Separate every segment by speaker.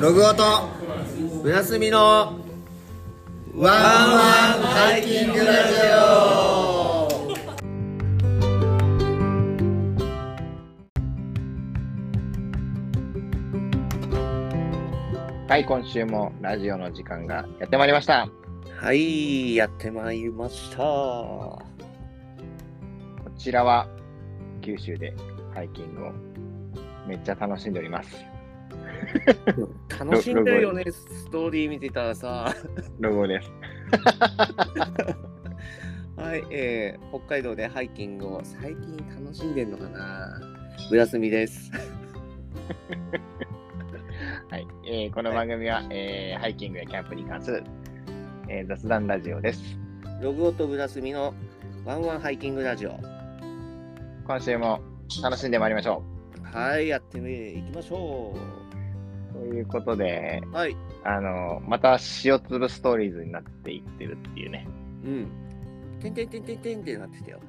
Speaker 1: ログオとブラスミのワンワンハイキングラジ
Speaker 2: はい、今週もラジオの時間がやってまいりました。
Speaker 1: オはいやってまいりましたは
Speaker 2: こちらは九州でハイキングをめっちゃ楽しんでおります。
Speaker 3: 楽しんでるよね、ストーリー見てたらさ。
Speaker 2: ロゴです。
Speaker 3: はい、えー、北海道でハイキングを最近楽しんでんのかな村住です。
Speaker 2: はい、えーこの番組は、えーハイキングやキャンプに関する、えー雑談ラジオです。
Speaker 3: ログオと村住のワンワンハイキングラジオ。
Speaker 2: 今週も楽しんでまいりましょ
Speaker 3: はい、やってみいきましょ
Speaker 2: う。ということで、
Speaker 3: う。はい。
Speaker 2: あのまた塩粒ストーリーズになっていってるっていうね。
Speaker 3: うん。てんてんてんてんてんってなってたよ。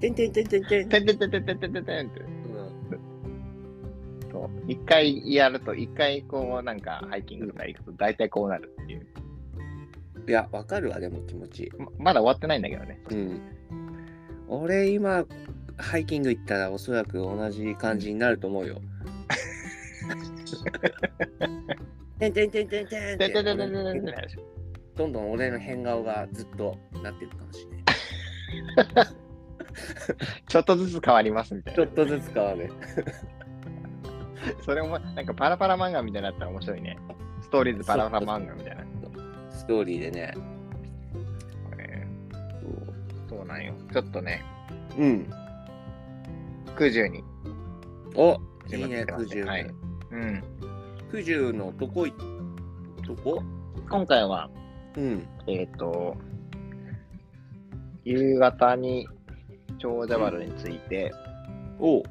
Speaker 3: てんてんてんてんてん。
Speaker 2: てんてんてんてんてんてんてんてんって。
Speaker 3: うん
Speaker 2: そう一回やると、一回こうなんかハイキングとか行くと大体こうなるっていう。
Speaker 3: いや、わかるわ、でも気持ち。
Speaker 2: ままだ終わってないんだけどね。
Speaker 3: うん。俺今ハイキング行ったらおそらく同じ感じになると思うよ。てんてんてんてんてんって
Speaker 2: ででででででで
Speaker 3: どんどん俺の変顔がずっとなってるかもしれない。
Speaker 2: ちょっとずつ変わりますみたい
Speaker 3: ちょ
Speaker 2: な
Speaker 3: っ。とずつ変わる。
Speaker 2: それもなんかパラパラ漫画みたいになったら面白いね。ストーリーズパラパラ漫画みたいな。
Speaker 3: ストーリーでね。
Speaker 2: えーそうなんよ。ちょっとね、
Speaker 3: うん。
Speaker 2: 九十に。
Speaker 3: お
Speaker 2: す
Speaker 3: いいね、
Speaker 2: ません
Speaker 3: 九十。
Speaker 2: はいうん。
Speaker 3: 九十のどこいどこ
Speaker 2: 今回は、
Speaker 3: うん。
Speaker 2: えっ、と、夕方に長者丸について、
Speaker 3: おう。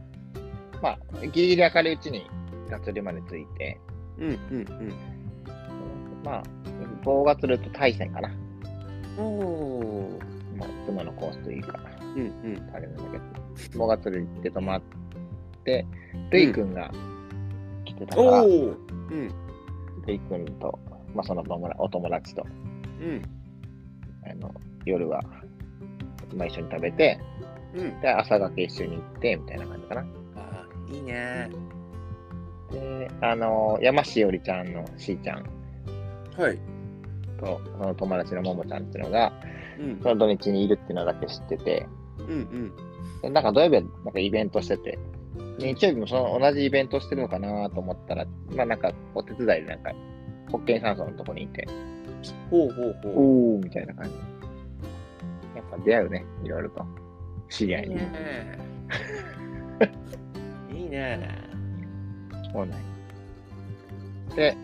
Speaker 2: まあ、ギリギリ明るいうちにがっつりまでついて、
Speaker 3: うんうん
Speaker 2: まあ、棒がつると大戦かな。
Speaker 3: うん。おう。
Speaker 2: まあ、妻のコースといいかな。
Speaker 3: うんうん。
Speaker 2: あれなんだけど、モガツル行って泊まって、ルイ君が来てたか
Speaker 3: お
Speaker 2: ら、
Speaker 3: お。うん
Speaker 2: ルイ君と、まあ、その友達お友達
Speaker 3: う
Speaker 2: と、
Speaker 3: ん
Speaker 2: あの夜は、まあ、一緒に食べて、
Speaker 3: うん。
Speaker 2: で、朝がけ一緒に行って、みたいな感じかな。
Speaker 3: ああ、いいね。
Speaker 2: で、あの、山しおりちゃんのしーちゃん
Speaker 3: はい。
Speaker 2: と、その友達のももちゃんっていうのが、
Speaker 3: うん
Speaker 2: その土日にいるっていうのだけ知ってて、
Speaker 3: うん
Speaker 2: でなんか土曜日はなんかイベントしてて、日曜日もその同じイベントしてるのかなと思ったら、まあなんかお手伝いでなんか、ホッケン山荘のとこにいて、
Speaker 3: うん。ほうほうほう。
Speaker 2: おーみたいな感じ。やっぱ出会うね、いろいろと。知り合い に。
Speaker 3: ね。いいね。
Speaker 2: そうねで、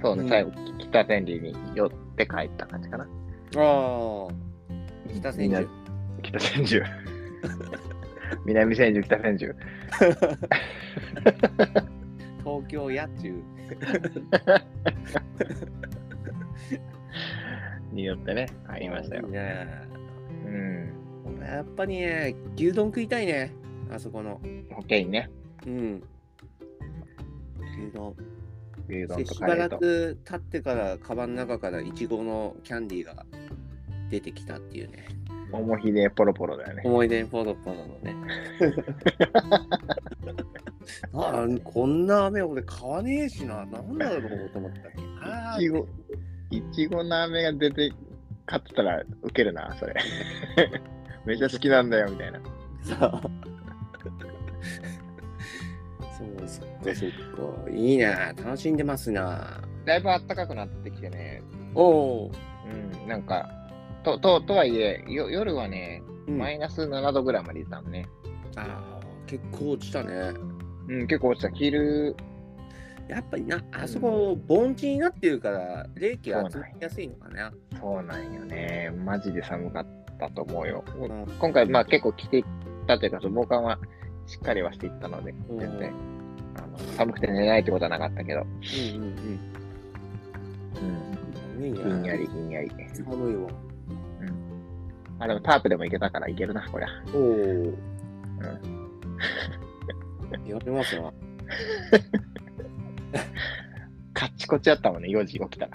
Speaker 2: そう
Speaker 3: う
Speaker 2: ね、
Speaker 3: ん
Speaker 2: 最後、北千里に寄って帰った感じかな。
Speaker 3: ああ。北千住
Speaker 2: 南。北千住。 南千住、北千住。
Speaker 3: 東京やっちゅ
Speaker 2: に寄ってね、
Speaker 3: う。
Speaker 2: 帰りましたよ
Speaker 3: いい。ね。
Speaker 2: うん。
Speaker 3: 俺やっぱりね、牛丼食いたいね。あそこの。
Speaker 2: ホッケンね、
Speaker 3: うん。牛丼。
Speaker 2: 牛丼
Speaker 3: で
Speaker 2: と
Speaker 3: し
Speaker 2: カ
Speaker 3: ば
Speaker 2: レー
Speaker 3: ら
Speaker 2: と。
Speaker 3: く経ってから、カバンの中からイチゴのキャンディーが出てきたっていうね。
Speaker 2: 桃ひでポロポロだよね。
Speaker 3: 思い出にポロポロのね。あこんな雨俺買わねえしな。なんだろうと思ったっけ。あ
Speaker 2: いちご、いちごの飴が出て、買ってたらウケるな、それ。 めっちゃ好きなんだよ、みたいな。
Speaker 3: あ。さあそうそっかそっか。いいな。楽しんでますな。
Speaker 2: だいぶ暖かくなってきてね、
Speaker 3: おお。
Speaker 2: うん、なんか、と、と、とはいえ、よ夜はね、
Speaker 3: うん、
Speaker 2: マ
Speaker 3: あ
Speaker 2: イナス7度ぐらいまでいたのね。
Speaker 3: あ結構落ちたね。
Speaker 2: うん、結構落ちた。昼、
Speaker 3: やっぱりな、あそこ盆地になってるから、冷気が集まりやすいのかな。
Speaker 2: そうなんよね。マジで寒かったと思うよ。
Speaker 3: ん
Speaker 2: 今回、まあ結構着ていったというか、その防寒はしっかりはしていったので、全然。あの寒くて寝ないってことはなかったけど、
Speaker 3: うんうん
Speaker 2: う
Speaker 3: うん。いいね
Speaker 2: ん、ひんやりひんやり。
Speaker 3: 寒いわ。
Speaker 2: あ、でもタープでも行けたから行けるな、こりゃ。
Speaker 3: おお。やってますな。
Speaker 2: カッチコチやったもんね、4時起きたら。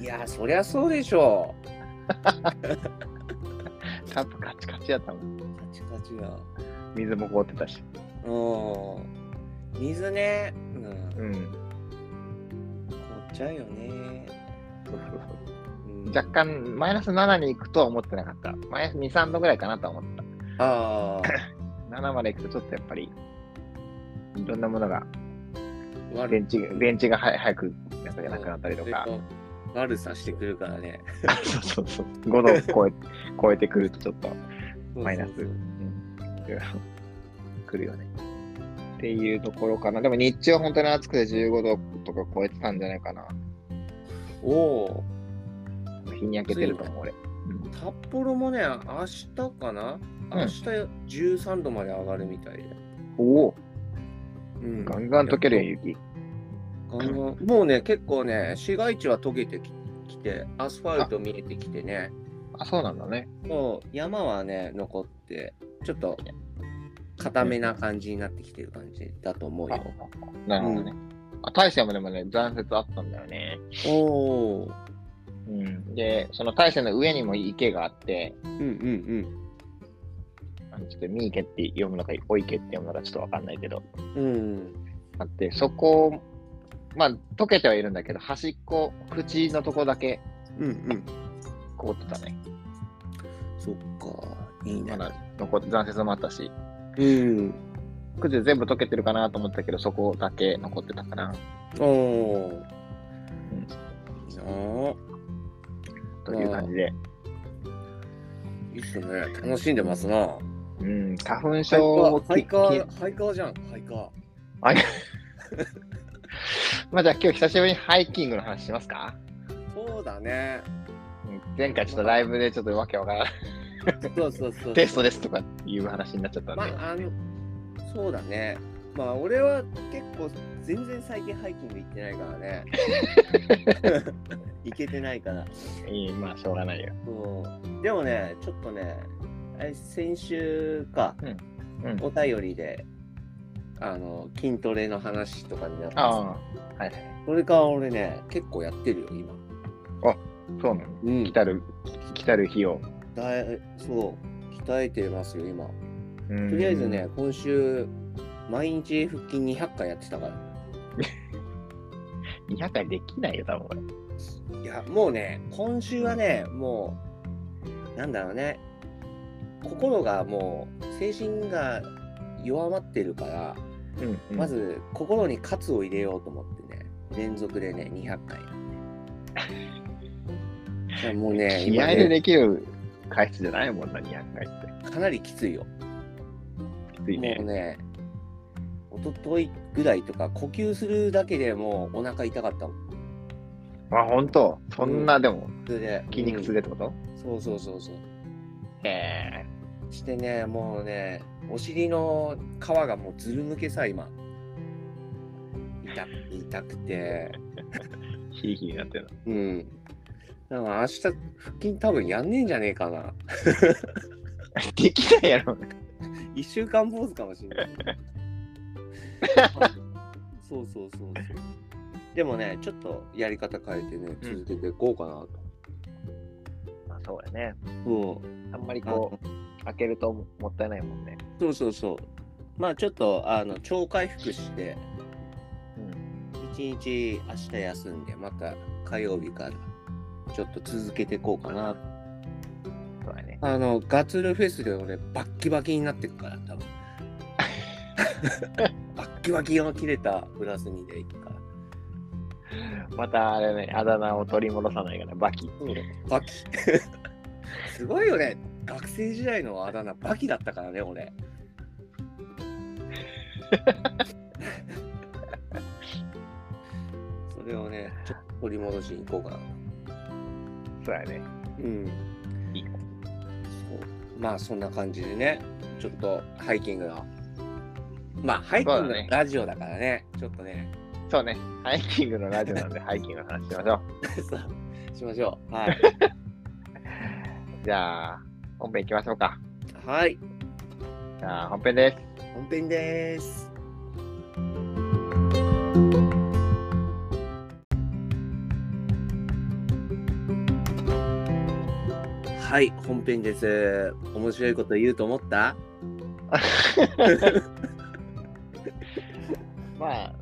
Speaker 3: いやー、そりゃそうでしょう。
Speaker 2: ちゃんとカチカチやったもん。
Speaker 3: カチカチや。
Speaker 2: 水も凍ってたし。
Speaker 3: うん。水ね、うん、凍
Speaker 2: うん。
Speaker 3: っちゃうよね。
Speaker 2: そうそうそう
Speaker 3: うん、
Speaker 2: 若干、マイナス7に行くとは思ってなかった。マイナス2、3度ぐらいかなとは思った。
Speaker 3: ああ、
Speaker 2: 7まで行くとちょっとやっぱり、いろんなものが、電
Speaker 3: 悪
Speaker 2: 池が、電池がは早く、なんかなくなったりとか、
Speaker 3: 悪さしてくるからね。
Speaker 2: そうそうそう、5度を超え超えてくるとちょっと、マイナス、、
Speaker 3: そううそうん
Speaker 2: いろいろ来るよね。っていうところかな。でも日中は本当に暑くて15度とか超えてたんじゃないかな。
Speaker 3: そうおお、
Speaker 2: 日に焼けてると思う、俺。
Speaker 3: 札幌もね、明日かな
Speaker 2: うん
Speaker 3: 明日13度まで上がるみたいで。
Speaker 2: おお、
Speaker 3: うん
Speaker 2: ガンガン溶けるよ、雪。
Speaker 3: ガンガンもうね、結構ね、市街地は溶けてききて、アスファルト見えてきてね、
Speaker 2: あ、そうなんだね。
Speaker 3: もう山はね、残って、ちょっと固めな感じになってきてる感じだと思う
Speaker 2: あ
Speaker 3: よ。
Speaker 2: なるほどね。あ大山もでもね、残雪あったんだよね。
Speaker 3: おお、
Speaker 2: うん、で、その大山の上にも池があって、
Speaker 3: うんうん
Speaker 2: あのちょっと三池って読むのか、お池って読むのかちょっとわかんないけど、
Speaker 3: うん。うん。
Speaker 2: あって、そこ、まあ、溶けてはいるんだけど、端っこ、口のとこだけ
Speaker 3: うんうん。
Speaker 2: 凍ってたね。
Speaker 3: そっか、いいね
Speaker 2: ま。だ残って、残雪もあったし、
Speaker 3: うん。
Speaker 2: 口で全部溶けてるかなと思ったけど、そこだけ残ってたかな、
Speaker 3: おお。い
Speaker 2: ん
Speaker 3: いなあ
Speaker 2: という感じで。
Speaker 3: いいっすね。楽しんでますな。
Speaker 2: うん、花粉
Speaker 3: ハイカ
Speaker 2: 症を
Speaker 3: ー、ハイ
Speaker 2: き
Speaker 3: カー、ハイカーじゃん。ハイカー。
Speaker 2: まあ、じゃあ今日久しぶりにハイキングの話しますか
Speaker 3: そうだね。
Speaker 2: うん前回ちょっとライブでちょっとわけわからない
Speaker 3: そうそうそう。
Speaker 2: テストですとかいう話になっちゃったんで、
Speaker 3: まあ、あの、そうだね。まあ、俺は結構、全然最近ハイキング行ってないからね。 行けてないから。
Speaker 2: いいまあしょうがないよ。
Speaker 3: そうでもね、ちょっとね、あれ先週か、
Speaker 2: うん
Speaker 3: お便りで、あの、筋トレの話とかになって
Speaker 2: ああ
Speaker 3: さ、
Speaker 2: はいはい。
Speaker 3: それから俺ね、結構やってるよ、今。
Speaker 2: そうなの。
Speaker 3: うん
Speaker 2: 来たる、来たる日を。
Speaker 3: だいそう、鍛えてますよ、今。
Speaker 2: と
Speaker 3: とりあえずね、、今週、毎日腹筋200回やってたから。
Speaker 2: 200回できないよ、多分
Speaker 3: いや、もうね、今週はね、もう、なんだろうね、心がもう、精神が弱まってるから、
Speaker 2: 俺。うん、
Speaker 3: ま、ず、心に喝を入れようと思ってね、連続でね、200回。い やもうね、
Speaker 2: 気
Speaker 3: 今
Speaker 2: 合
Speaker 3: ね、
Speaker 2: でできる回数じゃないもんな、200回っ
Speaker 3: かなりきついよ。
Speaker 2: て。きつい
Speaker 3: もう
Speaker 2: ね。
Speaker 3: ね、一昨日ぐらいとか、呼吸するだけでもうお腹痛かったもん。
Speaker 2: まあ、ほんと、そんな、でも、
Speaker 3: それで、
Speaker 2: 筋肉痛でってこと
Speaker 3: うんそうそうそうそう。
Speaker 2: え
Speaker 3: してね、もうね、お尻の皮がもうずる抜けさ、今。痛くて、痛くて。
Speaker 2: えヒーヒーなってる
Speaker 3: うん。だから明日、腹筋多分やんねえんじゃねえかな。
Speaker 2: の。 できないやろ。
Speaker 3: 一週間坊主かもしれ ない。そうそうそうそう。でもね、ちょっとやり方変えてね、
Speaker 2: うん
Speaker 3: 続けていこうかなと。
Speaker 2: まあ、そうやね。
Speaker 3: そ
Speaker 2: あんまり
Speaker 3: うあ
Speaker 2: こう、開けるともったいないもんね。
Speaker 3: そうそうそう。まあちょっと、あの、超回復して、
Speaker 2: うん。
Speaker 3: 一日明日休んで、また火曜日から、ちょっと続けていこうかな。
Speaker 2: そうやね。
Speaker 3: あの、ガツルフェスで俺、バッキバキになってくから、多分。バッキバキの切れたブラスにで行くから。
Speaker 2: また、あれね、あだ名を取り戻さないから、バキ。
Speaker 3: バキ。 すごいよね。学生時代のあだ名、バキだったからね、 俺。それをね、ちょっと取り戻しに行こうかな。
Speaker 2: そうやね。
Speaker 3: うん。
Speaker 2: いいね
Speaker 3: そうまあ、そんな感じでね、ちょっとハイキングの。まあ、ハイキン
Speaker 2: そう
Speaker 3: グ
Speaker 2: だ
Speaker 3: の
Speaker 2: ね
Speaker 3: ラジオだからね、ちょっとね、
Speaker 2: そうね、ハイキングのラジオなん で、ハイキングの話しましょう。
Speaker 3: そうしましょう。 はい。
Speaker 2: じゃあ、本編行きましょうか。
Speaker 3: はい。
Speaker 2: じゃあ、本編です。
Speaker 3: 本編です。はい、本編です。面白いこと言うと思った
Speaker 2: まあ、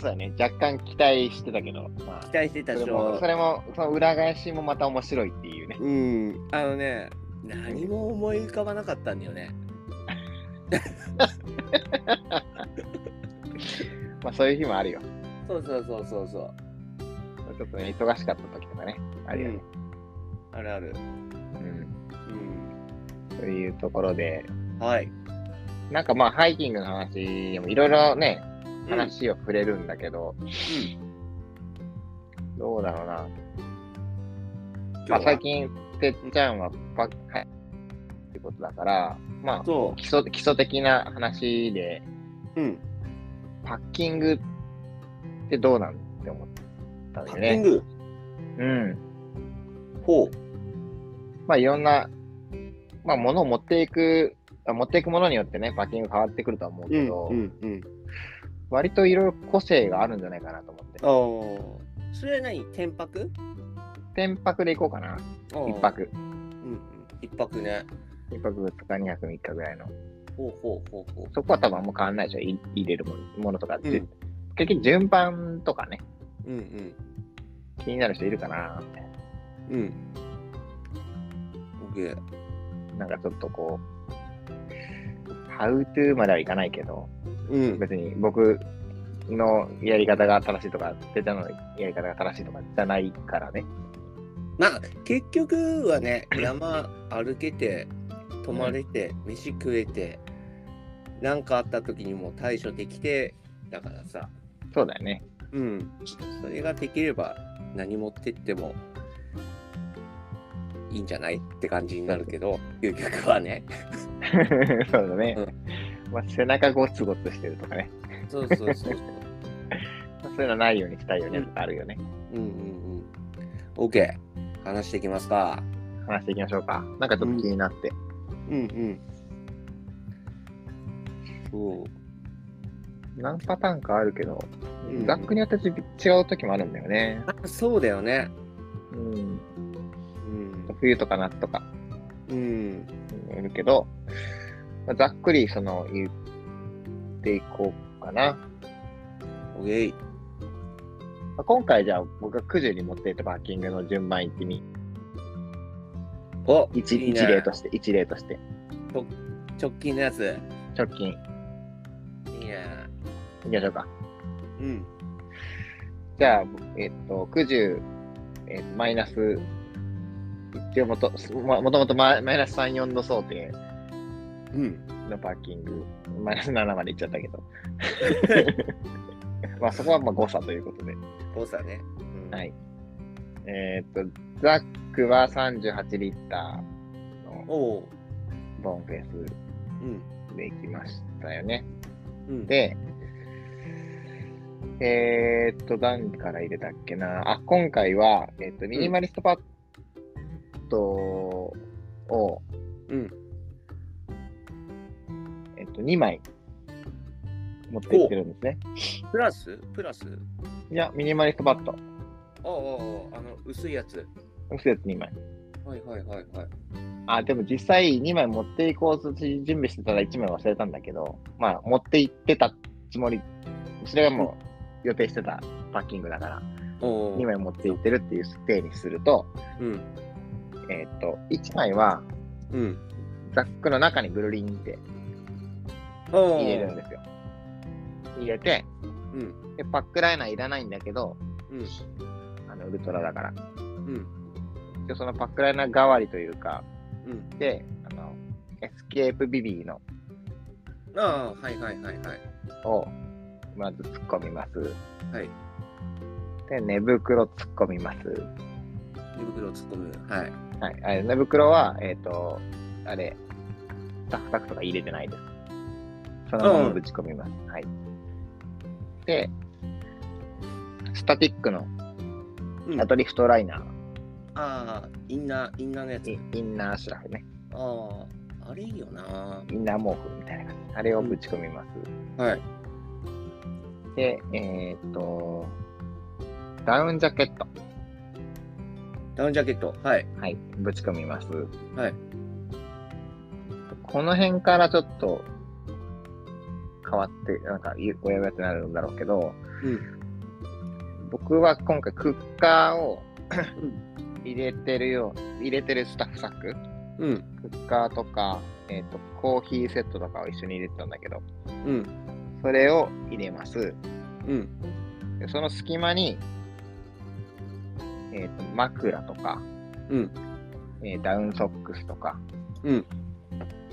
Speaker 2: そうだね、若干期待してたけど、まあ
Speaker 3: 期、待してた
Speaker 2: そ
Speaker 3: で
Speaker 2: れ
Speaker 3: し
Speaker 2: も、
Speaker 3: ょ
Speaker 2: そ。れもその裏返しもまた面白いっていうね。
Speaker 3: うん、あのね、何も思い浮かばなかったんだよね。
Speaker 2: まあ、そういう日もあるよ。
Speaker 3: そうそうそうそうそう。
Speaker 2: ちょっとね、忙しかった時とかね、あるよね。
Speaker 3: あるある。
Speaker 2: うん。
Speaker 3: うん。
Speaker 2: というところで、
Speaker 3: はい。
Speaker 2: なんかまあ、ハイキングの話でもいろいろね、話を触れるんだけど、どうだろうな。まあ、最近、てっちゃんはパッ、はい、ってことだから、まあ、
Speaker 3: そ
Speaker 2: 基礎基礎的な話で、
Speaker 3: う。うん。
Speaker 2: パッキングってどうなんって思ったんだ
Speaker 3: パ
Speaker 2: よ
Speaker 3: ッキン
Speaker 2: ね。
Speaker 3: グ。
Speaker 2: うん。
Speaker 3: ほ
Speaker 2: まあいろんな、まあ物を持っていく、あ持っていくものによってね、パッキング変わってくるとは思う
Speaker 3: う。
Speaker 2: けど、
Speaker 3: ん。うん。
Speaker 2: 割といろいろ個性があるんじゃないかなと思って。
Speaker 3: ああ。それは何天白
Speaker 2: 天泊でいこうかな。一。泊。
Speaker 3: うんうん。一泊ね。
Speaker 2: 一泊二日、二泊三日ぐらいの。
Speaker 3: ほうほうほうほう。
Speaker 2: そこは多分あんま変わんないでしょ。い入れるものものとかって、
Speaker 3: うん
Speaker 2: 結局順番とかね、
Speaker 3: うんうん。
Speaker 2: 気になる人いるかなみたいな。
Speaker 3: うん。オッケー。
Speaker 2: なんかちょっとこう、How to まではいかないけど、
Speaker 3: うん。
Speaker 2: 別に僕のやり方が正しいとか、てちゃんのやり方が正しいとかじゃないからね。
Speaker 3: まあ、結局はね、山歩けて、泊まれて、飯食えて、なんかあった時にもう対処できて、だからさ、
Speaker 2: そうだよね。
Speaker 3: うん。それができれば、何持ってっても、いいんじゃないって感じになるけど、究極はね。
Speaker 2: そうだね。まあ、背中ゴツゴツしてるとかね。
Speaker 3: そうそうそうそう。
Speaker 2: まあそういうのないようにしたいよねとかあるよね。
Speaker 3: うんうんうん。OK。話していきますか。
Speaker 2: 話していきましょうか。なんかちょっと気になって。
Speaker 3: うんうん。そう。
Speaker 2: 何パターンかあるけど、
Speaker 3: うん
Speaker 2: ざっくりやってち違う時もあるんだよね。
Speaker 3: あそうだよね。
Speaker 2: うん。
Speaker 3: うん。
Speaker 2: 冬とか夏とか
Speaker 3: うん。
Speaker 2: いるけど、まあざっくりその言っていこうかな。
Speaker 3: オッケー。
Speaker 2: まあ今回じゃあ僕が9時に持っていったパッキングの順番行ってみ、
Speaker 3: お
Speaker 2: 一
Speaker 3: いいね
Speaker 2: 一例として、一例として、
Speaker 3: 直近のやつ。
Speaker 2: 直近行
Speaker 3: いいね。
Speaker 2: きましょうか。
Speaker 3: うん。
Speaker 2: じゃあ、えっと、90、えっと、マイナス、一応もと、まもともとマイマイナス3、4度想定
Speaker 3: うん。
Speaker 2: のパッキング、マ イナス7まで行っちゃったけど。まあそこはまあ誤差ということで。
Speaker 3: 誤差ね。うん
Speaker 2: はい。えっと、ザックは38リッターの
Speaker 3: おう。
Speaker 2: ボンフェス
Speaker 3: うん。
Speaker 2: で行きましたよね。
Speaker 3: うん。、
Speaker 2: で、えーっと、何から入れたっけな。あ、今回は、えっと、ミニマリストパッドを、
Speaker 3: うん。
Speaker 2: えっと、2枚持っていってるんですね。
Speaker 3: プラスプラス
Speaker 2: いや、ミニマリストパッド。
Speaker 3: おうおうおう。あの、薄いやつ。
Speaker 2: 薄いやつ2枚。
Speaker 3: はいはいはいはい。
Speaker 2: あ、でも実際2枚持っていこうと準備してたら1枚忘れたんだけど、まあ、持って行ってたつもり、それがもう予定してたパッキングだから、
Speaker 3: おう。
Speaker 2: 2枚持って行ってるっていうステーにすると、
Speaker 3: うん。
Speaker 2: えーっと、1枚は
Speaker 3: うん。
Speaker 2: ザックの中にぐるりんって
Speaker 3: おう。
Speaker 2: 入れるんですよ。入れて、
Speaker 3: うん。
Speaker 2: でパックライナーいらないんだけど、
Speaker 3: うん。
Speaker 2: あのウルトラだから。
Speaker 3: うん。
Speaker 2: でそのパックライナー代わりというか、
Speaker 3: うん。
Speaker 2: で、あのエスケープビビーの
Speaker 3: ああ、はいはいはいはい。
Speaker 2: をまず突っ込みます。
Speaker 3: はい。
Speaker 2: で、寝袋突っ込みます。
Speaker 3: 手袋を突っ込む。はい。
Speaker 2: はい。あ寝袋は、えっ、と、あれ、タクタクとか入れてないです。そのままぶち込みます。はい。で、スタティックの
Speaker 3: うん
Speaker 2: アトリフトライナー。
Speaker 3: ああ、インナー、インナーのやつ。
Speaker 2: イインナーシュラフね。
Speaker 3: ああ、あれいいよな。
Speaker 2: インナー毛布みたいな感じ。あれをぶち込みます。
Speaker 3: はい。
Speaker 2: で、えーっと、ダウンジャケット。
Speaker 3: ダウンジャケット。はい。
Speaker 2: はい、ぶち込みます。
Speaker 3: はい。
Speaker 2: この辺からちょっと変わって、なんか、ゆおやおやってなるんだろうけど、
Speaker 3: うん。
Speaker 2: 僕は今回クッカーを入れてるよう、入れてるスタッフサック、
Speaker 3: うん。
Speaker 2: クッカーとか、えっ、と、コーヒーセットとかを一緒に入れてたんだけど、
Speaker 3: うん。
Speaker 2: それを入れます。
Speaker 3: うん。
Speaker 2: でその隙間に、えっ、と、枕とか、
Speaker 3: うん。
Speaker 2: えーダウンソックスとか、
Speaker 3: うん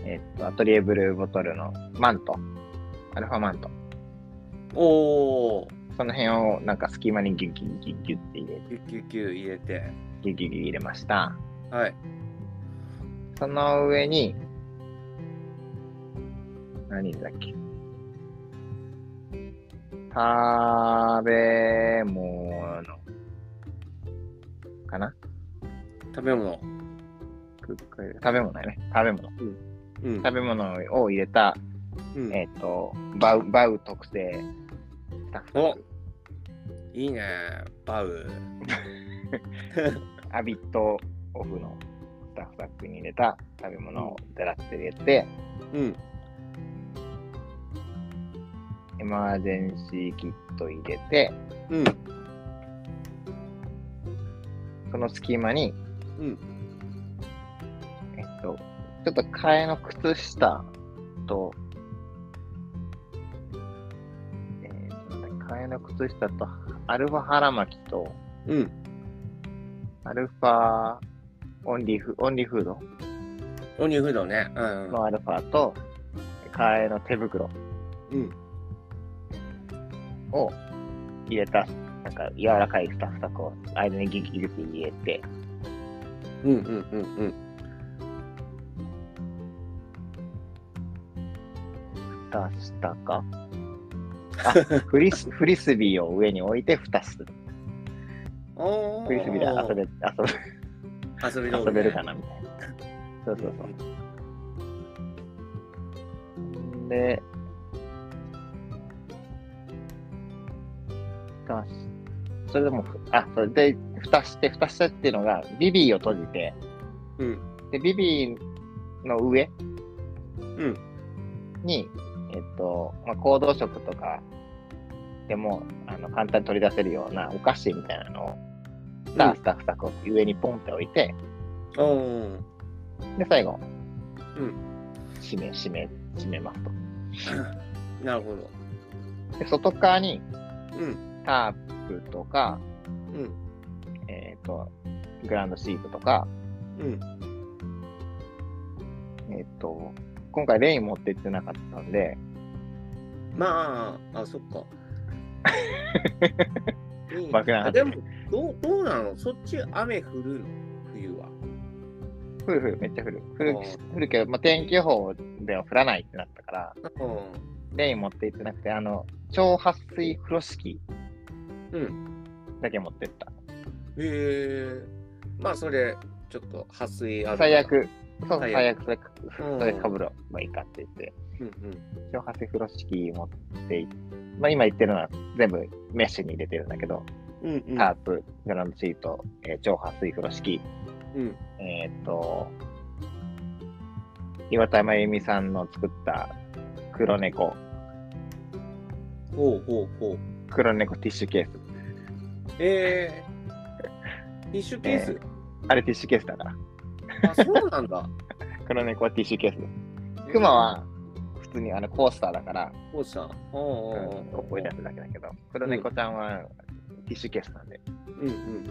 Speaker 2: えっと、アトリエブルーボトルのマント、アルファマント、
Speaker 3: おお。
Speaker 2: その辺をなんか隙間にギュッギュッギュッギュッって入れて、
Speaker 3: ぎゅぎゅぎゅ入れて。
Speaker 2: ギュッギュッギュッ入れました。
Speaker 3: はい。
Speaker 2: その上に、何だっけ。食べ物かな
Speaker 3: 食べ物。
Speaker 2: クック食べ物だよね。食べ物。
Speaker 3: うん。
Speaker 2: 食べ物を入れた
Speaker 3: うん
Speaker 2: えっ、と、バウ、バウ特製スタッフ
Speaker 3: おいいね。バウ。
Speaker 2: アビットオフのスタッフサックに入れた食べ物をだらって入れて、
Speaker 3: うん。
Speaker 2: エマージェンシーキット入れて、
Speaker 3: うん。
Speaker 2: その隙間に、
Speaker 3: うん。
Speaker 2: えっと、ちょっと替えの靴下と、えーとなんだ替えの靴下と、アルファ腹巻きと、
Speaker 3: うん。
Speaker 2: アルファオンリーフ、オンリーフード
Speaker 3: オニフードね。うん。
Speaker 2: のアルファと、替えの手袋
Speaker 3: うん。
Speaker 2: を入れた、なんか柔らかいスタッフサックを間にギュッギュッギュッ入れて、
Speaker 3: うん。うん。うん。
Speaker 2: 蓋したか。あ、フリス、フリスビーを上に置いて蓋する。
Speaker 3: うん。おお。
Speaker 2: フリスビーで遊べ、遊
Speaker 3: 遊べ
Speaker 2: べ、
Speaker 3: 道
Speaker 2: 遊
Speaker 3: 具ね
Speaker 2: べるかなみたいな。そうそうそう。で、蓋し、それでもう、あ、それで、蓋して、蓋してっていうのが、ビビーを閉じて、
Speaker 3: うん。
Speaker 2: で、ビビーの上
Speaker 3: ん
Speaker 2: に、えっと、まあ、行動食とかでもあの簡単に取り出せるようなお菓子みたいなのを、
Speaker 3: うん
Speaker 2: スタッフさんこう上にポンって置いて、
Speaker 3: おお。
Speaker 2: で、最後、
Speaker 3: うん
Speaker 2: 締め、締め、締めますと。
Speaker 3: なるほど。
Speaker 2: で、外側に
Speaker 3: うん。
Speaker 2: タープとか、
Speaker 3: うん。
Speaker 2: えっと、グランドシートとか、
Speaker 3: うん。
Speaker 2: えっと、今回レイン持ってってなかったんで、
Speaker 3: まあ、あ、そっ か。うん
Speaker 2: 爆弾
Speaker 3: あでも、どう、どうなのそっち雨降るの冬は。
Speaker 2: 降る降る、めっちゃ降る。降る
Speaker 3: あ
Speaker 2: 降るけど、まあ、天気予報では降らないってなったから、
Speaker 3: う
Speaker 2: レイン持って行ってなくて、あの、超撥水風呂敷
Speaker 3: ん。うん。
Speaker 2: だけ持ってった。
Speaker 3: へえ。まあ、それ、ちょっと、撥水ある。
Speaker 2: 最。悪、そうそう
Speaker 3: 最悪
Speaker 2: 最悪、それ、
Speaker 3: うん
Speaker 2: それかぶればいいかって言って、
Speaker 3: うんうん。
Speaker 2: 超撥水風呂敷持っていまあ、今言ってるのは全部メッシュに入れてるんだけど、
Speaker 3: うんうん。
Speaker 2: タープ、グランドシート、えー超撥水風呂敷、
Speaker 3: うん。
Speaker 2: えーっと、岩田真由美さんの作った黒猫、
Speaker 3: ほうほうほう。
Speaker 2: 黒猫ティッシュケース。
Speaker 3: えー。ティッシュケース。
Speaker 2: あれティッシュケースだから。
Speaker 3: あ、そうなんだ。
Speaker 2: 黒猫はティッシュケースです。クマは普通にあのコースターだから、
Speaker 3: こうした。お
Speaker 2: う
Speaker 3: お
Speaker 2: ん
Speaker 3: お
Speaker 2: 覚え出すだけだけど、黒猫ちゃんはティッシュケースなんで、テ
Speaker 3: うんうんうん
Speaker 2: ィッ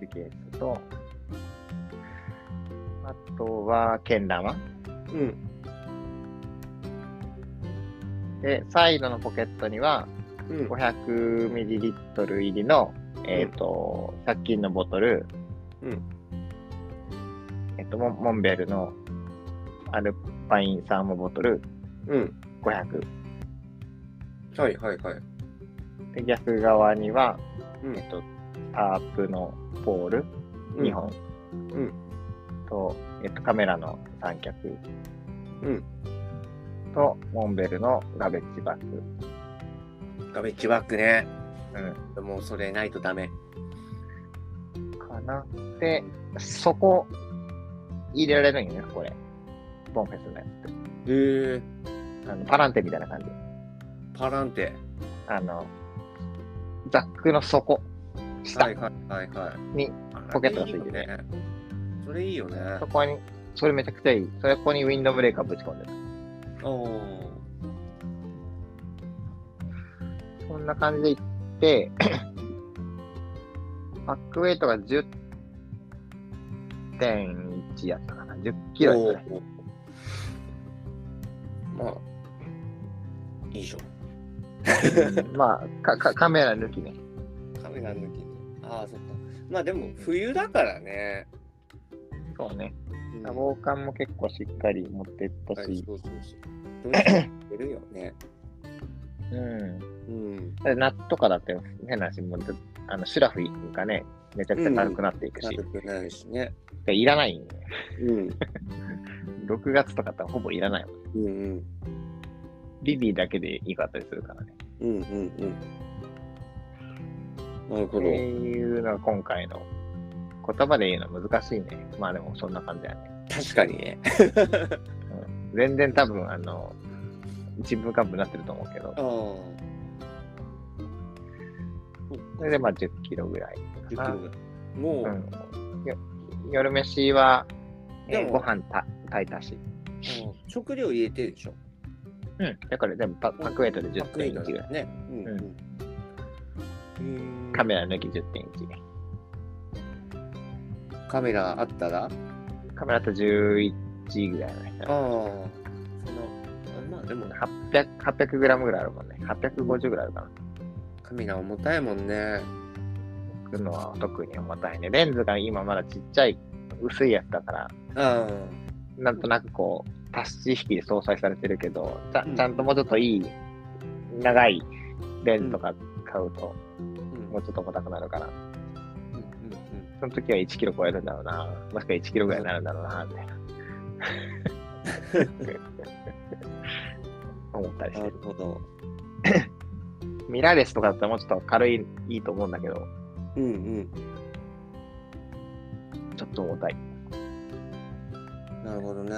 Speaker 2: シュケースと、あとは、けん玉。
Speaker 3: うん。うん
Speaker 2: で、サイドのポケットには、
Speaker 3: うん。
Speaker 2: 500ml 入りの、えっ、と、100均のボトル、
Speaker 3: うん
Speaker 2: えっ、とモン、モンベルのアルパインサーモボトル
Speaker 3: うん。
Speaker 2: 500。
Speaker 3: はいはいはい。
Speaker 2: で、逆側には、
Speaker 3: うん
Speaker 2: えっと、タープのポール2本、
Speaker 3: うん
Speaker 2: と、えっと、カメラの三脚
Speaker 3: うん。
Speaker 2: と、モンベルのガベッジバッグ。
Speaker 3: ガベッジバッグね。
Speaker 2: う
Speaker 3: もうそれないとダメ。
Speaker 2: ん。かな。で、そこ、入れられるんよね、これ。ボンフェスのやつって。
Speaker 3: ええ
Speaker 2: あのパランテみたいな感じ。
Speaker 3: パランテ。
Speaker 2: あの、ザックの底、下、
Speaker 3: はいはいはいはい。
Speaker 2: にポケットがついてる
Speaker 3: ね。それいいよね。
Speaker 2: そこに、それめちゃくちゃいい。それここにウィンドブレーカーぶち込んでる。
Speaker 3: おお
Speaker 2: そんな感じで行って、 バックウェイトが10.1やったかな。10キロやったね。
Speaker 3: おーまあ、いいじゃん。
Speaker 2: まあかか、カメラ抜きね。
Speaker 3: カメラ抜きに。ああ、そっか。まあでも、冬だからね。
Speaker 2: そうね。
Speaker 3: うん
Speaker 2: 防寒も結構しっかり持ってった
Speaker 3: はい
Speaker 2: し、
Speaker 3: そうそうそう。どうしてるよね。
Speaker 2: うん。
Speaker 3: う ん。
Speaker 2: で夏とかだって変な話、もうずあのシュラフがね、めちゃくちゃ軽くなっていくし、
Speaker 3: 軽くないしね。
Speaker 2: でいらないんよね。
Speaker 3: うん。
Speaker 2: 6月とかだってほぼいらないもん。
Speaker 3: うんうん。
Speaker 2: リリーだけでいいかったりするからね。
Speaker 3: うんうんうん。なる
Speaker 2: そ
Speaker 3: ほど。
Speaker 2: ういうのが今回の言葉で言うのは難しいね。まあでもそんな感じだね。
Speaker 3: 確かにね。
Speaker 2: 全然多分あの、ちんぷんかんぷんなってると思うけど
Speaker 3: あ、あ。
Speaker 2: それでまあ10キロぐらい
Speaker 3: 10キ
Speaker 2: かな
Speaker 3: ロぐらいもう、
Speaker 2: うんよ夜飯は、えー
Speaker 3: でも
Speaker 2: ご飯た炊いたし。
Speaker 3: うん食料入れてるでしょ。
Speaker 2: うん。だから全部パパックウェイトで10.1ぐらい。
Speaker 3: ね。うんうん。うん
Speaker 2: カメラ抜き10.1。
Speaker 3: カメラあったらあ
Speaker 2: カメラだと11ぐらい
Speaker 3: あ。
Speaker 2: だね
Speaker 3: そのあまあでも
Speaker 2: 800、800グラムぐらいあるもんね。850ぐらいあるかな。
Speaker 3: カメラ重たいもんね
Speaker 2: くのは特に重たいね。レンズが今まだちっちゃい、薄いやつだから、
Speaker 3: あ
Speaker 2: なんとなくこう、タッチ式で搭載されてるけど、ちゃ
Speaker 3: うん
Speaker 2: ちゃんともうちょっといい、長いレンズとか買うと、
Speaker 3: うんうん
Speaker 2: もうちょっと重たくなるから、
Speaker 3: うん
Speaker 2: その時は1キロ超えるんだろうな、もしくは1キロぐらいになるんだろう な、みたいな。思ったりして
Speaker 3: なるほど
Speaker 2: ミラーレスとかだったらもうちょっと軽い、いいと思うんだけど、
Speaker 3: うんうん
Speaker 2: ちょっと重たい。
Speaker 3: なるほどね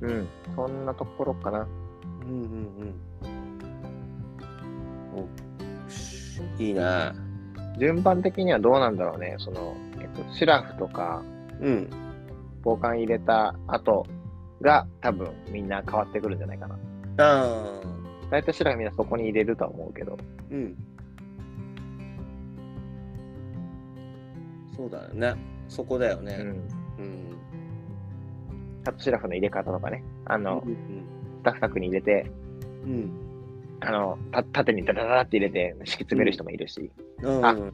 Speaker 2: うん。そんなところかな。
Speaker 3: うんうんうんおしいいね
Speaker 2: 順番的にはどうなんだろうね。その、えっと、シュラフとか、
Speaker 3: うん
Speaker 2: 防寒入れた後が、多分みんな変わってくるんじゃないかな。
Speaker 3: ああ
Speaker 2: 大体シュラフみんなそこに入れるとは思うけど。
Speaker 3: うんそうだよねそこだよ
Speaker 2: う
Speaker 3: ね
Speaker 2: ん。
Speaker 3: うん
Speaker 2: あとシュラフの入れ方とかね。あの
Speaker 3: う、ん
Speaker 2: ダクダクに入れて、
Speaker 3: うん
Speaker 2: あの、た縦にダダダダって入れて敷き詰める人もいるし。
Speaker 3: うん
Speaker 2: あ
Speaker 3: うん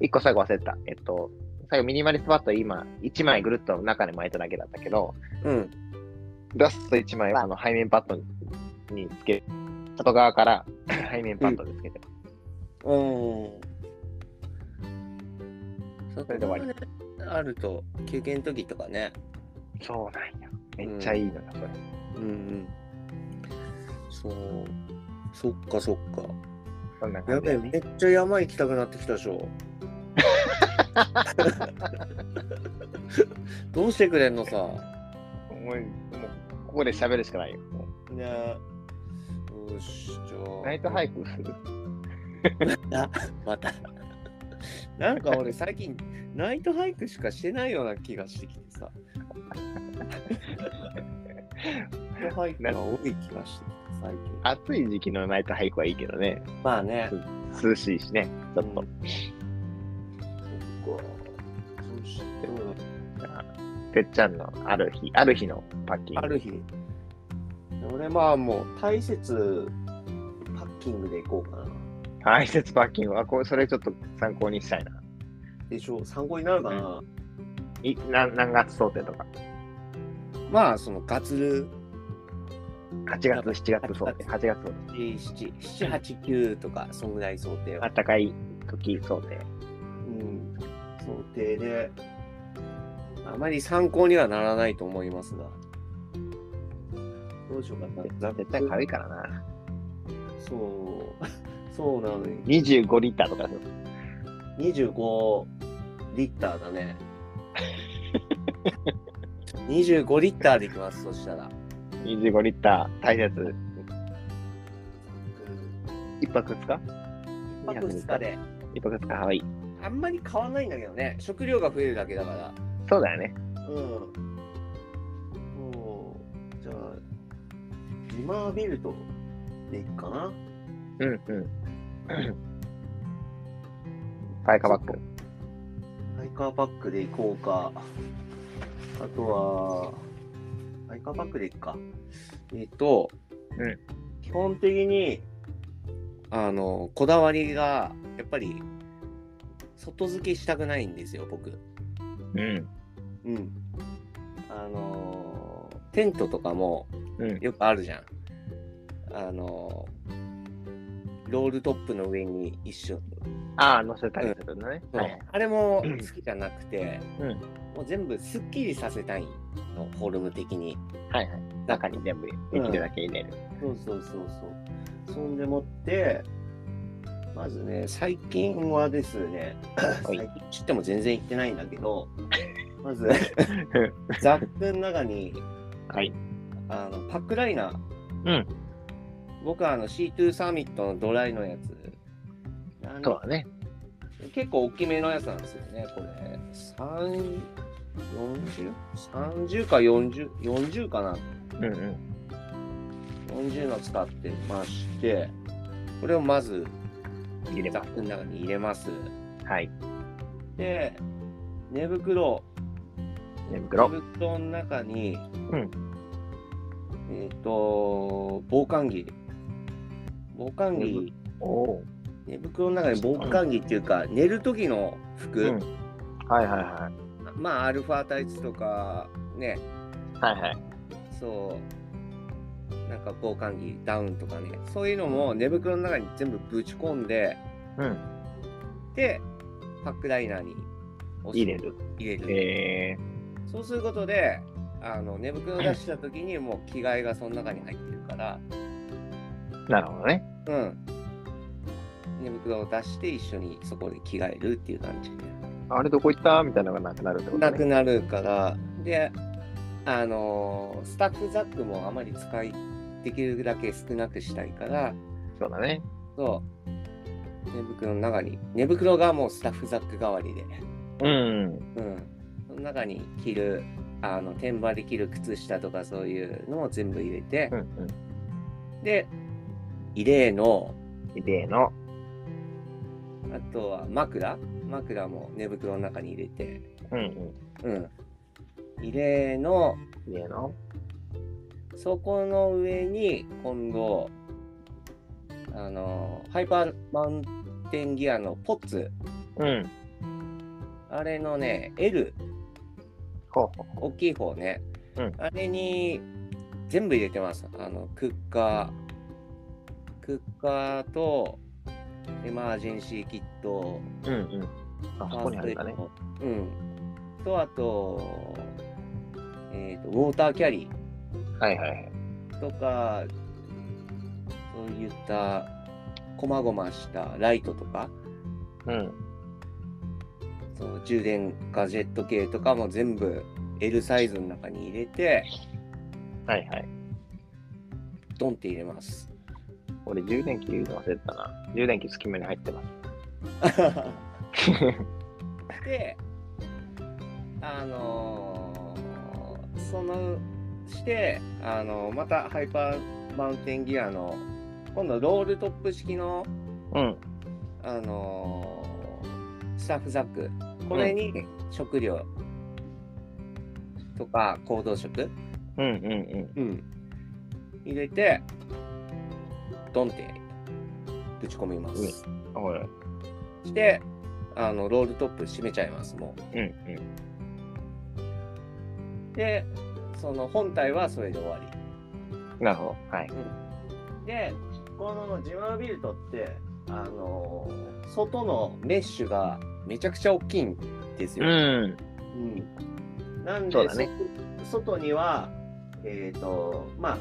Speaker 2: 一個最後忘れてた。えっと、最後ミニマリストバット今、1枚ぐるっと中に巻いただけだったけど、
Speaker 3: うん
Speaker 2: ラスト1枚はあの背面パッドにつける。外側から 背面パッドでつけて、
Speaker 3: うん。そ
Speaker 2: れで
Speaker 3: り。
Speaker 2: 終わ
Speaker 3: あると、休憩の時とかね。
Speaker 2: そうなんや。めっちゃいいのよ、それ。
Speaker 3: うんうん。そう。そっかそっか。
Speaker 2: そんな
Speaker 3: や
Speaker 2: 感じ
Speaker 3: べ
Speaker 2: だ
Speaker 3: え、
Speaker 2: よ
Speaker 3: め
Speaker 2: ね。
Speaker 3: っちゃ山行きたくなってきたでしょ。 どうしてくれんのさ。
Speaker 2: もう、もうここで喋るしかないよ。も
Speaker 3: ねえ。よし、じゃ
Speaker 2: う
Speaker 3: あ。
Speaker 2: ナイトハイクする。
Speaker 3: また。 なんか俺最近ナイトハイクしかしてないような気がしてきてさ。ナイトハイクが多い気がしてきて最近。
Speaker 2: 暑い時期のナイトハイクはいいけどね。
Speaker 3: まあね。
Speaker 2: 涼しいしね。ちょっと。
Speaker 3: そっか。そして
Speaker 2: てっちゃんのある日、ある日のパッキング。
Speaker 3: ある日。俺まあもう大切パッキングで行こうかな。
Speaker 2: 大切パッキングは、こうそれちょっと参考にしたいな。
Speaker 3: でしょ参考になるかな。
Speaker 2: いな何月想定とか。
Speaker 3: まあそのガツル
Speaker 2: 8月、7月想定。8月想定。
Speaker 3: 7、7、8、9とか、そんぐらい想定は。
Speaker 2: 暖かい時想定。
Speaker 3: うん、想定で、あまり参考にはならないと思いますが。どうしようかな。
Speaker 2: 絶対軽いからな。
Speaker 3: そう、そうなのに、
Speaker 2: 25リッターとかですよ。
Speaker 3: 25、リッターだ ね。25リッターできます、そしたら。
Speaker 2: 25リッター、大切。1泊2日
Speaker 3: 1泊2日で。
Speaker 2: ?1 泊2日、はい。
Speaker 3: あんまり買わないんだけどね。食料が増えるだけだか
Speaker 2: そうだよね。
Speaker 3: ら。うん。そう。じゃあ、リマーベルトでいくかな。
Speaker 2: うんうん。 パイカバッグ。
Speaker 3: ハイカーパックで行こうか。あとは、ハイカーパックで行くか。えっと、
Speaker 2: うん
Speaker 3: 基本的に、あの、こだわりが、やっぱり、外付けしたくないんですよ、僕。
Speaker 2: うん。
Speaker 3: うん。あの、テントとかも
Speaker 2: うん。
Speaker 3: よくあるじゃん。あの、ロールトップの上に一緒、
Speaker 2: ああ、乗せたりするのね。はい。
Speaker 3: あれも好きじゃなくて、
Speaker 2: うん
Speaker 3: もう全部すっきりさせたいのフォルム的に
Speaker 2: はいはい。中に全部できるだけ入れる。
Speaker 3: そうそうそうそうそんでもってまずね最近はですね
Speaker 2: は
Speaker 3: 最
Speaker 2: い
Speaker 3: 近知っても全然行ってないんだけどまずザックの中に
Speaker 2: はい。
Speaker 3: あのパックライナー
Speaker 2: うん。
Speaker 3: 僕はあの C2 サミットのドライのやつなん
Speaker 2: そうだね。
Speaker 3: 結構大きめのやつなんですよね、これ。3 40? 30か40、40かな
Speaker 2: うんうん。
Speaker 3: ?40 の使ってまして、これをまず、
Speaker 2: 入れ
Speaker 3: ザ
Speaker 2: ば。
Speaker 3: ックの中に入れます。
Speaker 2: はい。
Speaker 3: で、寝袋、
Speaker 2: 寝袋。
Speaker 3: 寝袋の中に、
Speaker 2: ん
Speaker 3: えっ、と、防寒着。防寒着、
Speaker 2: おお。
Speaker 3: 寝袋の中に防寒着っていうか、寝る時の服、
Speaker 2: うん。はいはいは
Speaker 3: まあ、アルファタイツとか、ね、
Speaker 2: い。はいはい。
Speaker 3: そう、なんか防寒着、ダウンとかね、そういうのも寝袋の中に全部ぶち込んで、
Speaker 2: うん。
Speaker 3: で、パックライナーに
Speaker 2: 入れる。
Speaker 3: 入れる。
Speaker 2: え
Speaker 3: そうすることで、あの寝袋を出した時にもう着替えがその中に入ってるから、
Speaker 2: ー、なるほどね。
Speaker 3: うん。寝袋を出して一緒にそこで着替えるっていう感じで。
Speaker 2: あれどこ行ったみたいなのがなくなるってこと
Speaker 3: な
Speaker 2: ね。
Speaker 3: くなるから、で、あのースタッフザックもあまり使い、できるだけ少なくしたいから、
Speaker 2: そうだね。
Speaker 3: そう。寝袋の中に。寝袋がもうスタッフザック代わりで。
Speaker 2: うん。
Speaker 3: うん。その中に着る、あの、天場で着る靴下とかそういうのを全部入れて
Speaker 2: うんう、ん。
Speaker 3: で、異例の、
Speaker 2: での。
Speaker 3: あとは枕枕も寝袋の中に入れて、
Speaker 2: うんうん。
Speaker 3: うん。異例の、
Speaker 2: での。
Speaker 3: そこの上に、今度、あの、ハイパーマウンテンギアのポッツ、
Speaker 2: うん。
Speaker 3: あれのね、L、
Speaker 2: ほうほ
Speaker 3: 大きい方ね、
Speaker 2: うん
Speaker 3: あれに全部入れてますあのクッカークッカーとエマージェンシーキット
Speaker 2: う。うんうん。あ
Speaker 3: フ
Speaker 2: そ
Speaker 3: ァ
Speaker 2: こ
Speaker 3: ース
Speaker 2: に
Speaker 3: トエ
Speaker 2: ある
Speaker 3: イ
Speaker 2: んだね。
Speaker 3: ドうんとあと,、えー、とウォーターキャリ
Speaker 2: はいはいはい。
Speaker 3: ーとかそういったこまごましたライトとか
Speaker 2: うん。
Speaker 3: その充電ガジェット系とかも全部 L サイズの中に入れて
Speaker 2: はいはい。
Speaker 3: ドンって入れます
Speaker 2: 俺、充電器入れるの忘れてたな。充電器隙間に入ってます。
Speaker 3: で、あのーその、して、あのーまたハイパーマウンテンギアの、今度ロールトップ式の、
Speaker 2: うん。
Speaker 3: あのースタッフザック、これに食料とか行動食、
Speaker 2: うんうん
Speaker 3: うん、入れて、ドンってぶち込みます。
Speaker 2: うん。おい。
Speaker 3: してあのロールトップ閉めちゃいますも
Speaker 2: うんうん。
Speaker 3: うでその本体はそれで終わ
Speaker 2: なるほど。はい。
Speaker 3: りでこのジムビルトってあのー外のメッシュがめちゃくちゃ大きいんです
Speaker 2: う
Speaker 3: よ、
Speaker 2: ん。
Speaker 3: うんなんで
Speaker 2: そうだね
Speaker 3: そ外にはえっ、とまあ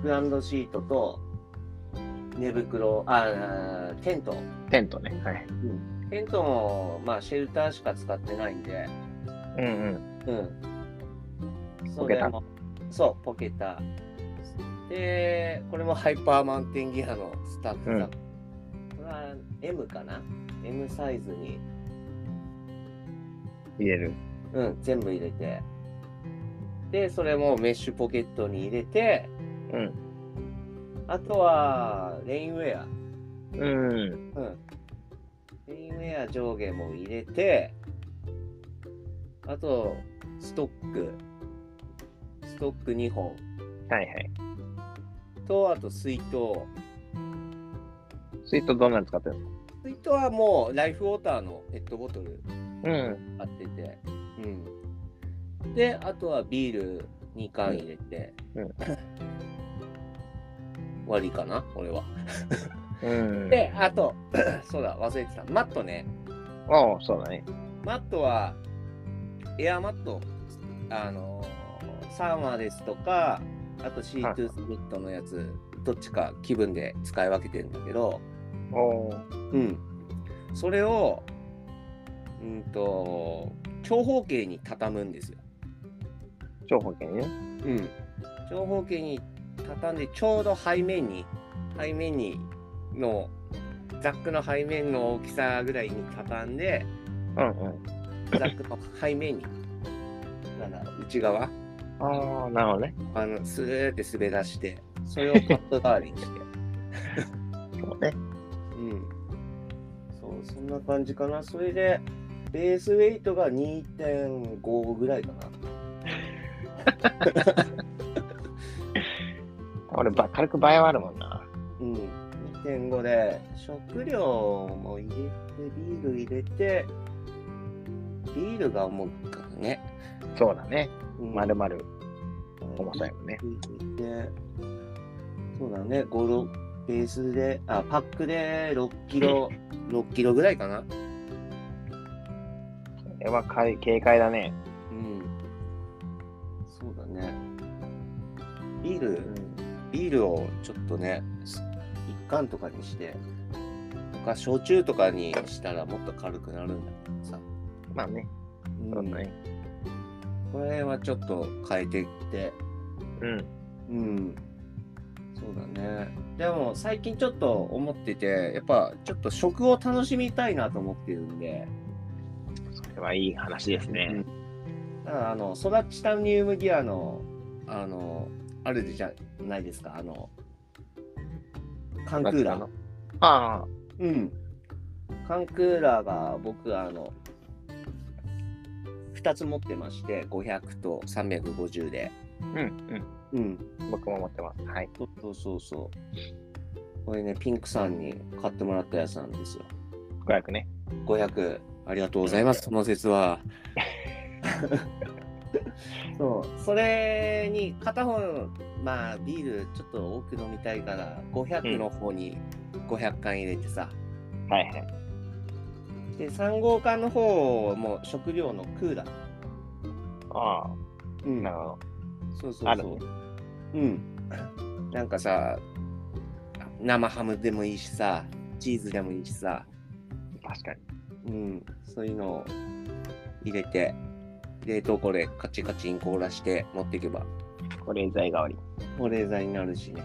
Speaker 3: グランドシートと寝袋あーテント
Speaker 2: テントね。はい。
Speaker 3: テントも、まあ、シェルターしか使ってないんで、
Speaker 2: うんうん。
Speaker 3: うん。
Speaker 2: ポケタ
Speaker 3: それもそう、ポケタ。で、これもハイパーマウンテンギアのスタッフ
Speaker 2: うん
Speaker 3: だ。これは M かな ?M サイズに、
Speaker 2: 入れる。
Speaker 3: うん、全部入れて。で、それもメッシュポケットに入れて、
Speaker 2: うん。
Speaker 3: あとは、レインウェア。
Speaker 2: うん。
Speaker 3: うん。レインウェア上下も入れて、あと、ストック。ストック2本。
Speaker 2: はいはい。
Speaker 3: と、あと水筒。
Speaker 2: スイートどんなの使ってるの
Speaker 3: 水筒はもうライフウォーターのペットボトル
Speaker 2: うん。
Speaker 3: 買ってて。うん。で、あとはビール2缶入れて。
Speaker 2: うんう
Speaker 3: 終わりかな俺は。
Speaker 2: うん。
Speaker 3: で、あと、 そうだ、忘れてた。マットね。
Speaker 2: ああ、そうだね。
Speaker 3: マットは、エアマット、あのーサーマーですとか、あと C2 スミットのやつ、どっちか気分で使い分けてるんだけど、
Speaker 2: おー
Speaker 3: うん。それを、うんと、長方形に畳むんですよ。
Speaker 2: 長方形ね。
Speaker 3: うん。長方形に畳んで、ちょうど背面に、背面にの、ザックの背面の大きさぐらいに畳ん で、
Speaker 2: うんうん。
Speaker 3: ザックの背面に、なんだろう、内側
Speaker 2: ああ、なるほどね。
Speaker 3: あの、スーって滑らして、それをカット代わりにして。
Speaker 2: そうね。
Speaker 3: うん。そう、そんな感じかな。それで、ベースウェイトが2.5ぐらいかな。
Speaker 2: 俺、ば軽く倍はあるもんな。
Speaker 3: うん。2.5で、食料も入れて、ビール入れて、ビールが重いからね。
Speaker 2: そうだね。
Speaker 3: うん
Speaker 2: まるまる重さよね。
Speaker 3: で、そうだね、五六ベースで、あ、パックで6キ ロ、6キロぐらいかな。
Speaker 2: これはかい軽快だね。
Speaker 3: うん。そうだね。ビール、ビールをちょっとね、す一缶とかにして、とか焼酎とかにしたらもっと軽くなるんだけどさ。
Speaker 2: まあね。
Speaker 3: う
Speaker 2: そうんだね。
Speaker 3: これはちょっと変えていって、
Speaker 2: うん。
Speaker 3: うん。そうだね。でも最近ちょっと思ってて、やっぱちょっと食を楽しみたいなと思ってるんで、
Speaker 2: それはいい話ですね。
Speaker 3: だからあの、ソダチタニウムギアの、あの、あるじゃないですか、あの、缶クーラー。
Speaker 2: ああ、
Speaker 3: うん。缶クーラーが僕、あの、2つ持ってまして、500と350で。
Speaker 2: うん
Speaker 3: う
Speaker 2: うん。
Speaker 3: ん。
Speaker 2: 僕も持ってます。はい。
Speaker 3: そうそうそうそう。これね、ピンクさんに買ってもらったやつなんですよ。
Speaker 2: 5 0ね。
Speaker 3: 500。ありがとうございます、その説は。 そう。それに、片方の、まあ、ビールちょっと多く飲みたいから、500の方に500缶入れてさ。
Speaker 2: はいはい。
Speaker 3: で、3号缶の方も食料のクーラー。
Speaker 2: ああ、
Speaker 3: うん
Speaker 2: なるほど。
Speaker 3: そうそうそう。
Speaker 2: あるね
Speaker 3: うん。なんかさ、生ハムでもいいしさ、チーズでもいいしさ、
Speaker 2: 確か
Speaker 3: う
Speaker 2: に。
Speaker 3: ん、そういうのを入れて、冷凍庫でカチカチに凍らして持っていけば、
Speaker 2: 保冷剤代わり。
Speaker 3: 保冷剤になるしね。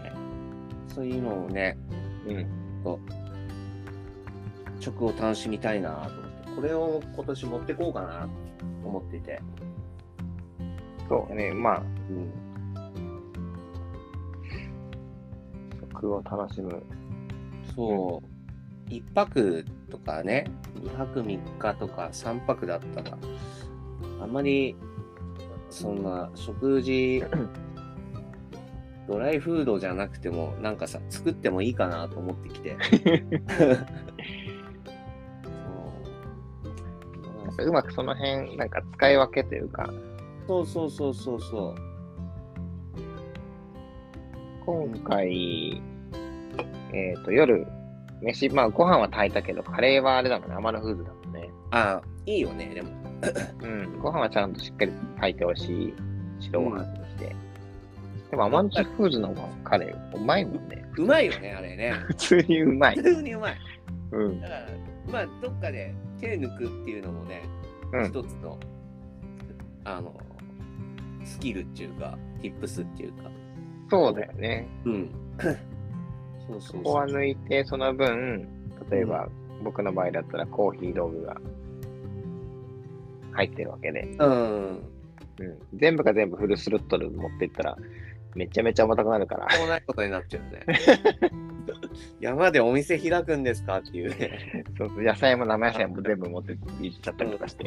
Speaker 3: そういうのをね、
Speaker 2: うん。
Speaker 3: 食を楽しみたいなと思って、これを今年持ってこうかなと思ってて。
Speaker 2: そうね。ま
Speaker 3: う
Speaker 2: あ、
Speaker 3: ん。
Speaker 2: 食を楽しむ。
Speaker 3: そう、1泊とかね、2泊3日とか3泊だったら、あんまりそんな食事、ドライフードじゃなくても、なんかさ、作ってもいいかなと思ってきて。そう
Speaker 2: うまくその辺、なんか使い分けというか、
Speaker 3: そうそうそうそうそう。
Speaker 2: 今回、えっ、と、夜、飯、まあ、ご飯は炊いたけど、カレーはあれだもんね。アマノフーズだもんね。
Speaker 3: ああ、いいよね、でも。
Speaker 2: うん。ご飯はちゃんとしっかり炊いてほしい。白ご飯にして。でも、アマノフーズのご飯カ レー、うまいもんね。
Speaker 3: うまいよね、あれね。
Speaker 2: 普通にうまい。
Speaker 3: 普通にうまい。
Speaker 2: うん。
Speaker 3: だから、まあ、どっかで手抜くっていうのもね、
Speaker 2: うん
Speaker 3: 一つの、あの、スキルっていうか、ティップスっていうか。
Speaker 2: そうだよね。
Speaker 3: うん。 そうそう
Speaker 2: こ
Speaker 3: そう。
Speaker 2: こは抜いて、その分、例えば、僕の場合だったらコーヒー道具が入ってるわけで、
Speaker 3: うん。
Speaker 2: うん、全部が全部フルスロットル持っていったら、めちゃめちゃ重たくなるから、
Speaker 3: とんでもないことになっちゃう ね。山でお店開くんですかっていうね。
Speaker 2: そうそう野菜も生野菜も全部持って行っちゃったりとかして、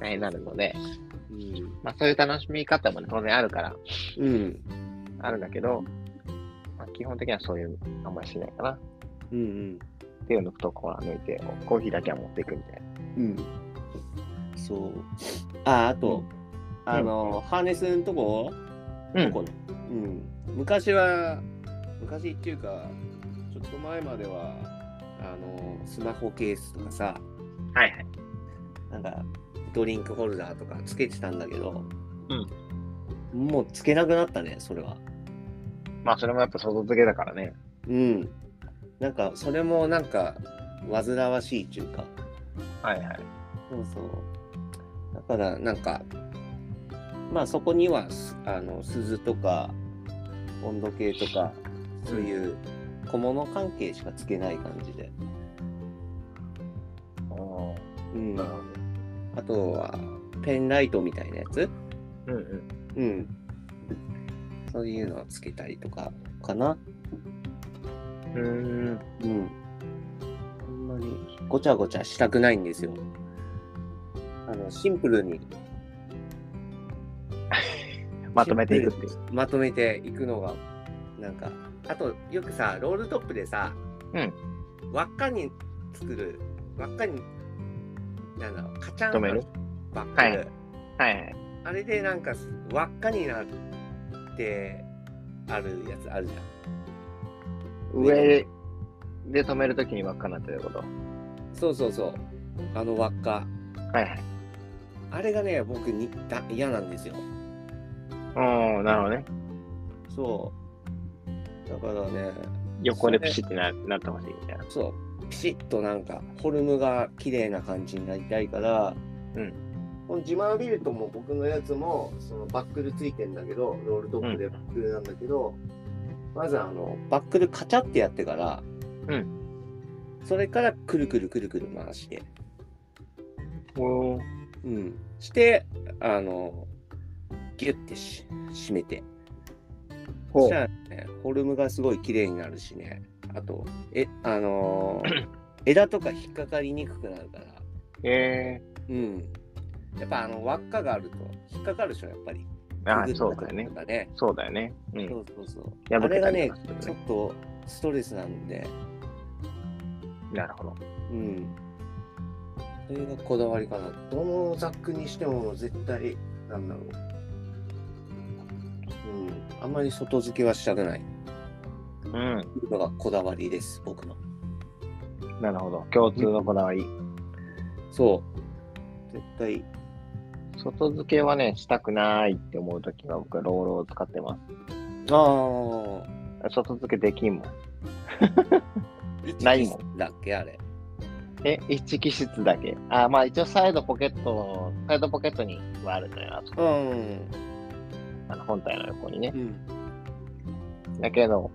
Speaker 2: 大変になるので、
Speaker 3: うん。
Speaker 2: まあそういう楽しみ方もね当然あるから、
Speaker 3: うん。
Speaker 2: あるんだけど、まあ、基本的にはそういう、あんまりしないかな。
Speaker 3: うん
Speaker 2: 手を抜くとコーラ抜いて、コーヒーだけは持っていくみたいな。
Speaker 3: うん。うん。そう。あ、あと、あの、ハーネスのとこ
Speaker 2: うん
Speaker 3: ここねうん。昔は、昔っていうか、ちょっと前までは、あの、スマホケースとかさ、
Speaker 2: はいはい。
Speaker 3: なんか、ドリンクホルダーとかつけてたんだけど、
Speaker 2: うん。
Speaker 3: もうつけなくなったね、それは。
Speaker 2: まあそれもやっぱ外付けだからね。
Speaker 3: うん。なんか、それもなんか、煩わしいっていうか。
Speaker 2: はいはい。
Speaker 3: そうそう。だから、なんか、まあそこには、すあの、鈴とか、温度計とか、そういう小物関係しかつけない感じで。
Speaker 2: お
Speaker 3: うん
Speaker 2: なるほど。
Speaker 3: あとは、ペンライトみたいなやつ
Speaker 2: うんうん。
Speaker 3: うん。そういうのをつけたりとか、かな。
Speaker 2: うーん。
Speaker 3: うん。あんまりごちゃごちゃしたくないんですよ。あの、シンプルに
Speaker 2: まとめていくっていう。
Speaker 3: まとめていくのが、なんか、あとよくさ、ロールトップでさ、
Speaker 2: うん
Speaker 3: 輪っかに作る、輪っかに、なんだろう、カチャン
Speaker 2: 止める
Speaker 3: バックル、
Speaker 2: はいはいはい。
Speaker 3: あれでなんか輪っかになってあるやつあるじゃん。
Speaker 2: 上で止めるときに輪っかになってること。
Speaker 3: そうそうそう。あの輪っか。
Speaker 2: はいはい。
Speaker 3: あれがね、僕にだ嫌なんですよ。
Speaker 2: おー、なるほどね。
Speaker 3: そう。だからね、
Speaker 2: 横でピシッてななってほしいみたいな。
Speaker 3: そう、ピシッとなんか、フォルムが綺麗な感じになりたいから、
Speaker 2: うん
Speaker 3: この自慢ビルトも僕のやつも、そのバックルついてんだけど、ロールトップでバックルなんだけど、まずあの、バックルカチャってやってから、
Speaker 2: うん
Speaker 3: それからくるくるくるくる回して、
Speaker 2: おー。
Speaker 3: うん。して、あの、ギュッてし締めて、
Speaker 2: ほう
Speaker 3: じ。ゃあね、フォルムがすごい綺麗になるしね。あと、え、あの ー枝とか引っかかりにくくなるから。
Speaker 2: え
Speaker 3: うん。やっぱあの輪っかがあると引っかかるでしょ、やっぱり。
Speaker 2: ー。あ
Speaker 3: くぐ
Speaker 2: ー、
Speaker 3: っ
Speaker 2: そう
Speaker 3: た
Speaker 2: だよ
Speaker 3: り
Speaker 2: ね
Speaker 3: と。かね。
Speaker 2: そうだよね。う
Speaker 3: そ
Speaker 2: ん。
Speaker 3: うそうそう。あ
Speaker 2: 破
Speaker 3: れ
Speaker 2: け
Speaker 3: が
Speaker 2: たり
Speaker 3: ね
Speaker 2: とかする、
Speaker 3: ちょ
Speaker 2: よ
Speaker 3: っ
Speaker 2: ね。
Speaker 3: とストレスなんで、
Speaker 2: なるほど。
Speaker 3: うん。それがこだわりかな。どのザックにしても絶対、なんだろう。うん。あんまり外付けはしたくない。
Speaker 2: うん。
Speaker 3: いうのがこだわりです、僕の。
Speaker 2: なるほど。共通のこだわり。
Speaker 3: そう。絶対。
Speaker 2: 外付けはね、したくないって思うときは僕はロールを使ってま
Speaker 3: ああ。
Speaker 2: す。外付けできんもん。
Speaker 3: ないもん。だっけあれ。
Speaker 2: え、一気室だけ。あ、まあ一応サイドポケットの、サイドポケットにはあるんだよな、あそこ
Speaker 3: うん。
Speaker 2: あの本体の横にね
Speaker 3: う。ん。
Speaker 2: だけど、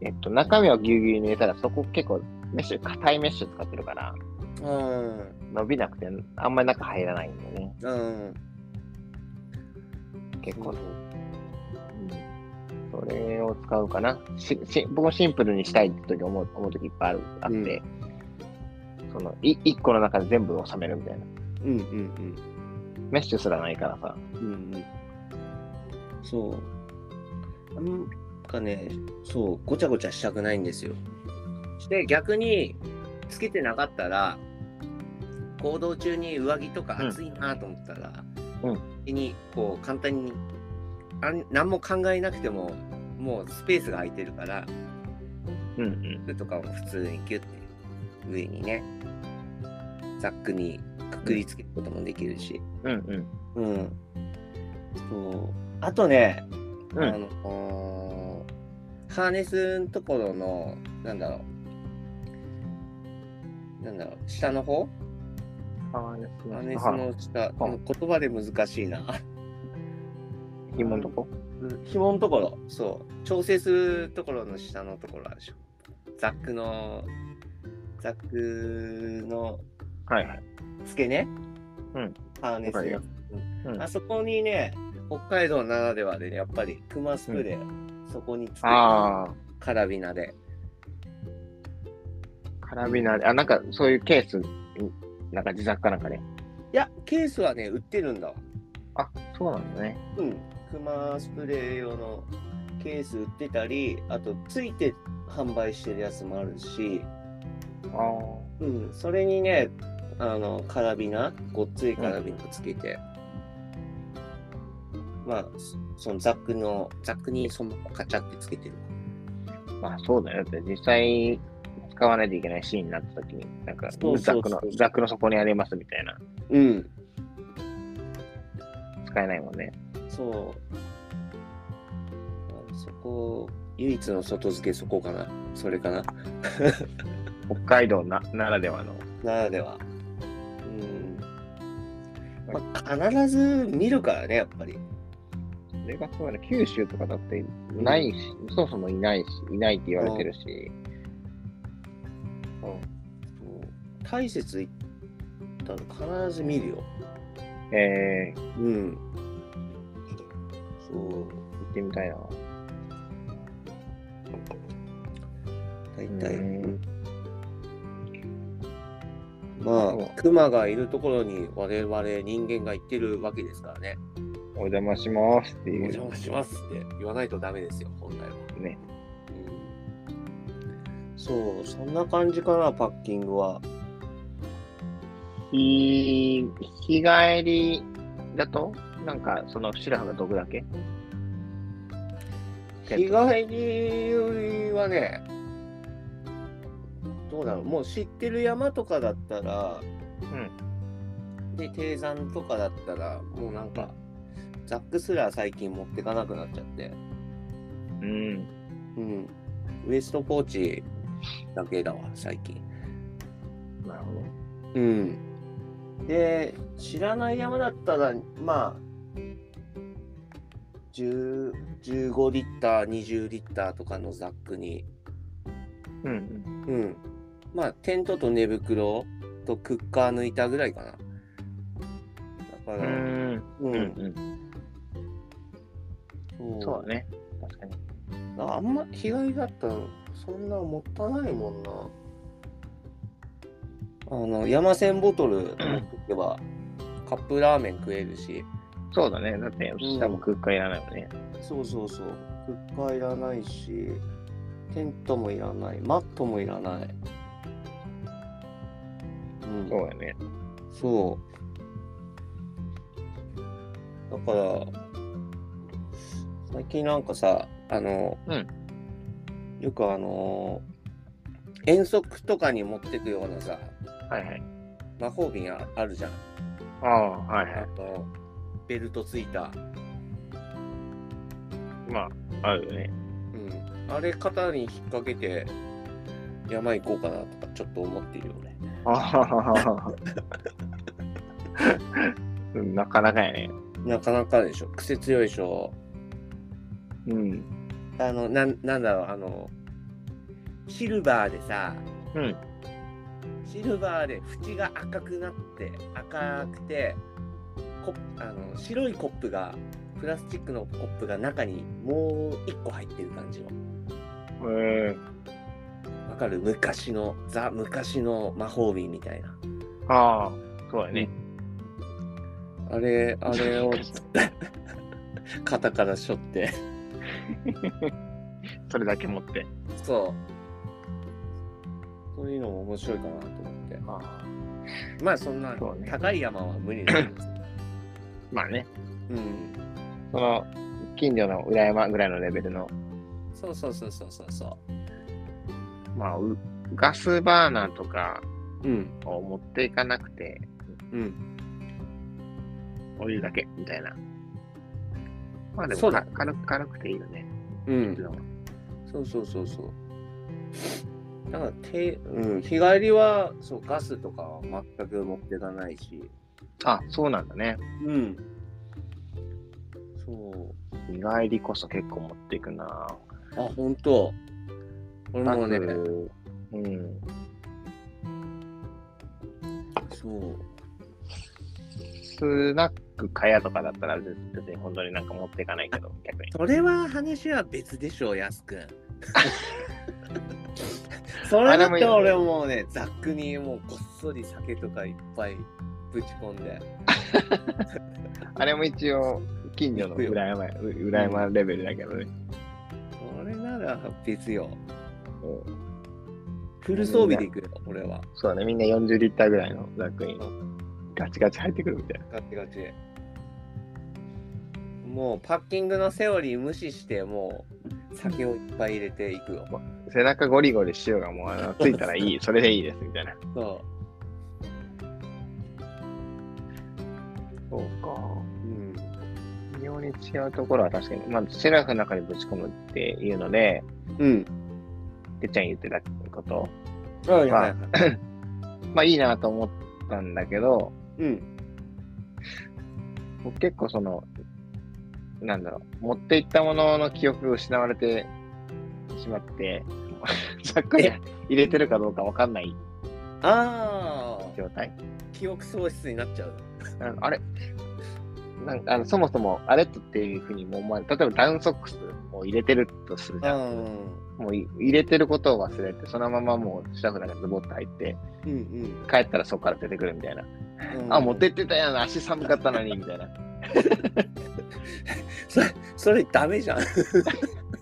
Speaker 2: えっと、中身をぎゅうぎゅうに入れたら、そこ結構メッシュ、硬いメッシュ使ってるから、
Speaker 3: うん。
Speaker 2: 伸びなくて、あんまり中入らないんだよね。
Speaker 3: うん。
Speaker 2: 結構、それを使うかな。しし僕もシンプルにしたいって時思う思う時いっぱいあるあって、
Speaker 3: うん
Speaker 2: そのい1個の中で全部収めるみたいな。
Speaker 3: うんうん
Speaker 2: メッシュすらないからさ。
Speaker 3: うん。うんうん。そう。なんかね、そう、ごちゃごちゃしたくないんですよ。して、逆に、つけてなかったら、行動中に上着とか暑いなと思ったら、
Speaker 2: うん
Speaker 3: 手に、こう、簡単に、あん何も考えなくても、もうスペースが空いてるから、
Speaker 2: うんうん。
Speaker 3: とかも普通にギュッて上にねザックにくくりつけることもできるし
Speaker 2: うん
Speaker 3: うんそうあとね、
Speaker 2: うん。う
Speaker 3: あ
Speaker 2: ん。
Speaker 3: のハーネスのところのなんだろうなんだろう、下の方
Speaker 2: ハーネス
Speaker 3: ハ
Speaker 2: の
Speaker 3: ーネス
Speaker 2: 下の
Speaker 3: の下、うん言葉で難しいな。
Speaker 2: 紐のとこ
Speaker 3: 紐のところ、そう、調整するところの下のところあるでしょ。ザックの、ザックの
Speaker 2: はいはい。
Speaker 3: 付け根
Speaker 2: うん。
Speaker 3: ハーネス
Speaker 2: わかる
Speaker 3: の
Speaker 2: よ。うん
Speaker 3: あそこにね、北海道ならではで、ね、やっぱりクマスプレー、そこにつけて、
Speaker 2: ああ、
Speaker 3: カラビナで。
Speaker 2: カラビナで、あ、なんかそういうケース、なんか自作かなんかね。
Speaker 3: いや、ケースはね、売ってるんだわ。
Speaker 2: あ、そうなんだね。
Speaker 3: うん。クマスプレー用のケース売ってたり、あと、ついて販売してるやつもあるし、
Speaker 2: ああ、
Speaker 3: うん。それにね、あの、カラビナ、ごっついカラビナつけて、まあ、そそのザックの、ザックにそのカチャってつけてる。
Speaker 2: まあそうだよ。だって実際使わないといけないシーンになった時に、なんか
Speaker 3: そう
Speaker 2: ザ
Speaker 3: そうそう
Speaker 2: ックの、ザックの底にありますみたいな。
Speaker 3: うん。
Speaker 2: 使えないもんね。
Speaker 3: そう。あそこ、唯一の外付けそこかな。それかな。
Speaker 2: 北海道なならではの。
Speaker 3: ならでは。うん。まあ、必ず見るからね、やっぱり。
Speaker 2: それがそうだね。九州とかだってないし、そもそもいないし、いないって言われてるし。うん
Speaker 3: そう大雪行ったら必ず見るよ。
Speaker 2: えー、行
Speaker 3: うん。そう。
Speaker 2: ってみたいな。
Speaker 3: 大体。
Speaker 2: うん
Speaker 3: ま
Speaker 2: そう
Speaker 3: あ、熊がいるところに我々人間が行ってるわけですからね。
Speaker 2: お邪魔しますって
Speaker 3: お
Speaker 2: い
Speaker 3: 邪
Speaker 2: う。
Speaker 3: 魔しますって言わないとダメですよ、本来は。
Speaker 2: ね。
Speaker 3: そう、そんな感じかな、パッキングは。
Speaker 2: 日、日帰りだとなんか、その白羽が毒だけ
Speaker 3: 日帰りはね、どうだろう、もう知ってる山とかだったら、で、低山とかだったら、もうなんか、ザックすら最近持ってかなくなっちゃって、
Speaker 2: うん。
Speaker 3: うん。ウエストポーチだけだわ、最近。
Speaker 2: なるほ
Speaker 3: う
Speaker 2: ど。
Speaker 3: ん。で、知らない山だったら、まあ、10 15リッター、20リッターとかのザックに、
Speaker 2: うん。
Speaker 3: うん。まあ、テントと寝袋とクッカー抜いたぐらいかな。だから、
Speaker 2: うん。
Speaker 3: う。
Speaker 2: うん。うんん。そうだね。確かに。
Speaker 3: ああんま日帰りだったらそんなもったいないもんな。あの、山線ボトル持ってけば、カップラーメン食えるし、
Speaker 2: そうだね。だって、下も空間いらないもんね。
Speaker 3: そうそうそう。クッカーいらないし、テントもいらない、マットもいらない。うん、
Speaker 2: そうだね。
Speaker 3: そう。だから、最近なんかさ、あの、
Speaker 2: うん
Speaker 3: よくあの、遠足とかに持ってくようなさ、
Speaker 2: はいはい。
Speaker 3: 魔法瓶ああるじゃん。
Speaker 2: ああ、はいは
Speaker 3: あの、ベルトついた。
Speaker 2: い。まあ、あるよね。
Speaker 3: うん、あれ肩に引っ掛けて山行こうかなとかちょっと思っているよね。
Speaker 2: あはははうん なかなかやね。
Speaker 3: なかなかでしょ癖強いでしょ
Speaker 2: うん。
Speaker 3: あのなんなんだろうあのシルバーでさ
Speaker 2: うん。
Speaker 3: シルバーで縁が赤くなって赤くてコップあの白いコップがプラスチックのコップが中にもう1個入ってる感じの
Speaker 2: え
Speaker 3: わかる昔のザ昔の魔法瓶みたいな
Speaker 2: ー、ああ、そうだね。
Speaker 3: あれあれを 肩からしょって
Speaker 2: それだけ持って。
Speaker 3: そう。そういうのも面白いかなと思って。
Speaker 2: ああ。
Speaker 3: まあそんな
Speaker 2: そうね
Speaker 3: 高い山は無理だけど。
Speaker 2: まあね。
Speaker 3: うん。
Speaker 2: その、近所の裏山ぐらいのレベルの、
Speaker 3: そうそうそうそうそうそ
Speaker 2: まあ、うガスバーナーとか
Speaker 3: う。うん。
Speaker 2: を持っていかなくて、
Speaker 3: うん。
Speaker 2: お湯だけ、みたいな。まあで
Speaker 3: そ
Speaker 2: も
Speaker 3: うだ
Speaker 2: か軽く、軽くていいよね。
Speaker 3: う。
Speaker 2: うん
Speaker 3: そうそうそうそう。だからて、うん、日帰りはそうガスとかは全く持っていかないし、
Speaker 2: あ、そうなんだね。
Speaker 3: うん。そ
Speaker 2: 日帰りこそ結構持っていくな。
Speaker 3: う。あ、本当。俺もね、
Speaker 2: まずうん。
Speaker 3: そう。
Speaker 2: スナックかやとかだったら別に本当になんか持っていかないけど、逆に。
Speaker 3: それは話は別でしょう、やすく ん。それだって俺もうね、ざっくにもうこっそり酒とかいっぱいぶち込んで。
Speaker 2: あれも一応、近所の裏山、裏山レベルだけどね。
Speaker 3: それなら別よ。フル装備で行くよ、俺は。
Speaker 2: そうだね、みんな40リッターぐらいのザックにガチガチ入ってくるみたいな。
Speaker 3: ガチガチ。もうパッキングのセオリー無視して、もう酒をいっぱい入れていくよ。
Speaker 2: 背中ゴリゴリしようがもうあのついたらいい、それでいいですみたいな。
Speaker 3: そう。
Speaker 2: そうか。
Speaker 3: うん。
Speaker 2: 微妙に違うところは確かに、まあ、シェラフの中にぶち込むっていうので、
Speaker 3: うん。
Speaker 2: てっちゃん言ってたこと、
Speaker 3: はい
Speaker 2: はいはいまあいいなと思ったんだけど、
Speaker 3: うん。
Speaker 2: 僕結構その、なんだろう、持っていったものの記憶が失われてしまって、 ざっくり入れてるかどうかわかんない
Speaker 3: ああ、
Speaker 2: 状態。
Speaker 3: 記憶喪失になっちゃう。
Speaker 2: あのあれなんかあのそもそもあれっていうふうにも思わない。例えばダウンソックスを入れてるとするじゃん。
Speaker 3: ん。
Speaker 2: もうい入れてることを忘れて、そのままもうスタッフなんかズボッと入って、
Speaker 3: うん
Speaker 2: 帰ったらそこから出てくるみたいな。
Speaker 3: うん、
Speaker 2: あ、持ってってたやん、足寒かったのに、みたいな。
Speaker 3: それそれダメじゃん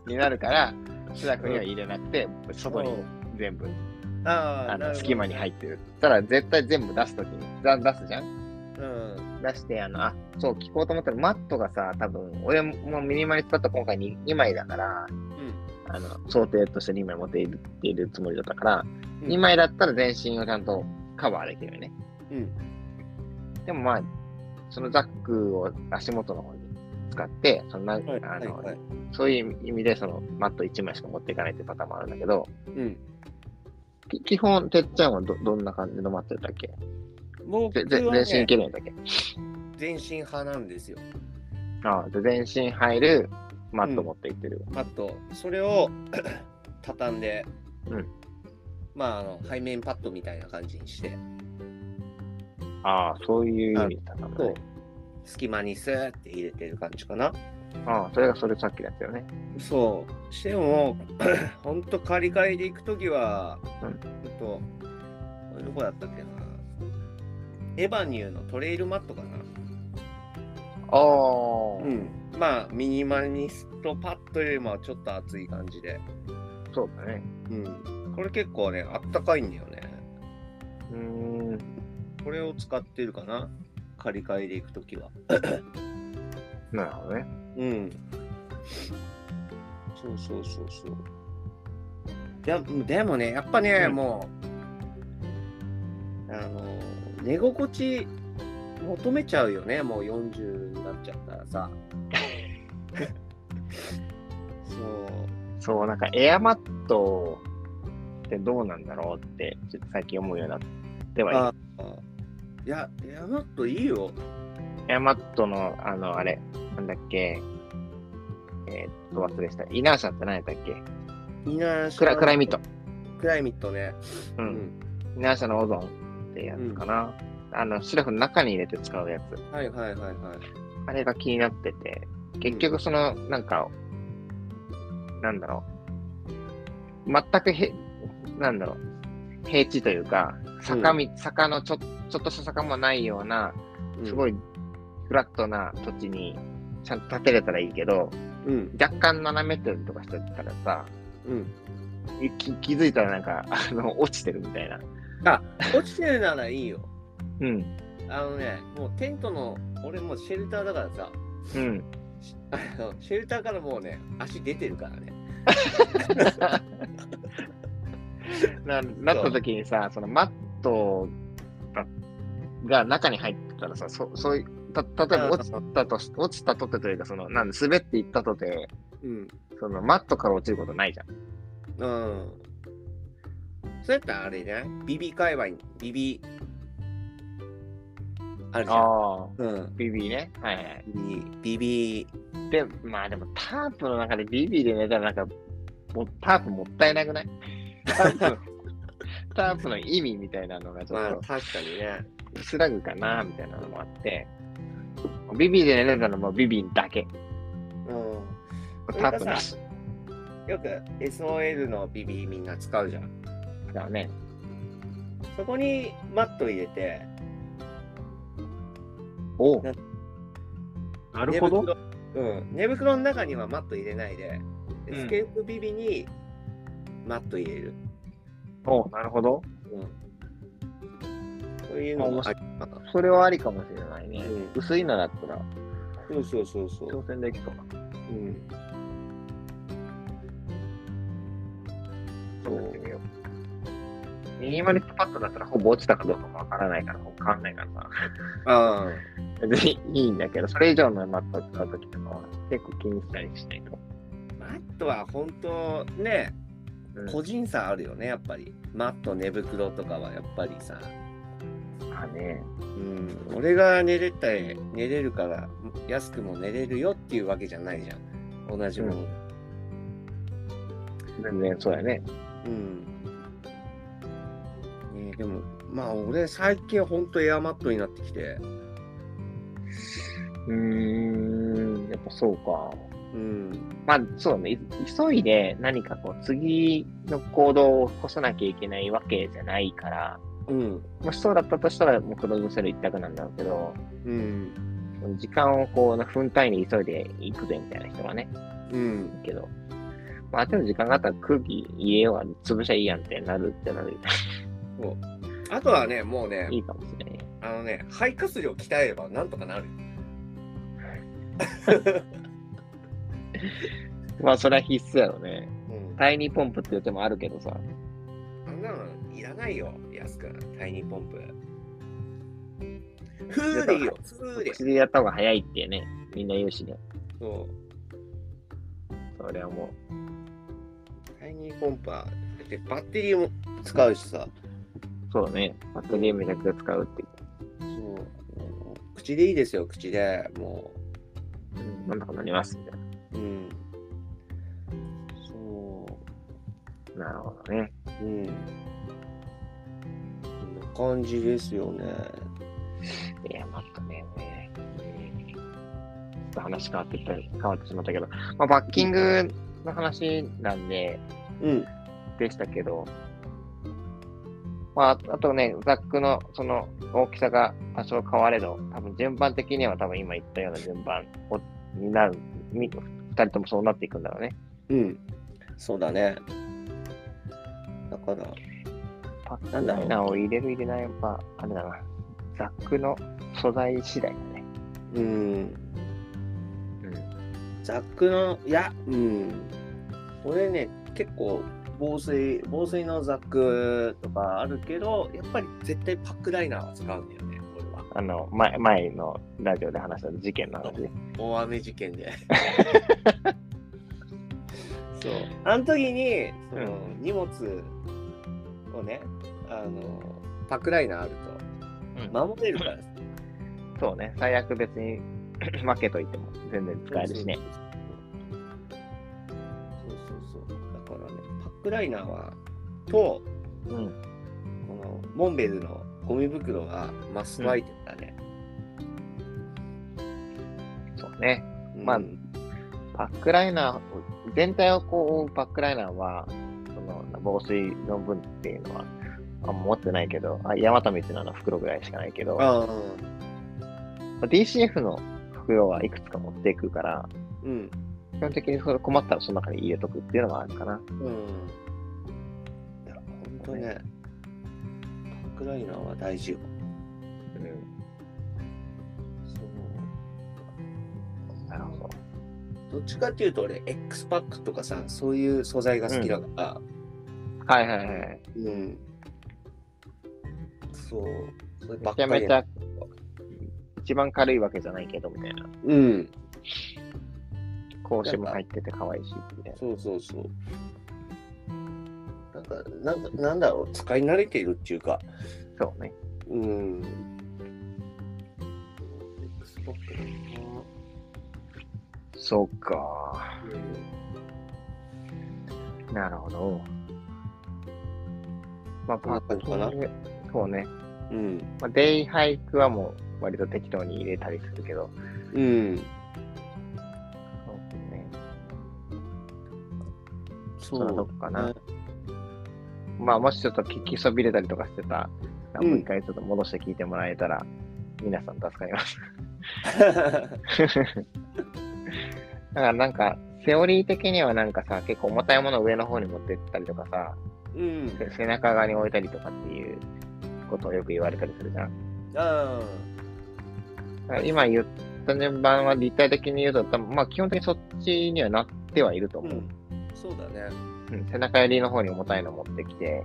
Speaker 2: になるから、スタッフには入れなくて、外に全部、
Speaker 3: あなる
Speaker 2: あ
Speaker 3: ほど
Speaker 2: の隙間に入ってる。たら絶対全部出すときに、だ出すじゃん
Speaker 3: うん
Speaker 2: 出して、あの、あ、そう、聞こうと思ったら、マットがさ、多分、俺もミニマリストだった今回に2枚だから、あの、想定として2枚持っているっているつもりだったから、
Speaker 3: うん
Speaker 2: 2枚だったら全身をちゃんとカバーできるよね。
Speaker 3: うん
Speaker 2: でもまあ、そのザックを足元の方に使って、そんな、
Speaker 3: はい
Speaker 2: あ
Speaker 3: はい
Speaker 2: の
Speaker 3: はい
Speaker 2: そういう意味でそのマット1枚しか持っていかないっていうパターンもあるんだけど、
Speaker 3: うん
Speaker 2: き基本、てっちゃんはどどんな感じのマットだったっけ
Speaker 3: 僕
Speaker 2: ぜぜ
Speaker 3: は、ね、
Speaker 2: 全身いけるんだっけ
Speaker 3: 全身派なんですよ
Speaker 2: ああで全身入るマット持っていってる。
Speaker 3: あとそれを 畳んで、
Speaker 2: うん
Speaker 3: まああの背面パッドみたいな感じにして
Speaker 2: ああ、そういう意味だったの
Speaker 3: そ
Speaker 2: ね
Speaker 3: う。隙間にスーって入れてる感じかな
Speaker 2: ああ、それがそれさっきだったよね。
Speaker 3: そうしても ほんとカリカリで行く時は、
Speaker 2: う
Speaker 3: うんん、とこれどこだったっけなエバニューのトレイルマットかな
Speaker 2: あ
Speaker 3: う
Speaker 2: あ、
Speaker 3: ん、まあミニマリストパッドよりもちょっと熱い感じで、
Speaker 2: そうだね。
Speaker 3: うん、これ結構ねあったかいんだよね
Speaker 2: うーん、
Speaker 3: これを使ってるかな借り換えで行く時は
Speaker 2: なるほどね。
Speaker 3: うんそうそうそうそうででもねやっぱね、
Speaker 2: うん
Speaker 3: もうあの寝心地求めちゃうよねもう40になっちゃったら さそう
Speaker 2: そう、なんかエアマットってどうなんだろうって、ちょっと最近思うようになってはいる
Speaker 3: ああいや、エアマットいいよ。
Speaker 2: エアマットの、あの、あれ、なんだっけ、えーっと、忘れした。イナーシャって何やったっけ
Speaker 3: イナーシャ
Speaker 2: クラクライミット。
Speaker 3: クライミットね。
Speaker 2: う。。
Speaker 3: うん
Speaker 2: イナーシャのオゾンってやつかな。あの、シラフの中に入れて使うやつ。
Speaker 3: はいはいはいはい。
Speaker 2: あれが気になってて、結局その、なんか、なんだろう。全くへ、なんだろう。平地というか、坂み、坂のちょちょっとした坂もないような、すご
Speaker 3: い。
Speaker 2: いフラットな土地に、ちゃんと建てれたらいいけど、
Speaker 3: うん。
Speaker 2: 若干斜めてるとかしてたらさ、
Speaker 3: うん。
Speaker 2: 気気づいたらなんか、あの、落ちてるみたいな。
Speaker 3: 落ちてるならいいよ。
Speaker 2: うん。
Speaker 3: あのね、もうテントの、俺もうシェルターだからさ、
Speaker 2: うん。
Speaker 3: あのシェルターからもうね、足出てるからね。
Speaker 2: ななった時にさ、そのマットがが中に入ってたらさ、そそういう、た例えば落ちたとし、落ちたとてというか、その、なんで滑っていったとて、
Speaker 3: うん。
Speaker 2: そのマットから落ちることないじゃん。
Speaker 3: うん。そうやったらあれじゃないビビ界隈に、ビビ、あるじゃん。
Speaker 2: ああ、
Speaker 3: うん。
Speaker 2: BB ね。はいはい。
Speaker 3: ビビ、ビビ、
Speaker 2: で、まあでもタープの中で BB で寝たらなんか、もうタープもったいなくないタ ープタープの意味みたいなのがちょ
Speaker 3: ま
Speaker 2: っ
Speaker 3: あ
Speaker 2: と
Speaker 3: 確かにね。
Speaker 2: 薄らぐかなみたいなのもあって、BB で寝れたのも BB だけ。
Speaker 3: う
Speaker 2: タープなし。
Speaker 3: ん。よく SOL のビビみんな使うじゃん。
Speaker 2: だからね。
Speaker 3: そこにマット入れて、
Speaker 2: おう
Speaker 4: なるほど。
Speaker 3: 寝袋うん。寝袋の中にはマット入れないで、
Speaker 4: うん
Speaker 3: エスケープビビにマット入れる。
Speaker 2: おうなるほど。
Speaker 3: うん。そういうのもありかな
Speaker 2: それはありかもしれないね。
Speaker 3: う
Speaker 2: 薄いのだったら
Speaker 3: ん。そうそうそうそう
Speaker 2: 挑。戦できそうな。
Speaker 3: うん。
Speaker 2: そうやってみよう。ミニマリストパッドだったらほぼ落ちたかどうかもわからないから、ほぼ変わんないからさ。
Speaker 3: ああ。
Speaker 2: 別にいいんだけど、それ以上のマットを使うときとかは結構気にしたりしないと。
Speaker 3: マットは本当ね、
Speaker 2: うん
Speaker 3: 個人差あるよね、やっぱり。マット、寝袋とかはやっぱりさ。
Speaker 2: まあね。
Speaker 3: うん。俺が寝れたり、寝れるから、安くも寝れるよっていうわけじゃないじゃん。同じもの。
Speaker 2: 全然そうやね。
Speaker 3: うん。ねえでも、まあ俺最近本当エアマットになってきて。
Speaker 2: うーん、やっぱそうか。
Speaker 3: うん。
Speaker 2: まあそうだね。い急いで何かこう、次の行動を起こさなきゃいけないわけじゃないから、
Speaker 3: うん。
Speaker 2: もしそうだったとしたら、もうクローズセル一択なんだろうけど、
Speaker 3: うん。
Speaker 2: 時間をこう、分単位で急いでいくぜみたいな人はね、
Speaker 3: うん。
Speaker 2: けど、まあ、ある程度時間があったら空気入れようが潰しゃいいやんってなるってなる。
Speaker 3: そうあとはね、もうね、
Speaker 2: いいかもしれない。
Speaker 3: あのね、肺活量鍛えればなんとかなる。
Speaker 2: まあ、それは必須やろね。
Speaker 3: うん。
Speaker 2: 第二ポンプっていう手もあるけどさ。
Speaker 3: あんなのいらないよ、安くん、タイニーポンプ。フーでいいよ、フーで。
Speaker 2: 口でやった方が早いってね、みんな言うしね。
Speaker 3: そ
Speaker 2: それはも
Speaker 3: う、タイニーポンプは、でバッテリーも使うしさ、
Speaker 2: う、そうね。バッテリーめちゃくちゃ使うっていう。
Speaker 3: そう、口でいいですよ、口で、も、
Speaker 2: うんなんとかなりますみた
Speaker 3: う
Speaker 2: いう
Speaker 3: ん。そ
Speaker 2: な。なるほどね。
Speaker 3: う、うん。こんな感じですよね。
Speaker 2: いや、まっとね。ちょっと話変わってきた、変わってしまったけど、まあ、バッキングの話なんで、
Speaker 3: うん、
Speaker 2: でしたけど、まあ、あとね、ザックのその大きさが多少変われど、多分順番的には多分今言ったような順番をになる、み二人ともそうなっていくんだろうね。
Speaker 3: うん。そうだね。だから、
Speaker 2: パッ
Speaker 3: なんだろう
Speaker 2: ナを入れる入れないは、あれだな、ザックの素材次第だね。
Speaker 3: うん。ザックの、いや、うん。俺ね、結構、防水、防水のザックとかあるけど、やっぱり絶対パックライナーは使うんだよね、俺は。
Speaker 2: あの、前、前のラジオで話した事件の話ね。
Speaker 3: 大雨事件 で。そう。あの時に、その、荷物をね、あの、パックライナーある
Speaker 2: うん
Speaker 3: と、守れるからさ
Speaker 2: そうね、最悪別に 負けといても全然使えるしね。
Speaker 3: そうそうそう。だからね、パックライナーは、と、
Speaker 2: うん。
Speaker 3: このモンベルのゴミ袋がマストアイテムだね。
Speaker 2: そうね。
Speaker 3: うん
Speaker 2: まあバックライナー、全体をこう覆うバックライナーは、その防水の分っていうのは、あ持ってないけど、あヤマタミっていうのはあの袋ぐらいしかないけど、
Speaker 3: ああ、
Speaker 2: DCF の袋はいくつか持っていくから、
Speaker 3: うん、
Speaker 2: 基本的にそれ困ったらその中に入れとくっていうのがあるか
Speaker 3: う
Speaker 2: な。
Speaker 3: ん。いや、本当ね、パックライナーは大事よ。そう
Speaker 2: なるほど。
Speaker 3: どっちかっていうと俺、X パックとかさ、そういう素材が好きだから、
Speaker 2: はいはいはい。
Speaker 3: うん。そう、そればっ
Speaker 2: めち
Speaker 3: か
Speaker 2: ゃ
Speaker 3: り
Speaker 2: めちゃ、一番軽いわけじゃないけど、みたいな。
Speaker 3: うん。
Speaker 2: 格子も入ってて可愛いし、みたいな。
Speaker 3: そうそうそう。だなんか、なんかなんだろう、使い慣れているっていうか、
Speaker 2: そうね。
Speaker 3: うん。
Speaker 2: そうか。なるほど。まあ、パートナー。そうね。
Speaker 3: うん。
Speaker 2: まあ、デイハイクはもう割と適当に入れたりするけど。
Speaker 3: うん。
Speaker 2: そうね。
Speaker 3: そ
Speaker 2: そのとこかな。まあ、もしちょっと聞きそびれたりとかしてたら、
Speaker 3: うん
Speaker 2: もう一回ちょっと戻して聞いてもらえたら、皆さん助かります。だからなんか、セオリー的にはなんかさ、結構重たいものを上の方に持ってったりとかさ、
Speaker 3: うん。
Speaker 2: せ背中側に置いたりとかっていうことをよく言われたりするじゃん。
Speaker 3: あ
Speaker 2: だから今言った順番は立体的に言うと、多分まあ基本的にそっちにはなってはいると
Speaker 3: あ。う
Speaker 2: 思う。
Speaker 3: ん。そうだね。
Speaker 2: うん背中寄りの方に重たいの持ってきて、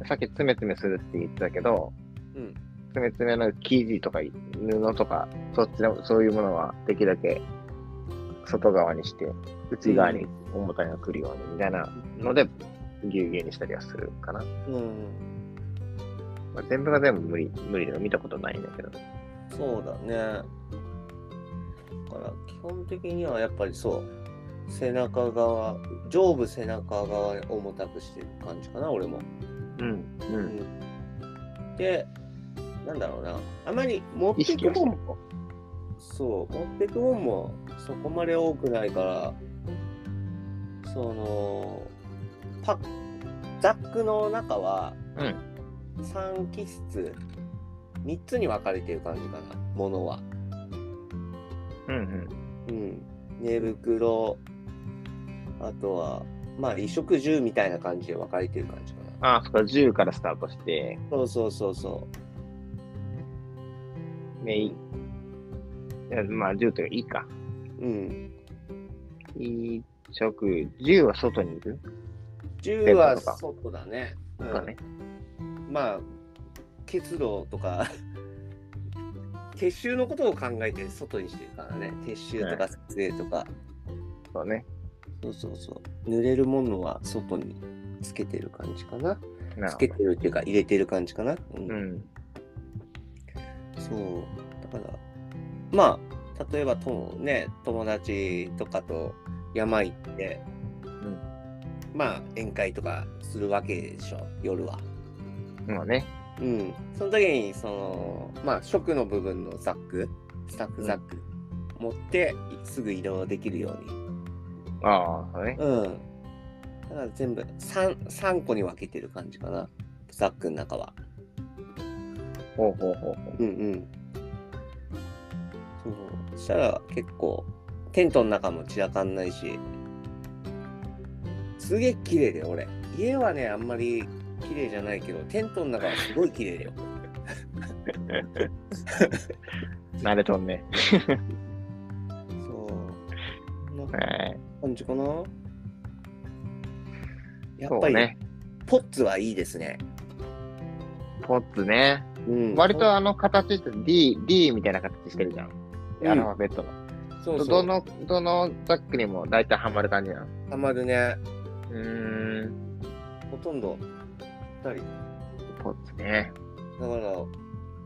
Speaker 3: うん。
Speaker 2: さっきつめつめするって言ってたけど、
Speaker 3: うん
Speaker 2: つめつめの生地とか布とか、そっちの、そういうものはできるだけ外側にして、内側に重たいのが来るようにみたいなので、ぎゅうぎゅうにしたりはするかな。
Speaker 3: うん。
Speaker 2: まあ、全部が全部無理、無理で見たことないんだけど。
Speaker 3: そうだね。だから、基本的にはやっぱりそう。背中側、上部背中側を重たくしてる感じかな、俺も。
Speaker 2: うん。うん。
Speaker 3: で、なんだろうな、あまり持っ
Speaker 2: 意
Speaker 3: て
Speaker 2: 識
Speaker 3: く
Speaker 2: はして
Speaker 3: も
Speaker 2: る
Speaker 3: ん。そう、持ってくもんもそこまで多くないから、その、パッザックの中は、
Speaker 2: うん
Speaker 3: 3機室、3つに分かれてる感じかな、ものは。
Speaker 2: うんうん。
Speaker 3: うん。寝袋、あとは、まあ、衣食住みたいな感じで分かれてる感じかな。
Speaker 2: ああ、そっか、10からスタートして、
Speaker 3: そうそうそうそ
Speaker 2: ね、いいやまあ10というか、いいか。
Speaker 3: う。うん。
Speaker 2: い食、10は外にいる、
Speaker 3: 住は外だね。うん
Speaker 2: そうね。
Speaker 3: まあ結露とか 撤収のことを考えて外にしてるからね撤収とか撮影とか、
Speaker 2: そうね。
Speaker 3: そうそうそう濡れるものは外につけてる感じかな
Speaker 2: なる
Speaker 3: つ
Speaker 2: ほ
Speaker 3: け
Speaker 2: ど
Speaker 3: てるっていうか入れてる感じかな、うん
Speaker 2: うん。
Speaker 3: そうだからまあ例えばともね友達とかと山行って、
Speaker 2: ん
Speaker 3: まあ宴会とかするわけでしょ夜は。
Speaker 2: まあね。
Speaker 3: うん、その時にそのまあ食の部分のザックスタッフザック、持ってすぐ移動できるように
Speaker 2: ああ、そうね。
Speaker 3: うんだから全部 3, 3個に分けてる感じかなザックの中は
Speaker 2: ほうほうほうほ
Speaker 3: うんうんそうそしたら結構テントの中も散らかんないしすげえ綺麗で俺家はねあんまり綺麗じゃないけどテントの中はすごい綺麗だよ
Speaker 2: う。慣れとんね。
Speaker 3: そうなんか
Speaker 2: はい。
Speaker 3: 感じかなやっ
Speaker 2: そ
Speaker 3: ぱ
Speaker 2: う
Speaker 3: り、
Speaker 2: ね。
Speaker 3: ポッツはいいですね。
Speaker 2: ポッツね。
Speaker 3: うん
Speaker 2: 割とあの形って D、D みたいな形してるじゃん。
Speaker 3: うん
Speaker 2: アルファベットの。
Speaker 3: そうそう
Speaker 2: どの、どのザックにも大体ハマる感じなの。
Speaker 3: たまるね。
Speaker 2: うーん。
Speaker 3: ほとんど2人。
Speaker 2: ポッツね。
Speaker 3: だから、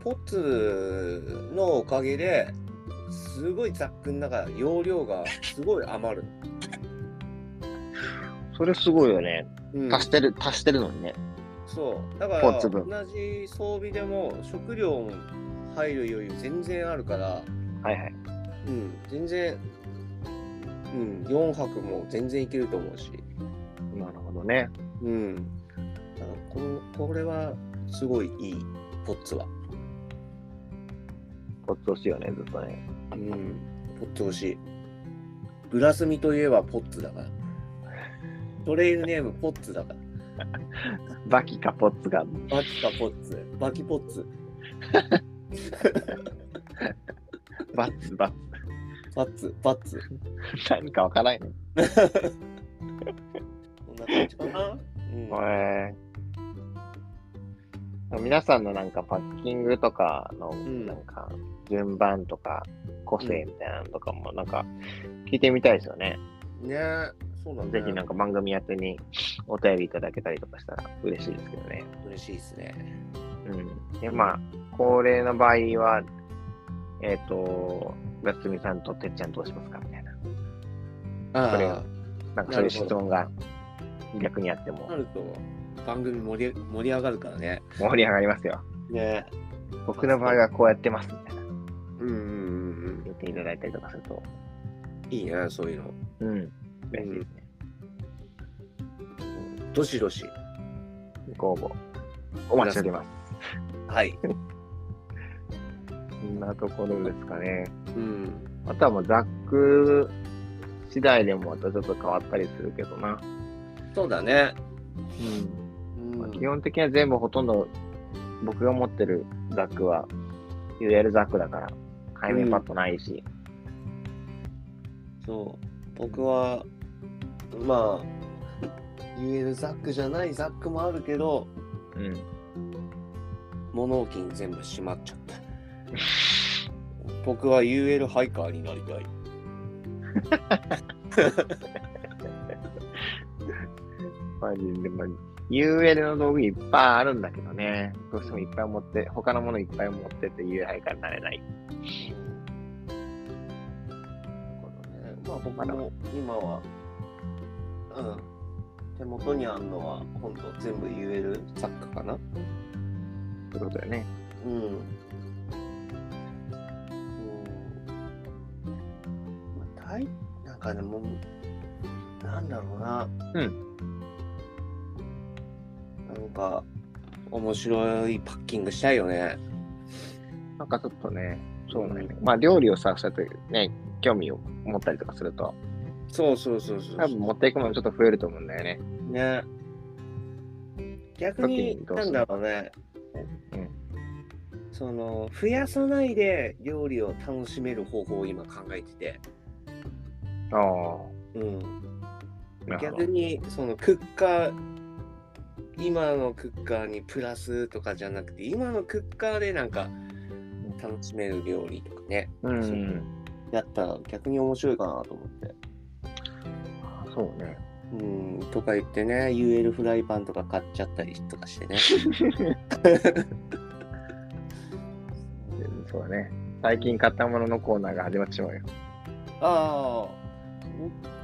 Speaker 3: ポッツのおかげで、すごいザックの中、容量がすごい余る。
Speaker 2: それすごいよね。
Speaker 3: うん
Speaker 2: 足してる、足してるのにね。
Speaker 3: そう。だか
Speaker 2: ポ
Speaker 3: ら、
Speaker 2: ッツ分
Speaker 3: 同じ装備でも食料も入る余裕全然あるから、
Speaker 2: はいはい。
Speaker 3: うん、全然、うん、4泊も全然いけると思うし。
Speaker 2: なるほどね。
Speaker 3: うん。だからこのこれはすごいいい、ポッツは。
Speaker 2: ポッツ欲しいよね、ずっとね。
Speaker 3: うん。ポッツ欲しい。ブラスミといえばポッツだから。トレイルネームポッツだから。
Speaker 2: バキかポッツが。
Speaker 3: バキかポッツ。バキポッツ。
Speaker 2: バッツ、バ ッ
Speaker 3: バッツ、バッツ。
Speaker 2: ツ。何かわからんよね。
Speaker 3: こんな感じかな。うん。
Speaker 2: へえ皆さんのなんかパッキングとかの
Speaker 3: ん
Speaker 2: なんか順番とか個性みたいなのとかもなんか聞いてみたいですよね。
Speaker 3: ねそうだね。
Speaker 2: ぜひなんか番組宛てにお便りいただけたりとかしたら嬉しいですけどね。
Speaker 3: 嬉しいですね。
Speaker 2: うん。で、まあ、恒例の場合は、えっ、と、やすみさんとてっちゃんどうしますかみたいな。
Speaker 3: あ
Speaker 2: それは
Speaker 3: あ、
Speaker 2: なんかそういう質問が逆にあっても
Speaker 3: なると番組盛り盛り上がるからね。
Speaker 2: 盛り上がりますよ。
Speaker 3: ね。
Speaker 2: 僕の場合はこうやってますみたいな。
Speaker 3: うんうんうん
Speaker 2: 言っていただいたりとかすると。
Speaker 3: うん。いいね、そういうの。
Speaker 2: うん。嬉しいですね。
Speaker 3: どしどし。
Speaker 2: ご応募。お待ちしております。
Speaker 3: はい。
Speaker 2: そんなところですかね。
Speaker 3: うん。
Speaker 2: あとはもうザック次第でもまたちょっと変わったりするけどな。
Speaker 3: そうだね。
Speaker 2: うん
Speaker 3: うん
Speaker 2: まあ基本的には全部ほとんど僕が持ってるザックは UL ザックだから、背面パッドないし。
Speaker 3: そう。僕は、まあ、UL ザックじゃないザックもあるけど、
Speaker 2: うん。
Speaker 3: 物置に全部閉まっちゃった。僕は UL ハイカーになりたい。
Speaker 2: マジで、まあ、UL の道具いっぱいあるんだけどね。どうしてもいっぱい持って、他のものいっぱい持ってて UL ハイカーになれない。
Speaker 3: ねまあ僕も今は、うん、手元にあるのは今度全部 UL ザックかな。
Speaker 2: ってことだよね。
Speaker 3: うん。うんまあ、大なんかね、もう、なんだろうな。
Speaker 2: うん。
Speaker 3: なんか、面白いパッキングしたいよね。
Speaker 2: なんかちょっとね、そうなんよね。まあ料理をさ、そうやってね、興味を持ったりとかすると、
Speaker 3: そうそうそうそう
Speaker 2: 多分持っていくものちょっと増えると思うんだよね。
Speaker 3: ね。逆に、
Speaker 2: 時にどう
Speaker 3: な
Speaker 2: す
Speaker 3: ん
Speaker 2: る
Speaker 3: だろうね。
Speaker 2: うん
Speaker 3: その、増やさないで料理を楽しめる方法を今考えてて。
Speaker 2: あ
Speaker 3: うん。
Speaker 2: あ、なるほ
Speaker 3: 逆に、そのクッカー、今のクッカーにプラスとかじゃなくて、今のクッカーでなんか楽しめる料理とかね、
Speaker 2: ど。うん。
Speaker 3: やったら逆に面白いかなと思って。
Speaker 2: そうね。
Speaker 3: うん、とか言ってね、UL フライパンとか買っちゃったりとかして ね。
Speaker 2: そうだね。最近買ったもののコーナーが始まってしまうよ。
Speaker 3: ああ、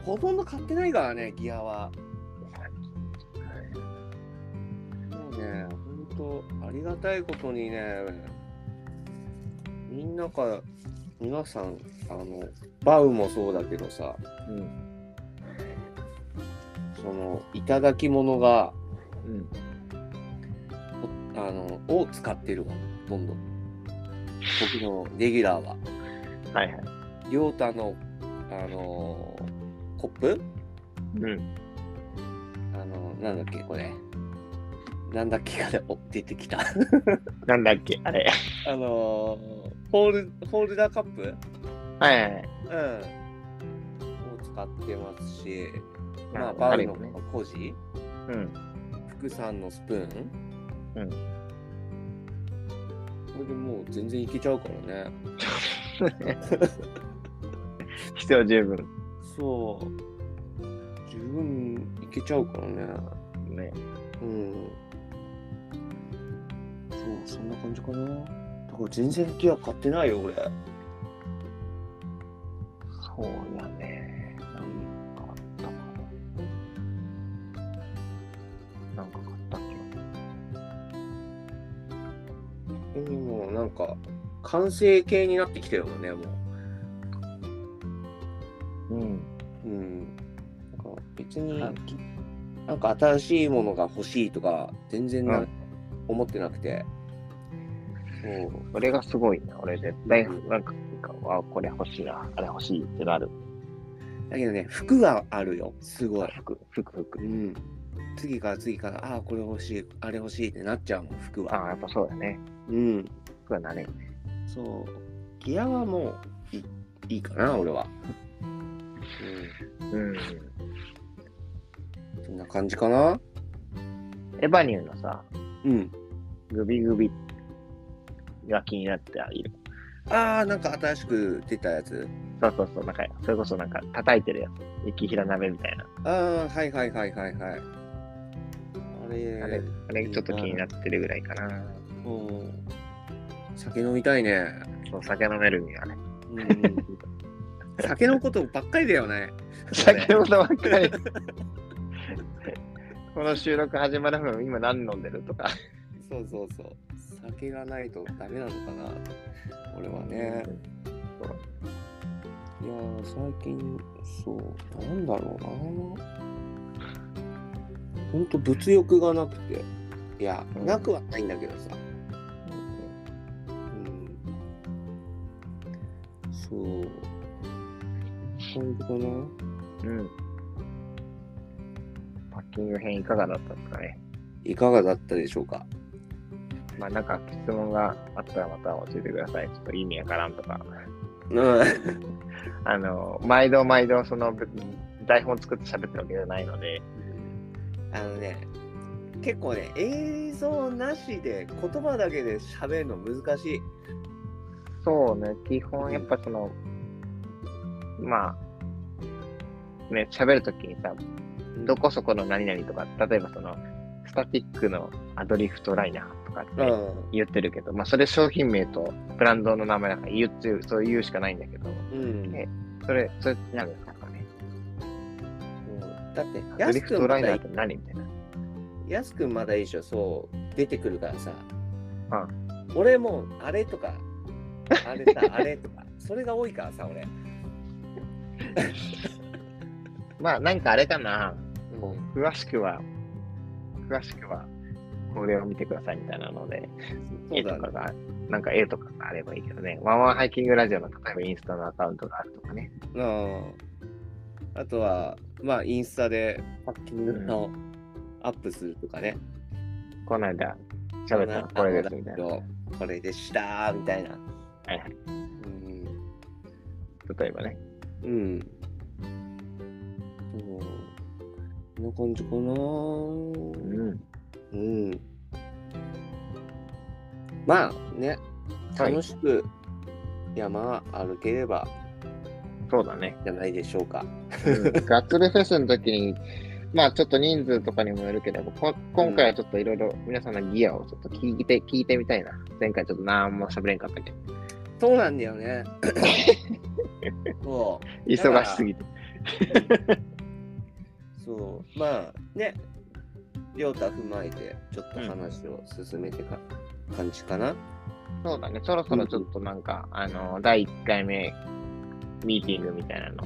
Speaker 3: ほとんど買ってないからね、ギアは。もうね、本当ありがたいことにね、みんなから、皆さん、あの、バウもそうだけどさ、
Speaker 2: うん。
Speaker 3: その、いただき物が、
Speaker 2: うん。
Speaker 3: おあの、を使ってるわ、ほとんど。僕のレギュラーは。
Speaker 2: はいはい。
Speaker 3: りょうたの、あの、コップ
Speaker 2: うん。
Speaker 3: あの、なんだっけ、これ。なんだっけからお出てきた。
Speaker 2: なんだっけ、あれ。
Speaker 3: あのーホール、ホールダーカップうん。
Speaker 2: はいはいはい。
Speaker 3: を使ってますし、まあ、
Speaker 2: あ
Speaker 3: バ
Speaker 2: る
Speaker 3: ル
Speaker 2: よ
Speaker 3: の
Speaker 2: ね。
Speaker 3: コジ、
Speaker 2: うん。
Speaker 3: 福さんのスプーン。
Speaker 2: うん
Speaker 3: これでもう全然いけちゃうからね。
Speaker 2: 必要十分。
Speaker 3: そう。十分いけちゃうからね。
Speaker 2: ね。
Speaker 3: うん。そう、そんな感じかな。だから全然ギア買ってないよ、俺。
Speaker 2: そうだね。何かあったかな。なんか買ったっ
Speaker 3: でももうなんか完成形になってきてるもんねも
Speaker 2: けう
Speaker 3: う
Speaker 2: ん。
Speaker 3: うんなんか別になんか新しいものが欲しいとか全然な、
Speaker 2: うん
Speaker 3: 思ってなくてそう
Speaker 2: それがすごいな。俺絶対、なんか、あ、これ欲しいな。あれ欲しいってなる。
Speaker 3: だけどね服があるよすごい
Speaker 2: 服、服、服
Speaker 3: う。ん次から次からああーこれ欲しいあれ欲しいってなっちゃうもん服
Speaker 2: あ
Speaker 3: は
Speaker 2: あ、やっぱそうだね。
Speaker 3: うん
Speaker 2: 服はなれるね。
Speaker 3: そうギアはもういいいいかな俺は
Speaker 2: うん。
Speaker 3: うんそんな感じかな
Speaker 2: エバニューのさ、
Speaker 3: うん
Speaker 2: グビグビが気になっている。
Speaker 3: ああなんか新しく出たやつ
Speaker 2: そうそうそう、なんか、それこそなんか、叩いてるやつ。雪平鍋みたいな。
Speaker 3: ああ、はいはいはいはいはい。あれ、
Speaker 2: あれ、あれちょっと気になってるぐらいかな。
Speaker 3: うん。酒飲みたいね。
Speaker 2: そう、酒飲めるにはね。
Speaker 3: うん、酒のことばっかりだよね。
Speaker 2: 酒のことばっかり。 この収録始まるのに今何飲んでるとか。
Speaker 3: そうそうそう。酒がないとダメなのかな。俺はね。いやー、最近、そう、なんだろうな。ほんと物欲がなくて。いや、
Speaker 2: うん
Speaker 3: なくはないんだけどさ。うん。そう。ほんとかな。
Speaker 2: うん。パッキング編いかがだったんですかね。
Speaker 3: いかがだったでしょう か。
Speaker 2: まあなんか質問があったらまた教えてください。ちょっと意味わからんとか。
Speaker 3: うん。
Speaker 2: あの、毎度毎度そのぶ台本作って喋ってるわけじゃないので、
Speaker 3: あのね、結構ね、映像なしで言葉だけで喋るの難しい。
Speaker 2: そうね、基本やっぱその、まあ、ね、喋るときにさ、どこそこの何々とか、例えばその、スタティックのアドリフトライナーとかって
Speaker 3: うん。
Speaker 2: 言ってるけど、まあそれ商品名とブランドの名前なんか言うっていう、そう言うしかないんだけど、
Speaker 3: うん。
Speaker 2: ねそれ、それって何ですかね。
Speaker 3: だって、
Speaker 2: アド
Speaker 3: やす
Speaker 2: リフ
Speaker 3: くん
Speaker 2: ト
Speaker 3: ま
Speaker 2: ライナ
Speaker 3: だ
Speaker 2: ーっ、て何みたいな。
Speaker 3: やすくんまだいいでしょ、そう、出てくるからさ。
Speaker 2: は
Speaker 3: 俺もう、あれとか、あれ だ、あれとか、それが多いからさ、俺。
Speaker 2: まあなんかあれかな、
Speaker 3: うん
Speaker 2: 詳しくは、詳しくは、これを見てくださいみたいなので、
Speaker 3: そ
Speaker 2: 絵
Speaker 3: うだ
Speaker 2: と
Speaker 3: ね
Speaker 2: かが、なんか絵とかがあればいいけどね。ワンワンハイキングラジオの例えばインスタのアカウントがあるとかね。
Speaker 3: うん。あとは、まあ、インスタでパッキングのアップするとかね。
Speaker 2: この間、喋ったのこれですみたいな。
Speaker 3: な。これでしたみたいな。
Speaker 2: いはい例えばね。
Speaker 3: うん。うん。そうこんな感じかな
Speaker 2: うん。
Speaker 3: うん。まあね、
Speaker 2: はい
Speaker 3: 楽しく山歩ければ
Speaker 2: そうだ ね。
Speaker 3: じゃないでしょうか。
Speaker 2: ガッツルフェスの時に、まあちょっと人数とかにもよるけど、こ今回はちょっといろいろ皆さんのギアをちょっと聞いて、聞いてみたいな。前回ちょっと何も喋れんかったけど、
Speaker 3: そうなんだよ ね。そう。
Speaker 2: 忙しすぎて。
Speaker 3: そうまあね両太踏まえてちょっと話を進めてか、感じかな
Speaker 2: そうだね。そろそろちょっとなんか、あの、第1回目ミーティングみたいなの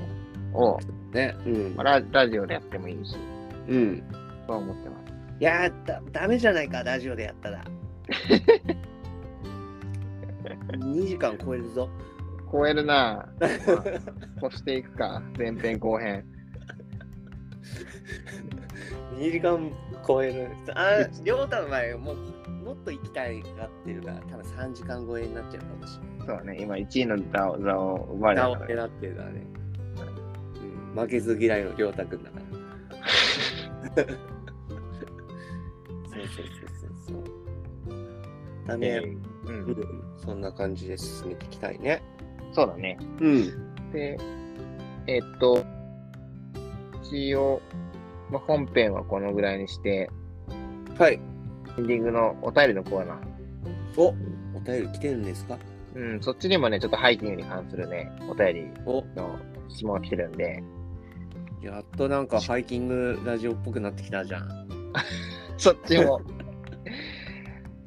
Speaker 2: を、
Speaker 3: ねうん
Speaker 2: まあララジオでやってもいいし、
Speaker 3: うん
Speaker 2: とは思ってます。
Speaker 3: いやーだダメじゃないかラジオでやった ら2時間超えるぞ
Speaker 2: 超えるなぁ。まあ越していくか、前編後編。
Speaker 3: 2時間超えるあ両太の前もうもっと行きたいがってるから多分3時間超えになっちゃうかもしれ
Speaker 2: そうだね、今1位の座を座を奪わ
Speaker 3: ない
Speaker 2: れた
Speaker 3: なお狙
Speaker 2: から
Speaker 3: ってるからね、うん、負けず嫌いの両太くんだから そうそうそうそうそうだね、
Speaker 2: えー
Speaker 3: う
Speaker 2: う、
Speaker 3: んん、そんな感じで進めていきたいね
Speaker 2: そうだね。
Speaker 3: うん
Speaker 2: で、えっと、一応、まあ、本編はこのぐらいにして、
Speaker 3: はい
Speaker 2: エンディングのお便りのコーナー。
Speaker 3: おお便り来てるんですか
Speaker 2: うん、そっちにもね、ちょっとハイキングに関するね、お便り
Speaker 3: お
Speaker 2: の質問が来てるんで、
Speaker 3: やっとなんかハイキングラジオっぽくなってきたじゃん
Speaker 2: そっち も、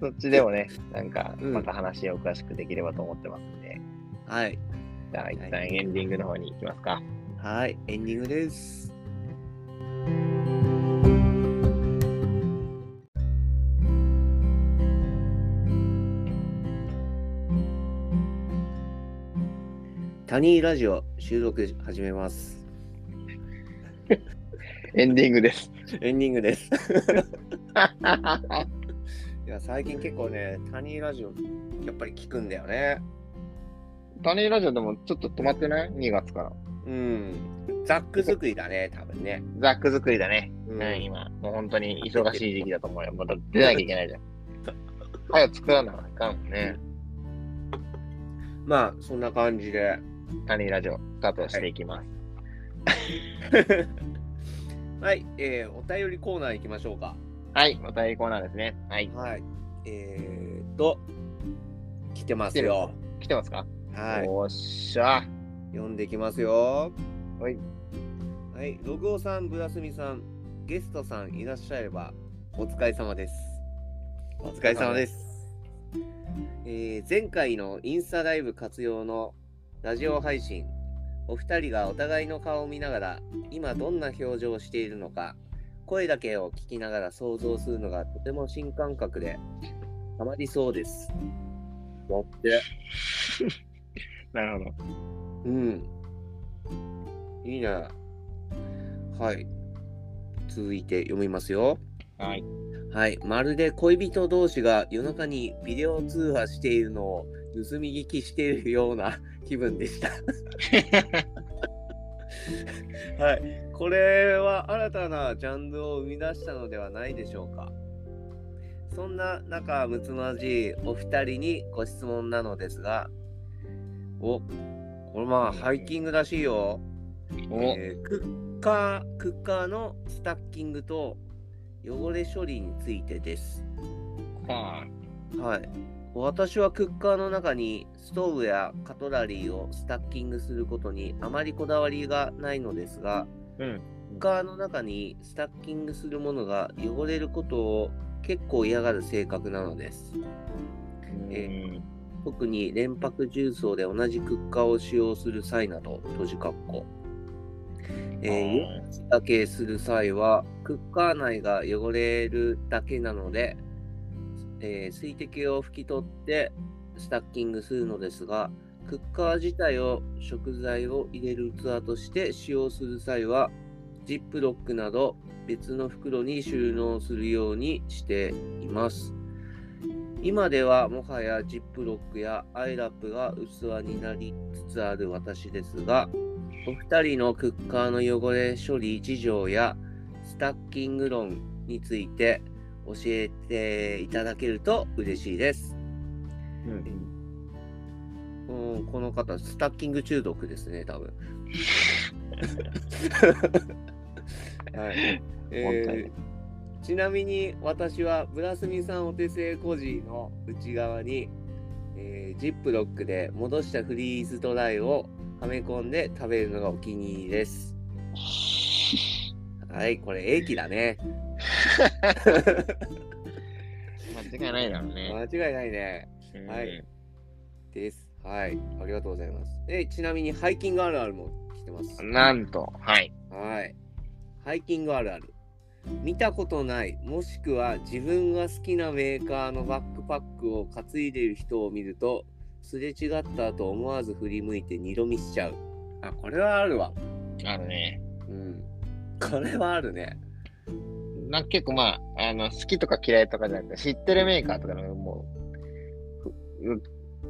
Speaker 2: そっちでもね、なんか、
Speaker 3: うん
Speaker 2: また話を詳しくできればと思ってますんで、
Speaker 3: はい
Speaker 2: じゃあ一旦エンディングの方に行きますか。
Speaker 3: はいエンディングですタニーラジオ収録始めます
Speaker 2: エンディングです。
Speaker 3: エンディング です。いや、最近結構ね、タニーラジオ、やっぱり聞くんだよね。
Speaker 2: タネラジオでもちょっと止まってない ?2 月から。
Speaker 3: うん。ザック作りだね、多分ね。
Speaker 2: ザック作りだね。
Speaker 3: うん
Speaker 2: うん、今。もう本当に忙しい時期だと 思うよ。また出なきゃいけないじゃん。早く作らなあかんもんね。
Speaker 3: まあ、そんな感じで、
Speaker 2: タニーラジオ、スタートしていきます。
Speaker 3: はい、えーお便りコーナー行きましょうか。
Speaker 2: はい、お便りコーナーですね。はい。
Speaker 3: はい。えーっと、来てますよ。
Speaker 2: 来てますか
Speaker 3: はい。
Speaker 2: おっしゃ。
Speaker 3: 読んできますよ。
Speaker 2: はい。
Speaker 3: はい。ログオさん、ブラスミさん、ゲストさんいらっしゃれば、お疲れ様です。お疲れ様です。えー前回のインスタライブ活用のラジオ配信、お二人がお互いの顔を見ながら、今どんな表情をしているのか、声だけを聞きながら想像するのがとても新感覚で、ハマりそうです。だって。
Speaker 4: なるほど。
Speaker 3: うん。いいね。はい。続いて読みますよ。
Speaker 2: はい。
Speaker 3: はい。まるで恋人同士が夜中にビデオ通話しているのを盗み聞きしているような 気分でした。はい。これは新たなジャンルを生み出したのではないでしょうか。そんな仲睦まじいお二人にご質問なのですが、お、これまあハイキングらしいよ。
Speaker 2: お、
Speaker 3: えークッカー、クッカーのスタッキングと汚れ処理についてです。
Speaker 2: は
Speaker 3: はい。私はクッカーの中にストーブやカトラリーをスタッキングすることにあまりこだわりがないのですが、
Speaker 2: うん
Speaker 3: クッカーの中にスタッキングするものが汚れることを結構嫌がる性格なのです。え
Speaker 2: ー
Speaker 3: 特に連泊重曹で同じクッカーを使用する際など、閉じ括弧。えーだけする際は、クッカー内が汚れるだけなので、えー水滴を拭き取ってスタッキングするのですが、クッカー自体を食材を入れる器として使用する際は、ジップロックなど別の袋に収納するようにしています。今ではもはやジップロックやアイラップが器になりつつある私ですが、お二人のクッカーの汚れ処理事情やスタッキング論について教えていただけると嬉しいです。うん、この方、スタッキング中毒ですね、多分。はいえーちなみに私はブラスミさんお手製コジの内側に、えージップロックで戻したフリーズドライをはめ込んで食べるのがお気に入りです。はい、これ、駅だね。
Speaker 2: 間違いないだろうね。
Speaker 3: 間違いないね。
Speaker 2: うん
Speaker 3: はい。です。はい、ありがとうございます。で、ちなみに、ハイキングあるあるも来てます。
Speaker 2: なんと、はい。
Speaker 3: はい。ハイキングあるある。見たことない、もしくは自分が好きなメーカーのバックパックを担いでいる人を見ると、すれ違ったと思わず振り向いて二度見しちゃう。あ、これはあるわ。
Speaker 2: あのね、
Speaker 3: うん。これはあるね。
Speaker 2: なんか結構まあ、あの好きとか嫌いとかじゃなくて、知ってるメーカーとかのもうふ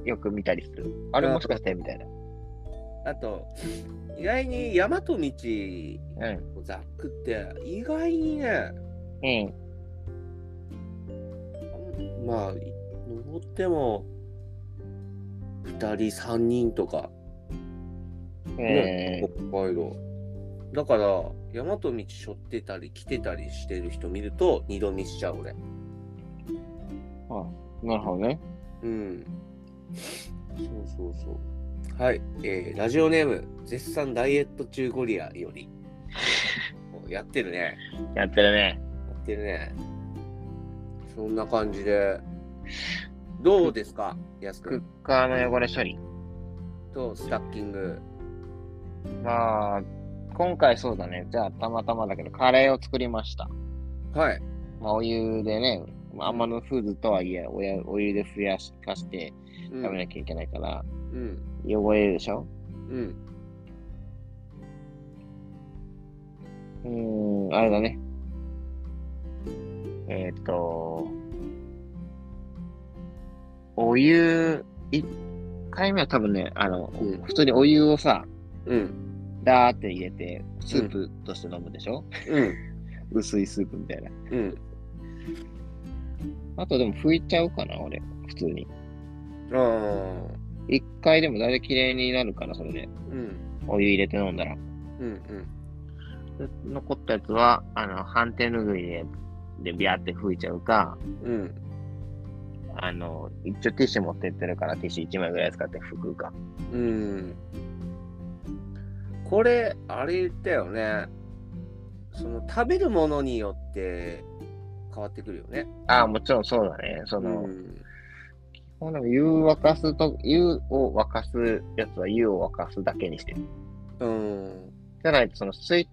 Speaker 2: う、よく見たりする。あれもしかしてみたいな。
Speaker 3: あと、意外に山と道、
Speaker 2: うん。
Speaker 3: ザックって、意外にね、
Speaker 2: うん。
Speaker 3: まあ、い登っても、2人、3人とか、
Speaker 2: え
Speaker 3: 北海道。だから、大和道背負ってたり、来てたりしてる人見ると、二度見しちゃう、俺。
Speaker 2: ー、なるほどね。
Speaker 3: うん。そうそうそう。はい。えーラジオネーム、絶賛ダイエット中ゴリラより。 やってるね。
Speaker 2: やってるね。
Speaker 3: やってるね。そんな感じで。どうですか、安く
Speaker 2: ク
Speaker 3: ん
Speaker 2: ッカーの汚れ処理。
Speaker 3: とスタッキング。
Speaker 2: まあ、今回そうだね。じゃあ、たまたまだけど、カレーを作りました。
Speaker 3: はい。
Speaker 2: まあ、お湯でね、まあ、あんまのフーズとはいえ、おやお湯で増やしかして
Speaker 3: うん
Speaker 2: 食べなきゃいけないから、
Speaker 3: うん。
Speaker 2: 汚れるでしょ
Speaker 3: うん。
Speaker 2: うーん、あれだね。えーっと、お湯、一回目は多分ね、あの、
Speaker 3: うん
Speaker 2: 普通にお湯をさ、
Speaker 3: うん。
Speaker 2: ダーって入れて、スープとして飲むでしょ、
Speaker 3: うん。
Speaker 2: 薄いスープみたいな。
Speaker 3: うん。
Speaker 2: あとでも拭いちゃうかな、俺、普通に。
Speaker 3: ああ。
Speaker 2: 一回でもだいたい綺麗になるから、それで。
Speaker 3: うん。
Speaker 2: お湯入れて飲んだら。
Speaker 3: うんうん。
Speaker 2: で残ったやつは、あの、反手ぬぐいで、で、ビャーって拭いちゃうか、
Speaker 3: うん。
Speaker 2: あの、一応ティッシュ持ってってるから、ティッシュ1枚ぐらい使って拭くか。
Speaker 3: うん。これ、あれだよね。その食べるものによって変わってくるよね。
Speaker 2: ああ、もちろんそうだね。その、
Speaker 3: うん。
Speaker 2: もうでも湯を沸かすと、湯を沸かすやつは湯を沸かすだけにしてる。
Speaker 3: うん。
Speaker 2: じゃないと、その水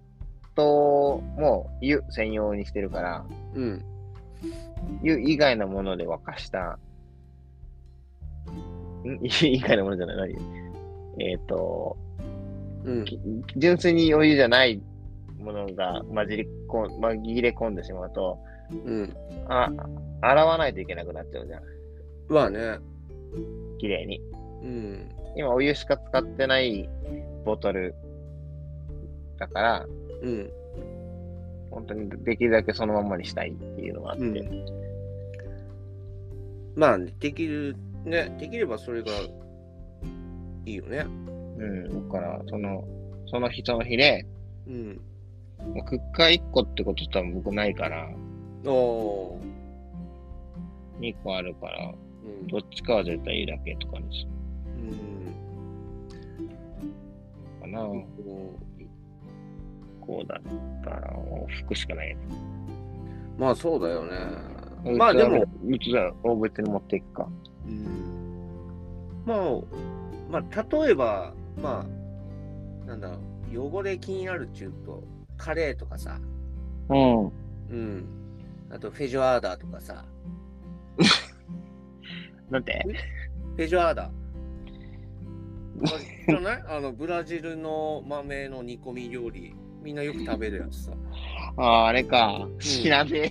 Speaker 2: 筒も湯専用にしてるから、
Speaker 3: うん。
Speaker 2: 湯以外のもので沸かした、ん 湯以外のものじゃない、何えっ、と、
Speaker 3: うん。
Speaker 2: き純粋にお湯じゃないものが混じりこん紛れ込んでしまうと、
Speaker 3: うん。
Speaker 2: あ、洗わないといけなくなっちゃうじゃん。
Speaker 3: はね。
Speaker 2: 綺麗に。
Speaker 3: うん。
Speaker 2: 今、お湯しか使ってないボトルだから、
Speaker 3: うん。
Speaker 2: 本当にできるだけそのまんまにしたいっていうのがあって、
Speaker 3: うんまあ、できる、ね、できればそれがいいよね。
Speaker 2: うん、だから、その、その日その日で、
Speaker 3: うん。
Speaker 2: もうクッカー1個ってこと多分僕ないから、
Speaker 3: おー。
Speaker 2: 2個あるから、
Speaker 3: うん
Speaker 2: どっちかは絶対いいだけとかにす
Speaker 3: うん。
Speaker 2: るかな。
Speaker 3: こ
Speaker 2: こうだったら、服しかない。
Speaker 3: うまあ、そうだよね。まあ、でも、、
Speaker 2: うちは大別に持っていくか。
Speaker 3: うん。まあ、まあ、例えば、まあ、なんだろう、汚れ気になるっていうと、カレーとかさ、
Speaker 2: うん。
Speaker 3: うん。あと、フェジョアーダとかさ、
Speaker 2: なんて
Speaker 3: フェジョアーダ。これ知ら ないあの、ブラジルの豆の煮込み料理、みんなよく食べるやつさ。
Speaker 2: ああ、あれか。知ら ねえ。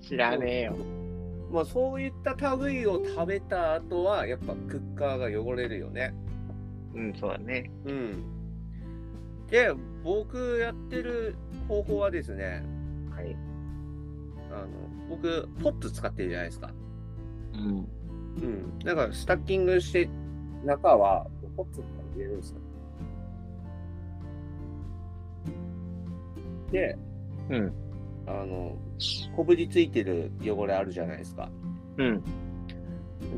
Speaker 2: 知らねえよ。
Speaker 3: まあ、そういった類を食べた後はやっぱクッカーが汚れるよね。
Speaker 2: うん、そうだね。
Speaker 3: うん、で僕やってる方法はですね
Speaker 2: はい。
Speaker 3: あの僕ポット使ってるじゃないですか。
Speaker 2: うん。
Speaker 3: うん、だからスタッキングして中はポットとか入れるんですよ。で、
Speaker 2: うん、
Speaker 3: あのこぶりついてる汚れあるじゃないですか。
Speaker 2: うん。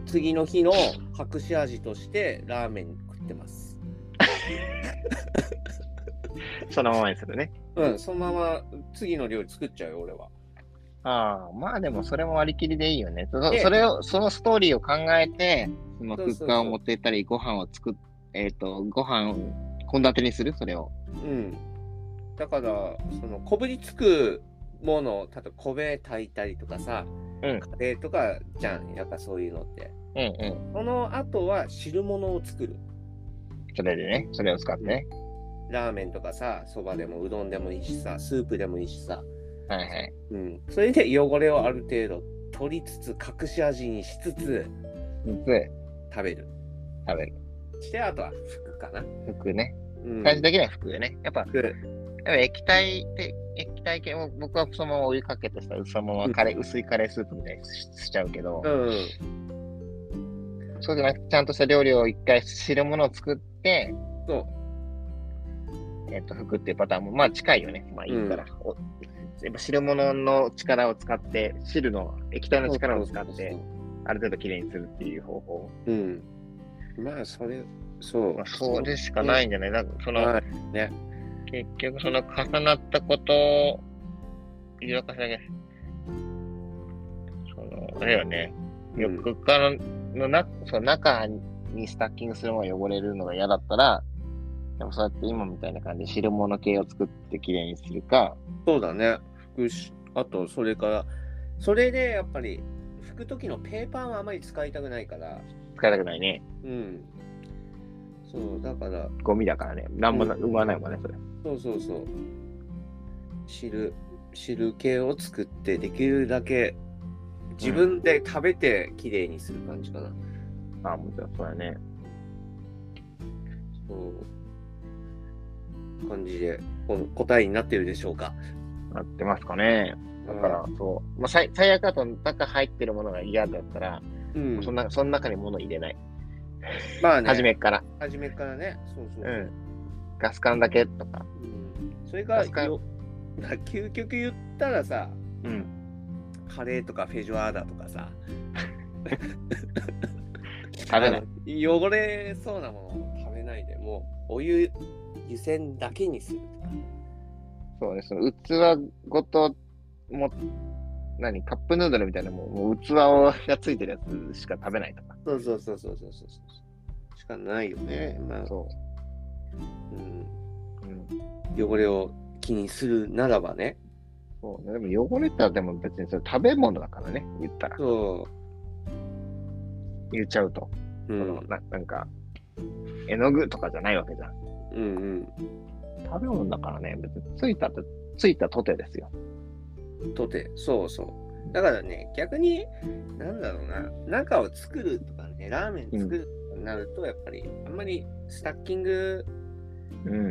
Speaker 3: 次の日の隠し味としてラーメン食ってます。
Speaker 2: そのままにするね。
Speaker 3: うん、そのまま次の料理作っちゃうよ、俺は。
Speaker 2: ああ、まあでもそれも割り切りでいいよね。そそ
Speaker 3: ええ
Speaker 2: れを、そのストーリーを考えて、その
Speaker 3: そ
Speaker 2: ク
Speaker 3: うそうそう
Speaker 2: ッカーを持っていったり、ご飯を作っ、えっ、と、ご飯を献立にするそれを。
Speaker 3: うん。だから、その、こぶりつくもの、例えば米炊いたりとかさ、
Speaker 2: うん
Speaker 3: カレーとかじゃん、やっぱそういうのって。
Speaker 2: うんうん。
Speaker 3: その後は汁物を作る。
Speaker 2: それでね、それを使ってね。
Speaker 3: ラーメンとかさ、そばでもうどんでもいいしさ、スープでもいいしさ。
Speaker 2: はいはい。
Speaker 3: うん。それで汚れをある程度取りつつ、隠し味にしつつ
Speaker 2: で
Speaker 3: 食
Speaker 2: 食べ
Speaker 3: べる。
Speaker 2: る。
Speaker 3: して、あとは服かな。
Speaker 2: 服ね。
Speaker 3: うん。
Speaker 2: 最終的には服よね。やっぱ、
Speaker 3: 服
Speaker 2: やっぱ液体で、液体系も僕はそのままお湯かけてさ、そのままカレー、薄いカレースープみたいにししちゃうけど、
Speaker 3: うん。
Speaker 2: そうじゃなくて、ちゃんとした料理を一回汁物を作って、
Speaker 3: そう。
Speaker 2: えっ、と、服っていうパターンも、まあ近いよね。まあいいから。おやっぱ汁物の力を使って、汁の、液体の力を使って、ある程度きれいにするっていう方法。
Speaker 3: うん。まあ、それ、そう
Speaker 2: まあ、。それしかないんじゃないなんか、その、
Speaker 3: はい
Speaker 2: 結局その重なったことを言い訳しなきゃそのあれよね
Speaker 3: うん
Speaker 2: よくかののなその中にスタッキングするものが汚れるのが嫌だったらでもそうやって今みたいな感じで汁物系を作ってきれいにするか
Speaker 3: そうだね。服し、あと、それから、それでやっぱり、拭く時のペーパーはあまり使いたくないから、
Speaker 2: 使いたくないね
Speaker 3: うん。そう、だから、
Speaker 2: ゴミだからねなんもな生まないもんねそれ
Speaker 3: そうそうそう。汁、汁系を作って、できるだけ、自分で食べてきれいにする感じかな。
Speaker 2: ああもちろんそうだね
Speaker 3: そう。感じで、この答えになってるでしょうか。
Speaker 2: なってますかねだからそう、まあ、最最悪だと中入ってるものが嫌だったら
Speaker 3: うん
Speaker 2: そんなその中に物入れない。
Speaker 3: まあね、
Speaker 2: 初めっから。
Speaker 3: 初めからね。そうそうう。
Speaker 2: ん。ガス缶だけとか。
Speaker 3: うんそれが
Speaker 2: ガス缶。
Speaker 3: まあ究極言ったらさ、
Speaker 2: うん。
Speaker 3: カレーとかフェジョアーダとかさ、
Speaker 2: 食べない。
Speaker 3: あの汚れそうなものを食べないで、もうお湯、湯煎だけにするとか。
Speaker 2: そうね、その器ごと、もう、何、カップヌードルみたいなもん、もう器をがついてるやつしか食べないとか。
Speaker 3: そうそうそうそうそうそうそう。しかないよね。まあ、
Speaker 2: そ
Speaker 3: うん、
Speaker 2: う。うん。
Speaker 3: 汚れを気にするならばね。
Speaker 2: そうね、でも汚れたらでも別にそれ食べ物だからね、言ったら。
Speaker 3: そ
Speaker 2: 言っちゃうと。
Speaker 3: う。う
Speaker 2: そ
Speaker 3: ん
Speaker 2: の。ななんか、絵の具とかじゃないわけじゃん。
Speaker 3: うんうん。
Speaker 2: 食べ物だからね、別についたと、ついたとてですよ。
Speaker 3: とて、そうそう。だからね、逆に、なんだろうな、中を作るとかね、ラーメン作るとなると、やっぱり、あんまりスタッキング、
Speaker 2: うん。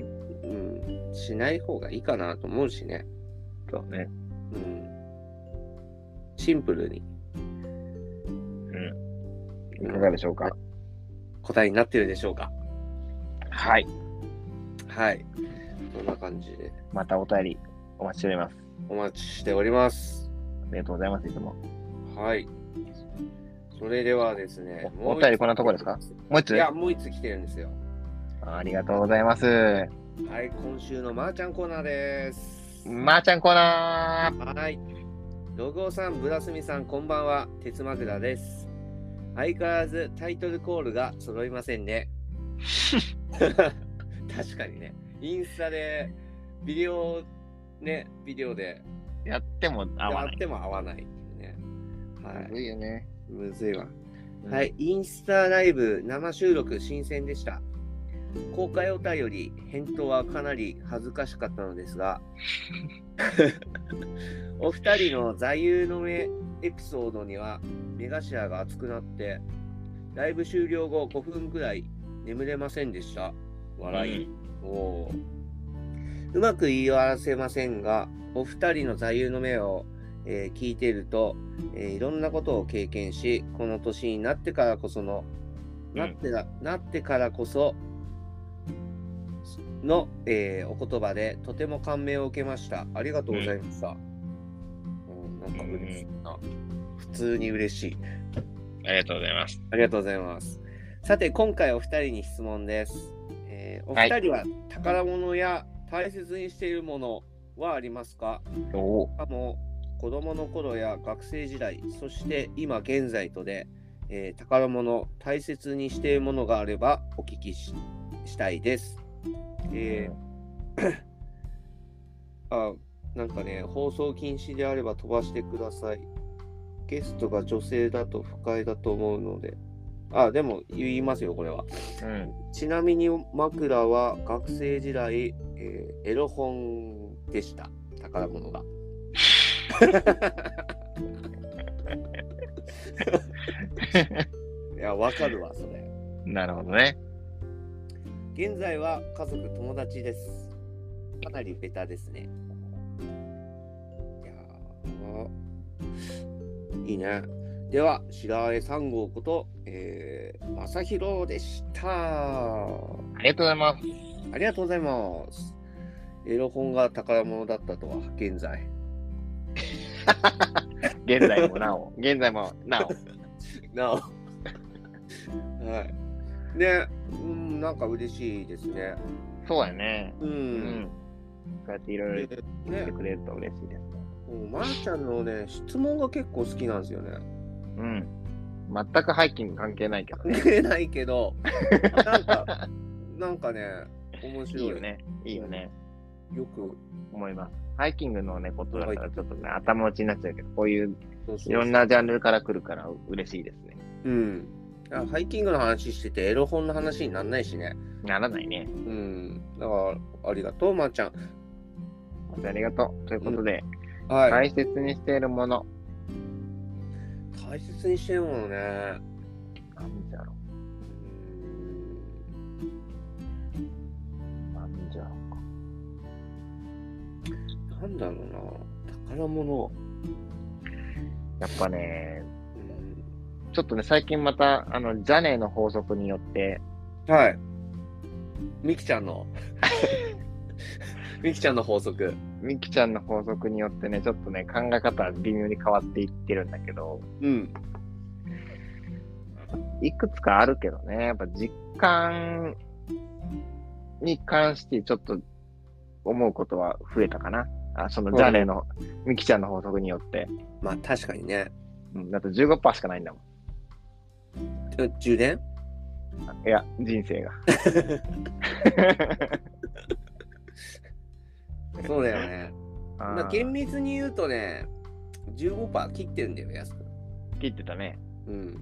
Speaker 3: うん、しない方がいいかなと思うしね。
Speaker 2: そうね。
Speaker 3: うん。シンプルに
Speaker 2: いかがでしょうか。
Speaker 3: 答えになってるでしょうか。
Speaker 2: はい。
Speaker 3: はい。そんな感じで、
Speaker 2: またお便りお待ちしております。
Speaker 3: お待ちしております。
Speaker 2: ありがとうございます、いつも。
Speaker 3: はい。それではですね、
Speaker 2: おお便りこんなとこですかもう一
Speaker 3: い
Speaker 2: つ
Speaker 3: や、もう一つ来てるんですよ。
Speaker 2: ありがとうございます。
Speaker 3: はい、今週のまーちゃんコーナーです。
Speaker 2: まー、ちゃんコーナ
Speaker 3: はい。ログオさん、ブラスミさん、こんばんは。鉄枕です。相変わらずタイトルコールが揃いません ね。確かにね。インスタで、ビデオ、ね、ビデオで、
Speaker 2: ーやっても合わ
Speaker 3: や
Speaker 2: ない
Speaker 3: っ。ても合わないっていうね。はい。
Speaker 2: いよね。
Speaker 3: むずいわ。はい、インスタライブ生収録新鮮でした。公開お便り、返答はかなり恥ずかしかったのですが、お二人の座右の銘エピソードには目頭が熱くなって、ライブ終了後5分くらい眠れませんでした。笑い。おーうまく言い終わらせませんが、お二人の座右の銘を、えー聞いていると、えーいろんなことを経験し、この年になってからこその、
Speaker 4: うん
Speaker 3: なってらなってからこその、えーお言葉でとても感銘を受けました。ありがとうございました。うん、なんか嬉しいな。普通に嬉しい。
Speaker 4: ありがとうございます。
Speaker 3: ありがとうございます。さて、今回お二人に質問です。えーお二人は宝物や大切にしているものはありますか
Speaker 2: おお。
Speaker 3: しかも子供の頃や学生時代、そして今現在とで、えー宝物、大切にしているものがあればお聞きししたいです。えー あなんかね、放送禁止であれば飛ばしてください。ゲストが女性だと不快だと思うので。あ、でも言いますよ、これは。
Speaker 2: うん。
Speaker 3: ちなみに枕は学生時代、えーエロ本でした。宝物が。いや、わかるわ、それ。
Speaker 2: なるほどね。
Speaker 3: 現在は家族、友達です。かなりベタですね。いやーいいね。では、白江三号こと、えー、正宏でした。
Speaker 2: ありがとうございます。
Speaker 3: ありがとうございます。エロ本が宝物だったとは、現在。
Speaker 2: 現在もなお。 現在もな お。
Speaker 3: なお。はい。ね、うん、なんか嬉しいですね。
Speaker 2: そうやね。
Speaker 3: う。。
Speaker 2: うんこうやっていろい
Speaker 3: で
Speaker 2: ろ言っ
Speaker 3: ね
Speaker 2: て、くれると嬉しいですね。
Speaker 3: もうまーちゃんのね、質問が結構好きなんですよね。
Speaker 2: うん。全くハイキング関係ないけどね。
Speaker 3: 見えないけ ど、なんか、なんかね、面白い
Speaker 2: いいよ。ね。いいよね。
Speaker 3: よく、
Speaker 2: 思います。ハイキングのね、ことだったらちょっとね、頭打ちになっちゃうけど、こういういろん
Speaker 3: な。
Speaker 2: なジャンルから来るから嬉しいですね。
Speaker 3: うん。あハイキングの話してて、エロ本の話になんないしね。
Speaker 2: ならないね。
Speaker 3: うん。だから、ありがとう、まーちゃん。
Speaker 2: 本当にありがとう。ということで、
Speaker 3: はい。
Speaker 2: 大切にしているもの、
Speaker 3: 大切にしてるものね。
Speaker 2: なんじゃろ
Speaker 3: うーん
Speaker 2: う、なんじゃろう
Speaker 3: な
Speaker 2: か。
Speaker 3: んだろうな。宝物。
Speaker 2: やっぱね、
Speaker 3: うん
Speaker 2: ちょっとね、最近また、あの、ジャネの法則によって、
Speaker 3: はい。ミキちゃん の。ミキちゃんの法則。
Speaker 2: ミキちゃんの法則によってね、ちょっとね、考え方は微妙に変わっていってるんだけど、
Speaker 3: うん。
Speaker 2: いくつかあるけどね、やっぱ実感に関してちょっと思うことは増えたかな。あそのジャネの、ミキちゃんの法則によって。
Speaker 3: まあ確かにね。
Speaker 2: うん、だって15%しかないんだも
Speaker 3: え充電
Speaker 2: ん。いや、人生が。
Speaker 3: そうだよね。ま
Speaker 2: あ
Speaker 3: あ
Speaker 2: ー
Speaker 3: 厳密に言うとね、15%切ってんだよ、安く。
Speaker 2: 切ってたね。
Speaker 3: うん。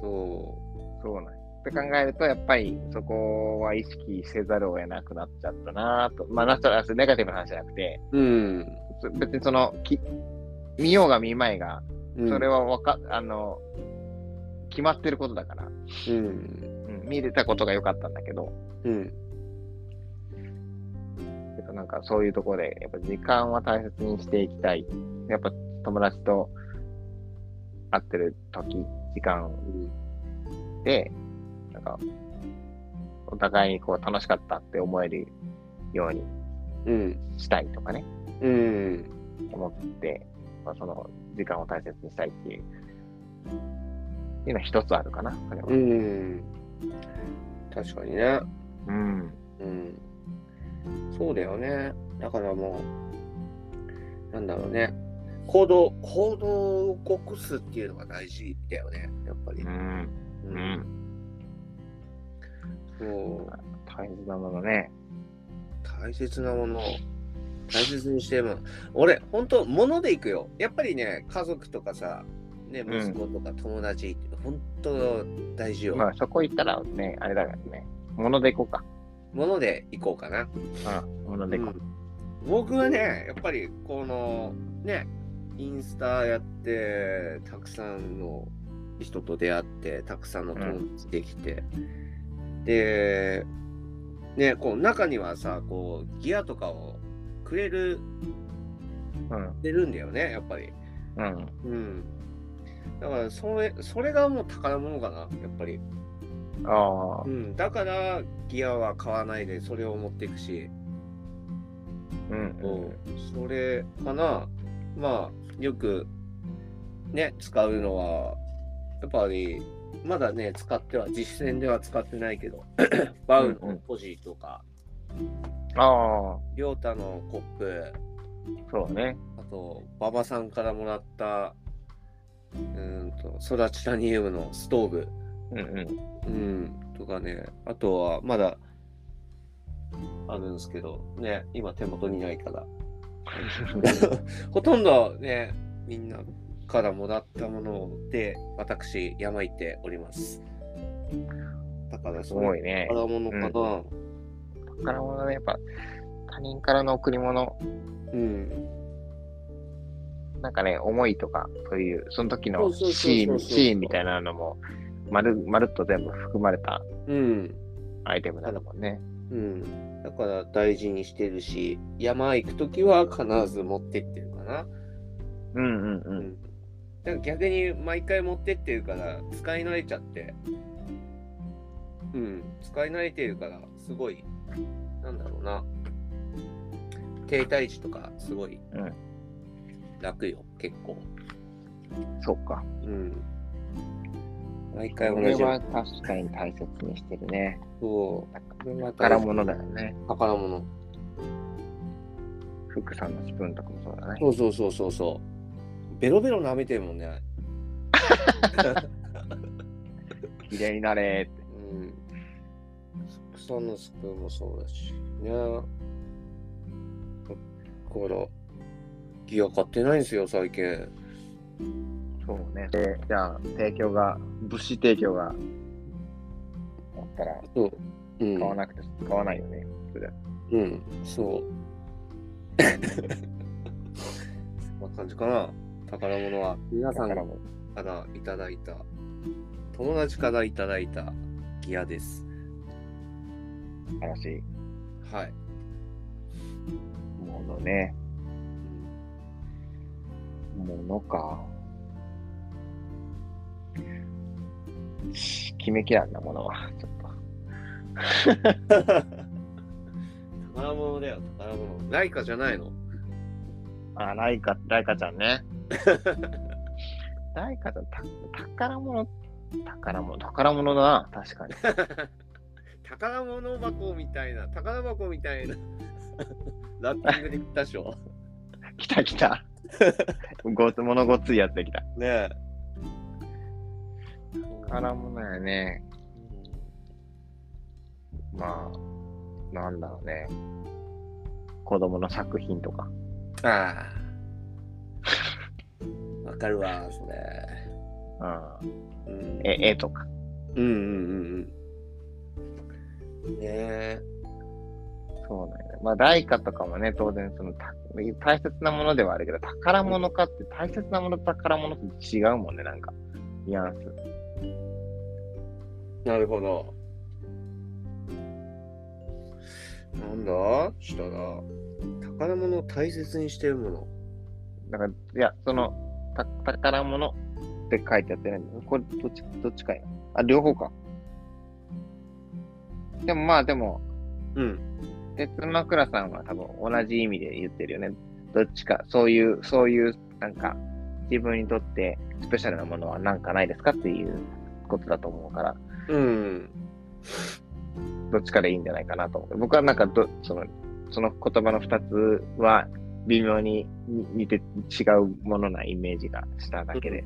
Speaker 3: そ
Speaker 2: そうなんやって考えると、やっぱりそこは意識せざるを得なくなっちゃったなぁと。まあ、なっちゃネガティブな話じゃなくて、
Speaker 3: う。うん。
Speaker 2: そ別にその、き見ようが見まいが、
Speaker 3: うん
Speaker 2: それはわか、あの、決まってることだから、
Speaker 3: うん。
Speaker 2: うん、見れたことが良かったんだけど、
Speaker 3: うん。
Speaker 2: けどなんかそういうところで、やっぱ時間は大切にしていきたい。やっぱ友達と会ってる時、時間で、なんか、お互いにこう楽しかったって思えるように
Speaker 3: うん。
Speaker 2: したいとかね、
Speaker 3: うん。
Speaker 2: 思って、まあ、その時間を大切にしたいっていう、っていうのは一つあるかな、それは。
Speaker 3: うん。確かにね。
Speaker 2: うん。
Speaker 3: うん。そうだよね。だからもう、なんだろうね。行動、行動を起こすっていうのが大事だよね。やっぱり。
Speaker 2: ん。
Speaker 3: う。
Speaker 2: うんん。
Speaker 3: そう。
Speaker 2: 大切なものね。
Speaker 3: 大切なものを大切にしてるもの俺本当物でいくよやっぱりね家族とかさね
Speaker 2: うん
Speaker 3: 息子とか友達って本当大事よ、
Speaker 2: まあそこ行ったらね、あれだからね、物で行こうか。
Speaker 3: 物でいこうかな、
Speaker 2: うん、物で行こ
Speaker 3: うん僕はねやっぱりこのねインスタやってたくさんの人と出会ってたくさんの友達できて、でねこう中にはさこうギアとかをくれる
Speaker 2: う。うん。
Speaker 3: 出るんだよねやっぱり
Speaker 2: うん。
Speaker 3: うん。だからそれ、それがもう宝物かな、やっぱり。
Speaker 2: ああ
Speaker 3: う、ん。だから、ギアは買わないで、それを持っていくし、
Speaker 2: うん。
Speaker 3: それかな。まあ、よく、ね、使うのは、やっぱり、まだね、使っては、実践では使ってないけ ど、バウのポジとか、
Speaker 2: ああ、
Speaker 3: りょうたのコップ、
Speaker 2: そうね。
Speaker 3: あと、馬場さんからもらった、うーんと、ソラチタニウムのストーブ。
Speaker 2: うん
Speaker 3: う
Speaker 2: うん。
Speaker 3: ん、とかね、あとはまだあるんですけど、ね、今手元にないから。 ほとんどね、みんなからもらったもので、私、山行っております。だから、
Speaker 2: す
Speaker 3: そ
Speaker 2: ご
Speaker 3: うい
Speaker 2: いね。
Speaker 3: 宝物かな。
Speaker 2: 宝物ね、やっぱ、他人からの贈り物、
Speaker 3: うん。
Speaker 2: なんかね、思いとか、そういう、その時
Speaker 3: そ
Speaker 2: の
Speaker 3: うそうそうそう
Speaker 2: シーン、シーンみたいなのも、まる、まるっと全部含まれた
Speaker 3: うん。
Speaker 2: アイテムなんだもんね。
Speaker 3: うん。だから、大事にしてるし、山行くときは必ず持ってってるかな。
Speaker 2: うんうんう。
Speaker 3: うんん。だから逆に毎回持ってってるから使い慣れちゃって、うん、使い慣れてるからすごい、なんだろうな、停滞時とかすごい
Speaker 2: うん
Speaker 3: 楽よ、結構。
Speaker 2: そうか。
Speaker 3: うん。毎
Speaker 2: こ
Speaker 3: 回同
Speaker 2: れ
Speaker 3: じ
Speaker 2: は確かに大切にしてるね。
Speaker 3: そう。
Speaker 2: 宝物だよね。
Speaker 3: 宝物。
Speaker 2: 福さんのスプーンとかもそうだね。
Speaker 3: そうそうそうそうそう。ベロベロ舐めてるもんね。
Speaker 2: 綺麗になれーって。
Speaker 3: うん。草のスプーンもそうだし。ねだから、ギア買ってないんですよ、最近。
Speaker 2: そうね。で、じゃあ、提供が、物資提供が、あったら、
Speaker 3: そう。うん。
Speaker 2: 買わなくて、買わないよね。それ
Speaker 3: うん、そう。そんな感じかな。宝物は、皆さん
Speaker 2: 宝物
Speaker 3: からいただいた、友達からいただいたギアです。
Speaker 2: 話。
Speaker 3: はい。
Speaker 2: ものね。
Speaker 3: うん
Speaker 2: ものか。決めきらんなものは、ちょっと。
Speaker 3: 宝物だよ、宝物。ライカじゃないの
Speaker 2: あ、ライカ、ライカちゃん ね。ライカちゃん、た宝物、宝物、宝物だな、確かに。
Speaker 3: 宝物箱みたいな、宝箱みたい なラッピングできたでしょ。
Speaker 2: 来た 来た。ごつ、物ごっついやつできた。
Speaker 3: ねえ。
Speaker 2: 宝物やね。まあ、なんだろうね。子供の作品とか。
Speaker 3: ああ。わかるわ、それ。
Speaker 2: う
Speaker 3: う
Speaker 2: ん。
Speaker 3: ん、
Speaker 2: え、絵とか。
Speaker 3: うんうんうんうん。ねえ。
Speaker 2: そうなんだ、ね。まあ、ライカとかもね、当然そのた、大切なものではあるけど、宝物かって、大切なものと宝物って違うもんね、なんか。ニュアンス。
Speaker 3: なるほど。なんだしたら、宝物を大切にしてるもの。
Speaker 2: だから、いや、その、た宝物って書いてあってね、これ、どっち、どっちかや。あ、両方か。でもまあ、でも、
Speaker 3: うん。
Speaker 2: 鉄枕さんは多分同じ意味で言ってるよね。どっちか、そういう、そういう、なんか、自分にとってスペシャルなものはなんかないですかっていうことだと思うから、
Speaker 3: うん。
Speaker 2: どっちかでいいんじゃないかなと思う。僕はなんかど、その、その言葉の二つは微妙にに似て違うものなイメージがしただけで。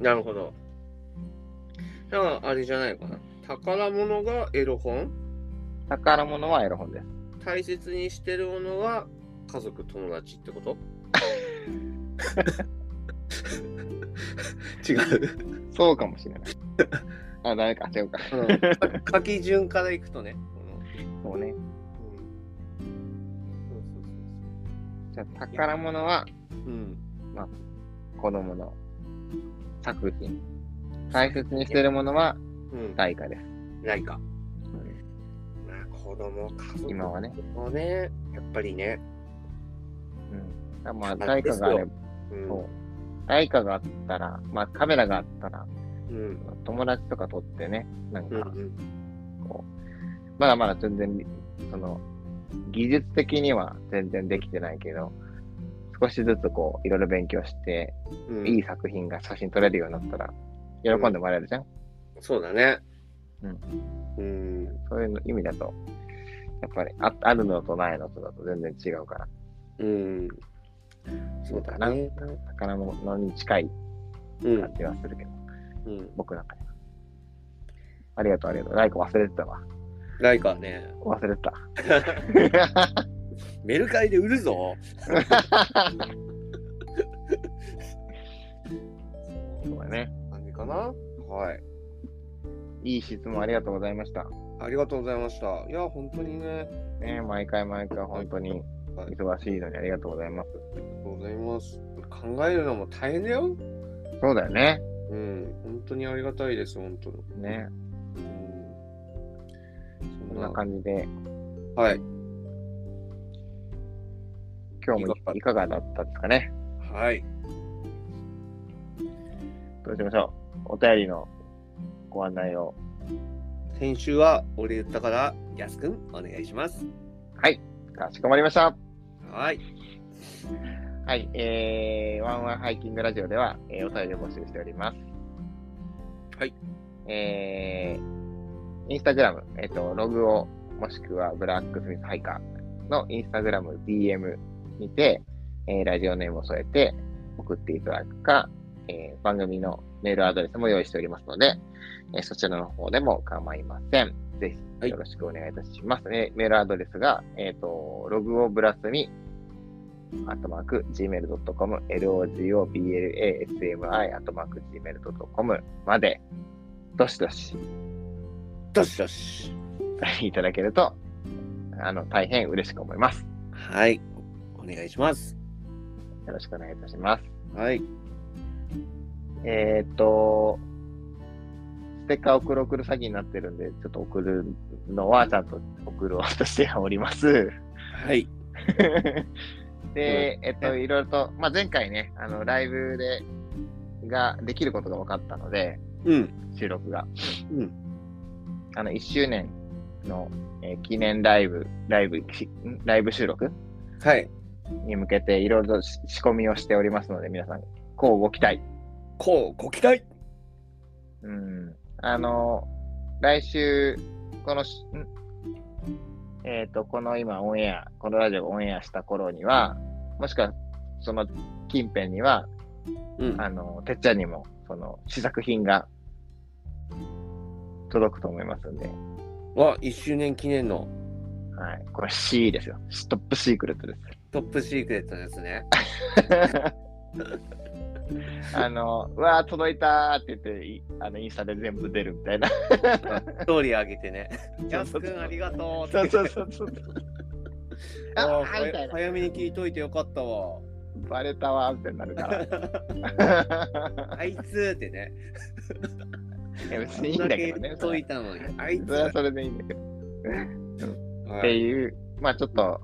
Speaker 3: なるほど。だから、あれじゃないかな。宝物がエロ本
Speaker 2: 宝物はエロ本です。
Speaker 3: 大切にしてるものは家族、友達ってこと 違う、
Speaker 2: そうかもしれない。あ、ダメか、違うか。
Speaker 3: うんか書き順からいくとね。
Speaker 2: そうね。
Speaker 3: うん、そうそうそうそう。
Speaker 2: じゃあ宝物は
Speaker 3: うん。
Speaker 2: 子供の作品。大切にしてるものは
Speaker 3: うん。
Speaker 2: 代価です。
Speaker 3: ないか。まあ、子供、家族
Speaker 2: 今はね。
Speaker 3: もね、やっぱりね。
Speaker 2: うん。まあ、
Speaker 3: まあ
Speaker 2: 代価があれば、
Speaker 3: うん。
Speaker 2: そう。代価があったら、まあ、カメラがあったら、
Speaker 3: うん。
Speaker 2: 友達とか撮ってね、なん
Speaker 3: うん。
Speaker 2: か、こう、まだまだ全然、その、技術的には全然できてないけど、少しずつこう、いろいろ勉強して、
Speaker 3: うん。
Speaker 2: いい作品が写真撮れるようになったら、喜んでもらえるじゃん。
Speaker 3: そうだね。
Speaker 2: う
Speaker 3: うん。
Speaker 2: そういうの意味だと、やっぱりあ、あるのとないのとだと全然違うから、
Speaker 3: うん。そうだね。
Speaker 2: 宝物に近い
Speaker 3: うん。
Speaker 2: 感じはするけど、
Speaker 3: うん。
Speaker 2: 僕なんかには。ありがとう、ありがとう。ライコ忘れてたわ。
Speaker 3: ライカね、
Speaker 2: 忘れてた。
Speaker 3: メルカリで売るぞ。
Speaker 2: そうだね。
Speaker 3: 感じかなはい。
Speaker 2: いい質問ありがとうございました。
Speaker 3: ありがとうございました。いや、本当にね、
Speaker 2: ね、毎回毎回本当に
Speaker 3: はい
Speaker 2: 忙しいのにありがとうございます。
Speaker 3: ありがとうございます。考えるのも大変だよ。
Speaker 2: そうだよね。
Speaker 3: うん。本当にありがたいです、本当に。
Speaker 2: ね。
Speaker 3: うん。
Speaker 2: こんな感じで、
Speaker 3: はい。
Speaker 2: 今日もいいかがだったですかね。
Speaker 3: はい。
Speaker 2: どうしましょう。お便りのご案内を。
Speaker 3: 先週は俺言ったから、やすくん、お願いします。
Speaker 2: はい。かしこまりました。
Speaker 3: はい。
Speaker 2: はい、えー、ワンワンハイキングラジオでは、えーお便りを募集しております。
Speaker 3: はい。
Speaker 2: えー、インスタグラム、えっ、と、ログを、もしくはブラックスミスハイカーのインスタグラム、DM にて、えーラジオネームを添えて送っていただくか、えー番組のメールアドレスも用意しておりますので、えーそちらの方でも構いません。ぜ
Speaker 3: は
Speaker 2: ひ
Speaker 3: い
Speaker 2: よろしくお願いいたします。えーメールアドレスが、えっ、と、ログをブラスミアットマーク、gmail.com、logoblasmi、アットマーク、gmail.com まで、どしどし
Speaker 3: どしどし。
Speaker 2: いただけると、あの、大変嬉しく思います。
Speaker 3: はい。お願いします。
Speaker 2: よろしくお願いいたします。
Speaker 3: はい。
Speaker 2: えーっと、ステッカー送る送る詐欺になってるんで、ちょっと送るのはちゃんと送ろうとしております。
Speaker 3: はい。
Speaker 2: で、えっと、いろいろと、まあ、前回ね、あの、ライブで、ができることが分かったので、
Speaker 3: うん。
Speaker 2: 収録が。
Speaker 3: うん。
Speaker 2: あの、1周年の、えー記念ライブ、ライブ、きんライブ収録
Speaker 3: はい。
Speaker 2: に向けていろいろし仕込みをしておりますので、皆さん、こうご期待。
Speaker 3: こう、ご期待
Speaker 2: うん。あの、来週、このし、んえっ、と、この今オンエア、このラジオがオンエアした頃には、もしくは、その近辺には、
Speaker 3: うん。
Speaker 2: あの、てっちゃんにも、その、試作品が届くと思いますんで、
Speaker 3: わ、1周年記念の
Speaker 2: はい。これ C ですよ。ストップシークレットです。
Speaker 3: トップシークレットですね。
Speaker 2: あの、うわー、届いたーって言って、いあのインスタで全部出るみた いな。
Speaker 3: ストーリー上げて ね。ジャス君ありがとうって。
Speaker 2: そうそうそうそう。あ、
Speaker 3: お
Speaker 2: は
Speaker 3: ー
Speaker 2: いみた
Speaker 3: 早
Speaker 2: いな。
Speaker 3: 早めに聞いといてよかったわ。
Speaker 2: バレたわーみたいになる から。
Speaker 3: あいつってね。
Speaker 2: いや別にいいんだけど
Speaker 3: あ
Speaker 2: ね
Speaker 3: ん。といた のに。あいつ
Speaker 2: それはそれでいいんだけど。っ
Speaker 3: は
Speaker 2: て
Speaker 3: い
Speaker 2: いう、まあちょっと、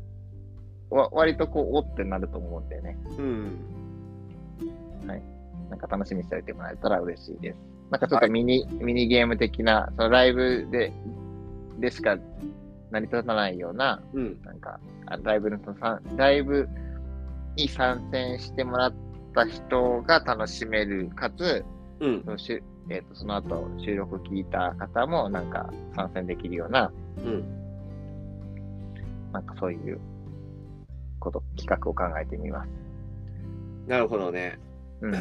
Speaker 2: わ割とこう、おってなると思うんでね。
Speaker 3: うん。
Speaker 2: なんか楽しみにしておいてもらえたら嬉しいです。なんかちょっとミニ、ミニゲーム的な、そのライブで、でしか成り立たないような、
Speaker 3: うん。
Speaker 2: なんか、あライブのその参ライブに参戦してもらった人が楽しめる、かつ、
Speaker 3: うん。
Speaker 2: そのしゅえー、とその後収録聞いた方もなんか参戦できるような、
Speaker 3: うん。
Speaker 2: なんかそういうこと、企画を考えてみます。
Speaker 3: なるほどね。
Speaker 2: うん。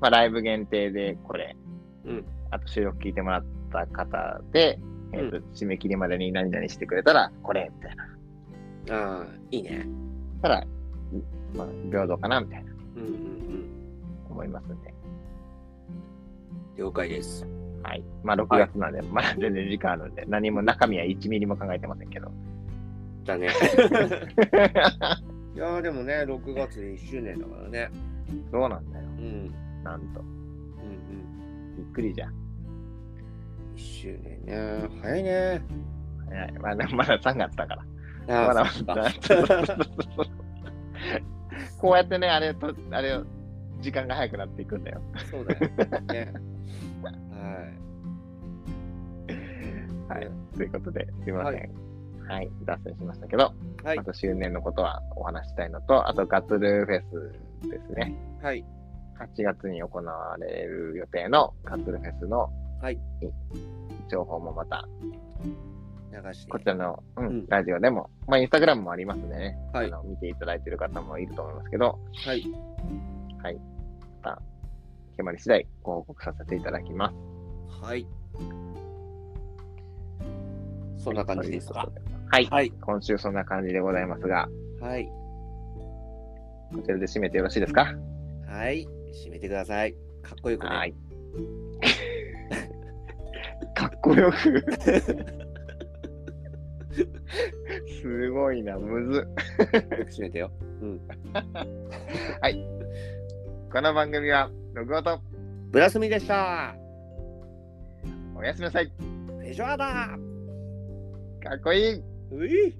Speaker 2: まあ、ライブ限定でこれ、
Speaker 3: うん。
Speaker 2: あと収録聞いてもらった方で、えーと締め切りまでに何々してくれたら、これ、みたいな。
Speaker 3: ああ、いいね。
Speaker 2: たら、まあ、平等かな、みたいな、
Speaker 3: うんうんうん。
Speaker 2: 思いますんで。
Speaker 3: 了解です。
Speaker 2: はい。まあ、6月なんで、まだ全然時間あるんで、何も中身は1ミリも考えてませんけど。
Speaker 3: だ ね。いやーでもね、6月で1周年だからね。
Speaker 2: そうなんだよ。
Speaker 3: うん。
Speaker 2: なんと。
Speaker 3: うんうん。
Speaker 2: びっくりじゃん。
Speaker 3: 1周年ね。早いね。
Speaker 2: はいまだまだ3月だから。
Speaker 3: あ
Speaker 2: まだ
Speaker 3: そっ
Speaker 2: ま
Speaker 3: か
Speaker 2: だ。そう そうそうそうこうやってね、あれと、あれを、時間が早くなっていくんだよ。
Speaker 3: そうだよ。ね。は
Speaker 2: はいい。ということで、すいません。
Speaker 3: は
Speaker 2: はい、脱線しましたけど、
Speaker 3: い。はい
Speaker 2: ま。た周年のことはお話ししたいのと、あと、ガッツルフェスですね。
Speaker 3: はい。
Speaker 2: 8月に行われる予定のガッツルフェスの、
Speaker 3: はい
Speaker 2: 情報もまた、
Speaker 3: 流して。
Speaker 2: こちらの、うん
Speaker 3: うん
Speaker 2: ラジオでも、まあ、インスタグラムもありますんでね、
Speaker 3: はい
Speaker 2: あの見ていただいている方もいると思いますけど、
Speaker 3: はい。
Speaker 2: はい。また、決まり次第ご報告させていただきます。
Speaker 3: はい。そんな感じですか
Speaker 2: と。いうことではい。
Speaker 3: はい。
Speaker 2: 今週そんな感じでございますが、
Speaker 3: はい。
Speaker 2: こちらで締めてよろしいですか
Speaker 3: はい。締めてください。かっこよく
Speaker 2: は
Speaker 3: ね。
Speaker 2: い。 かっこよ く。すごいな、むずっ。
Speaker 3: よく締めてよ。
Speaker 2: この番組は、録音と
Speaker 3: ブラスミでした。
Speaker 2: おやすみなさい。
Speaker 3: フェジョアだ
Speaker 2: かっこいい。
Speaker 3: うい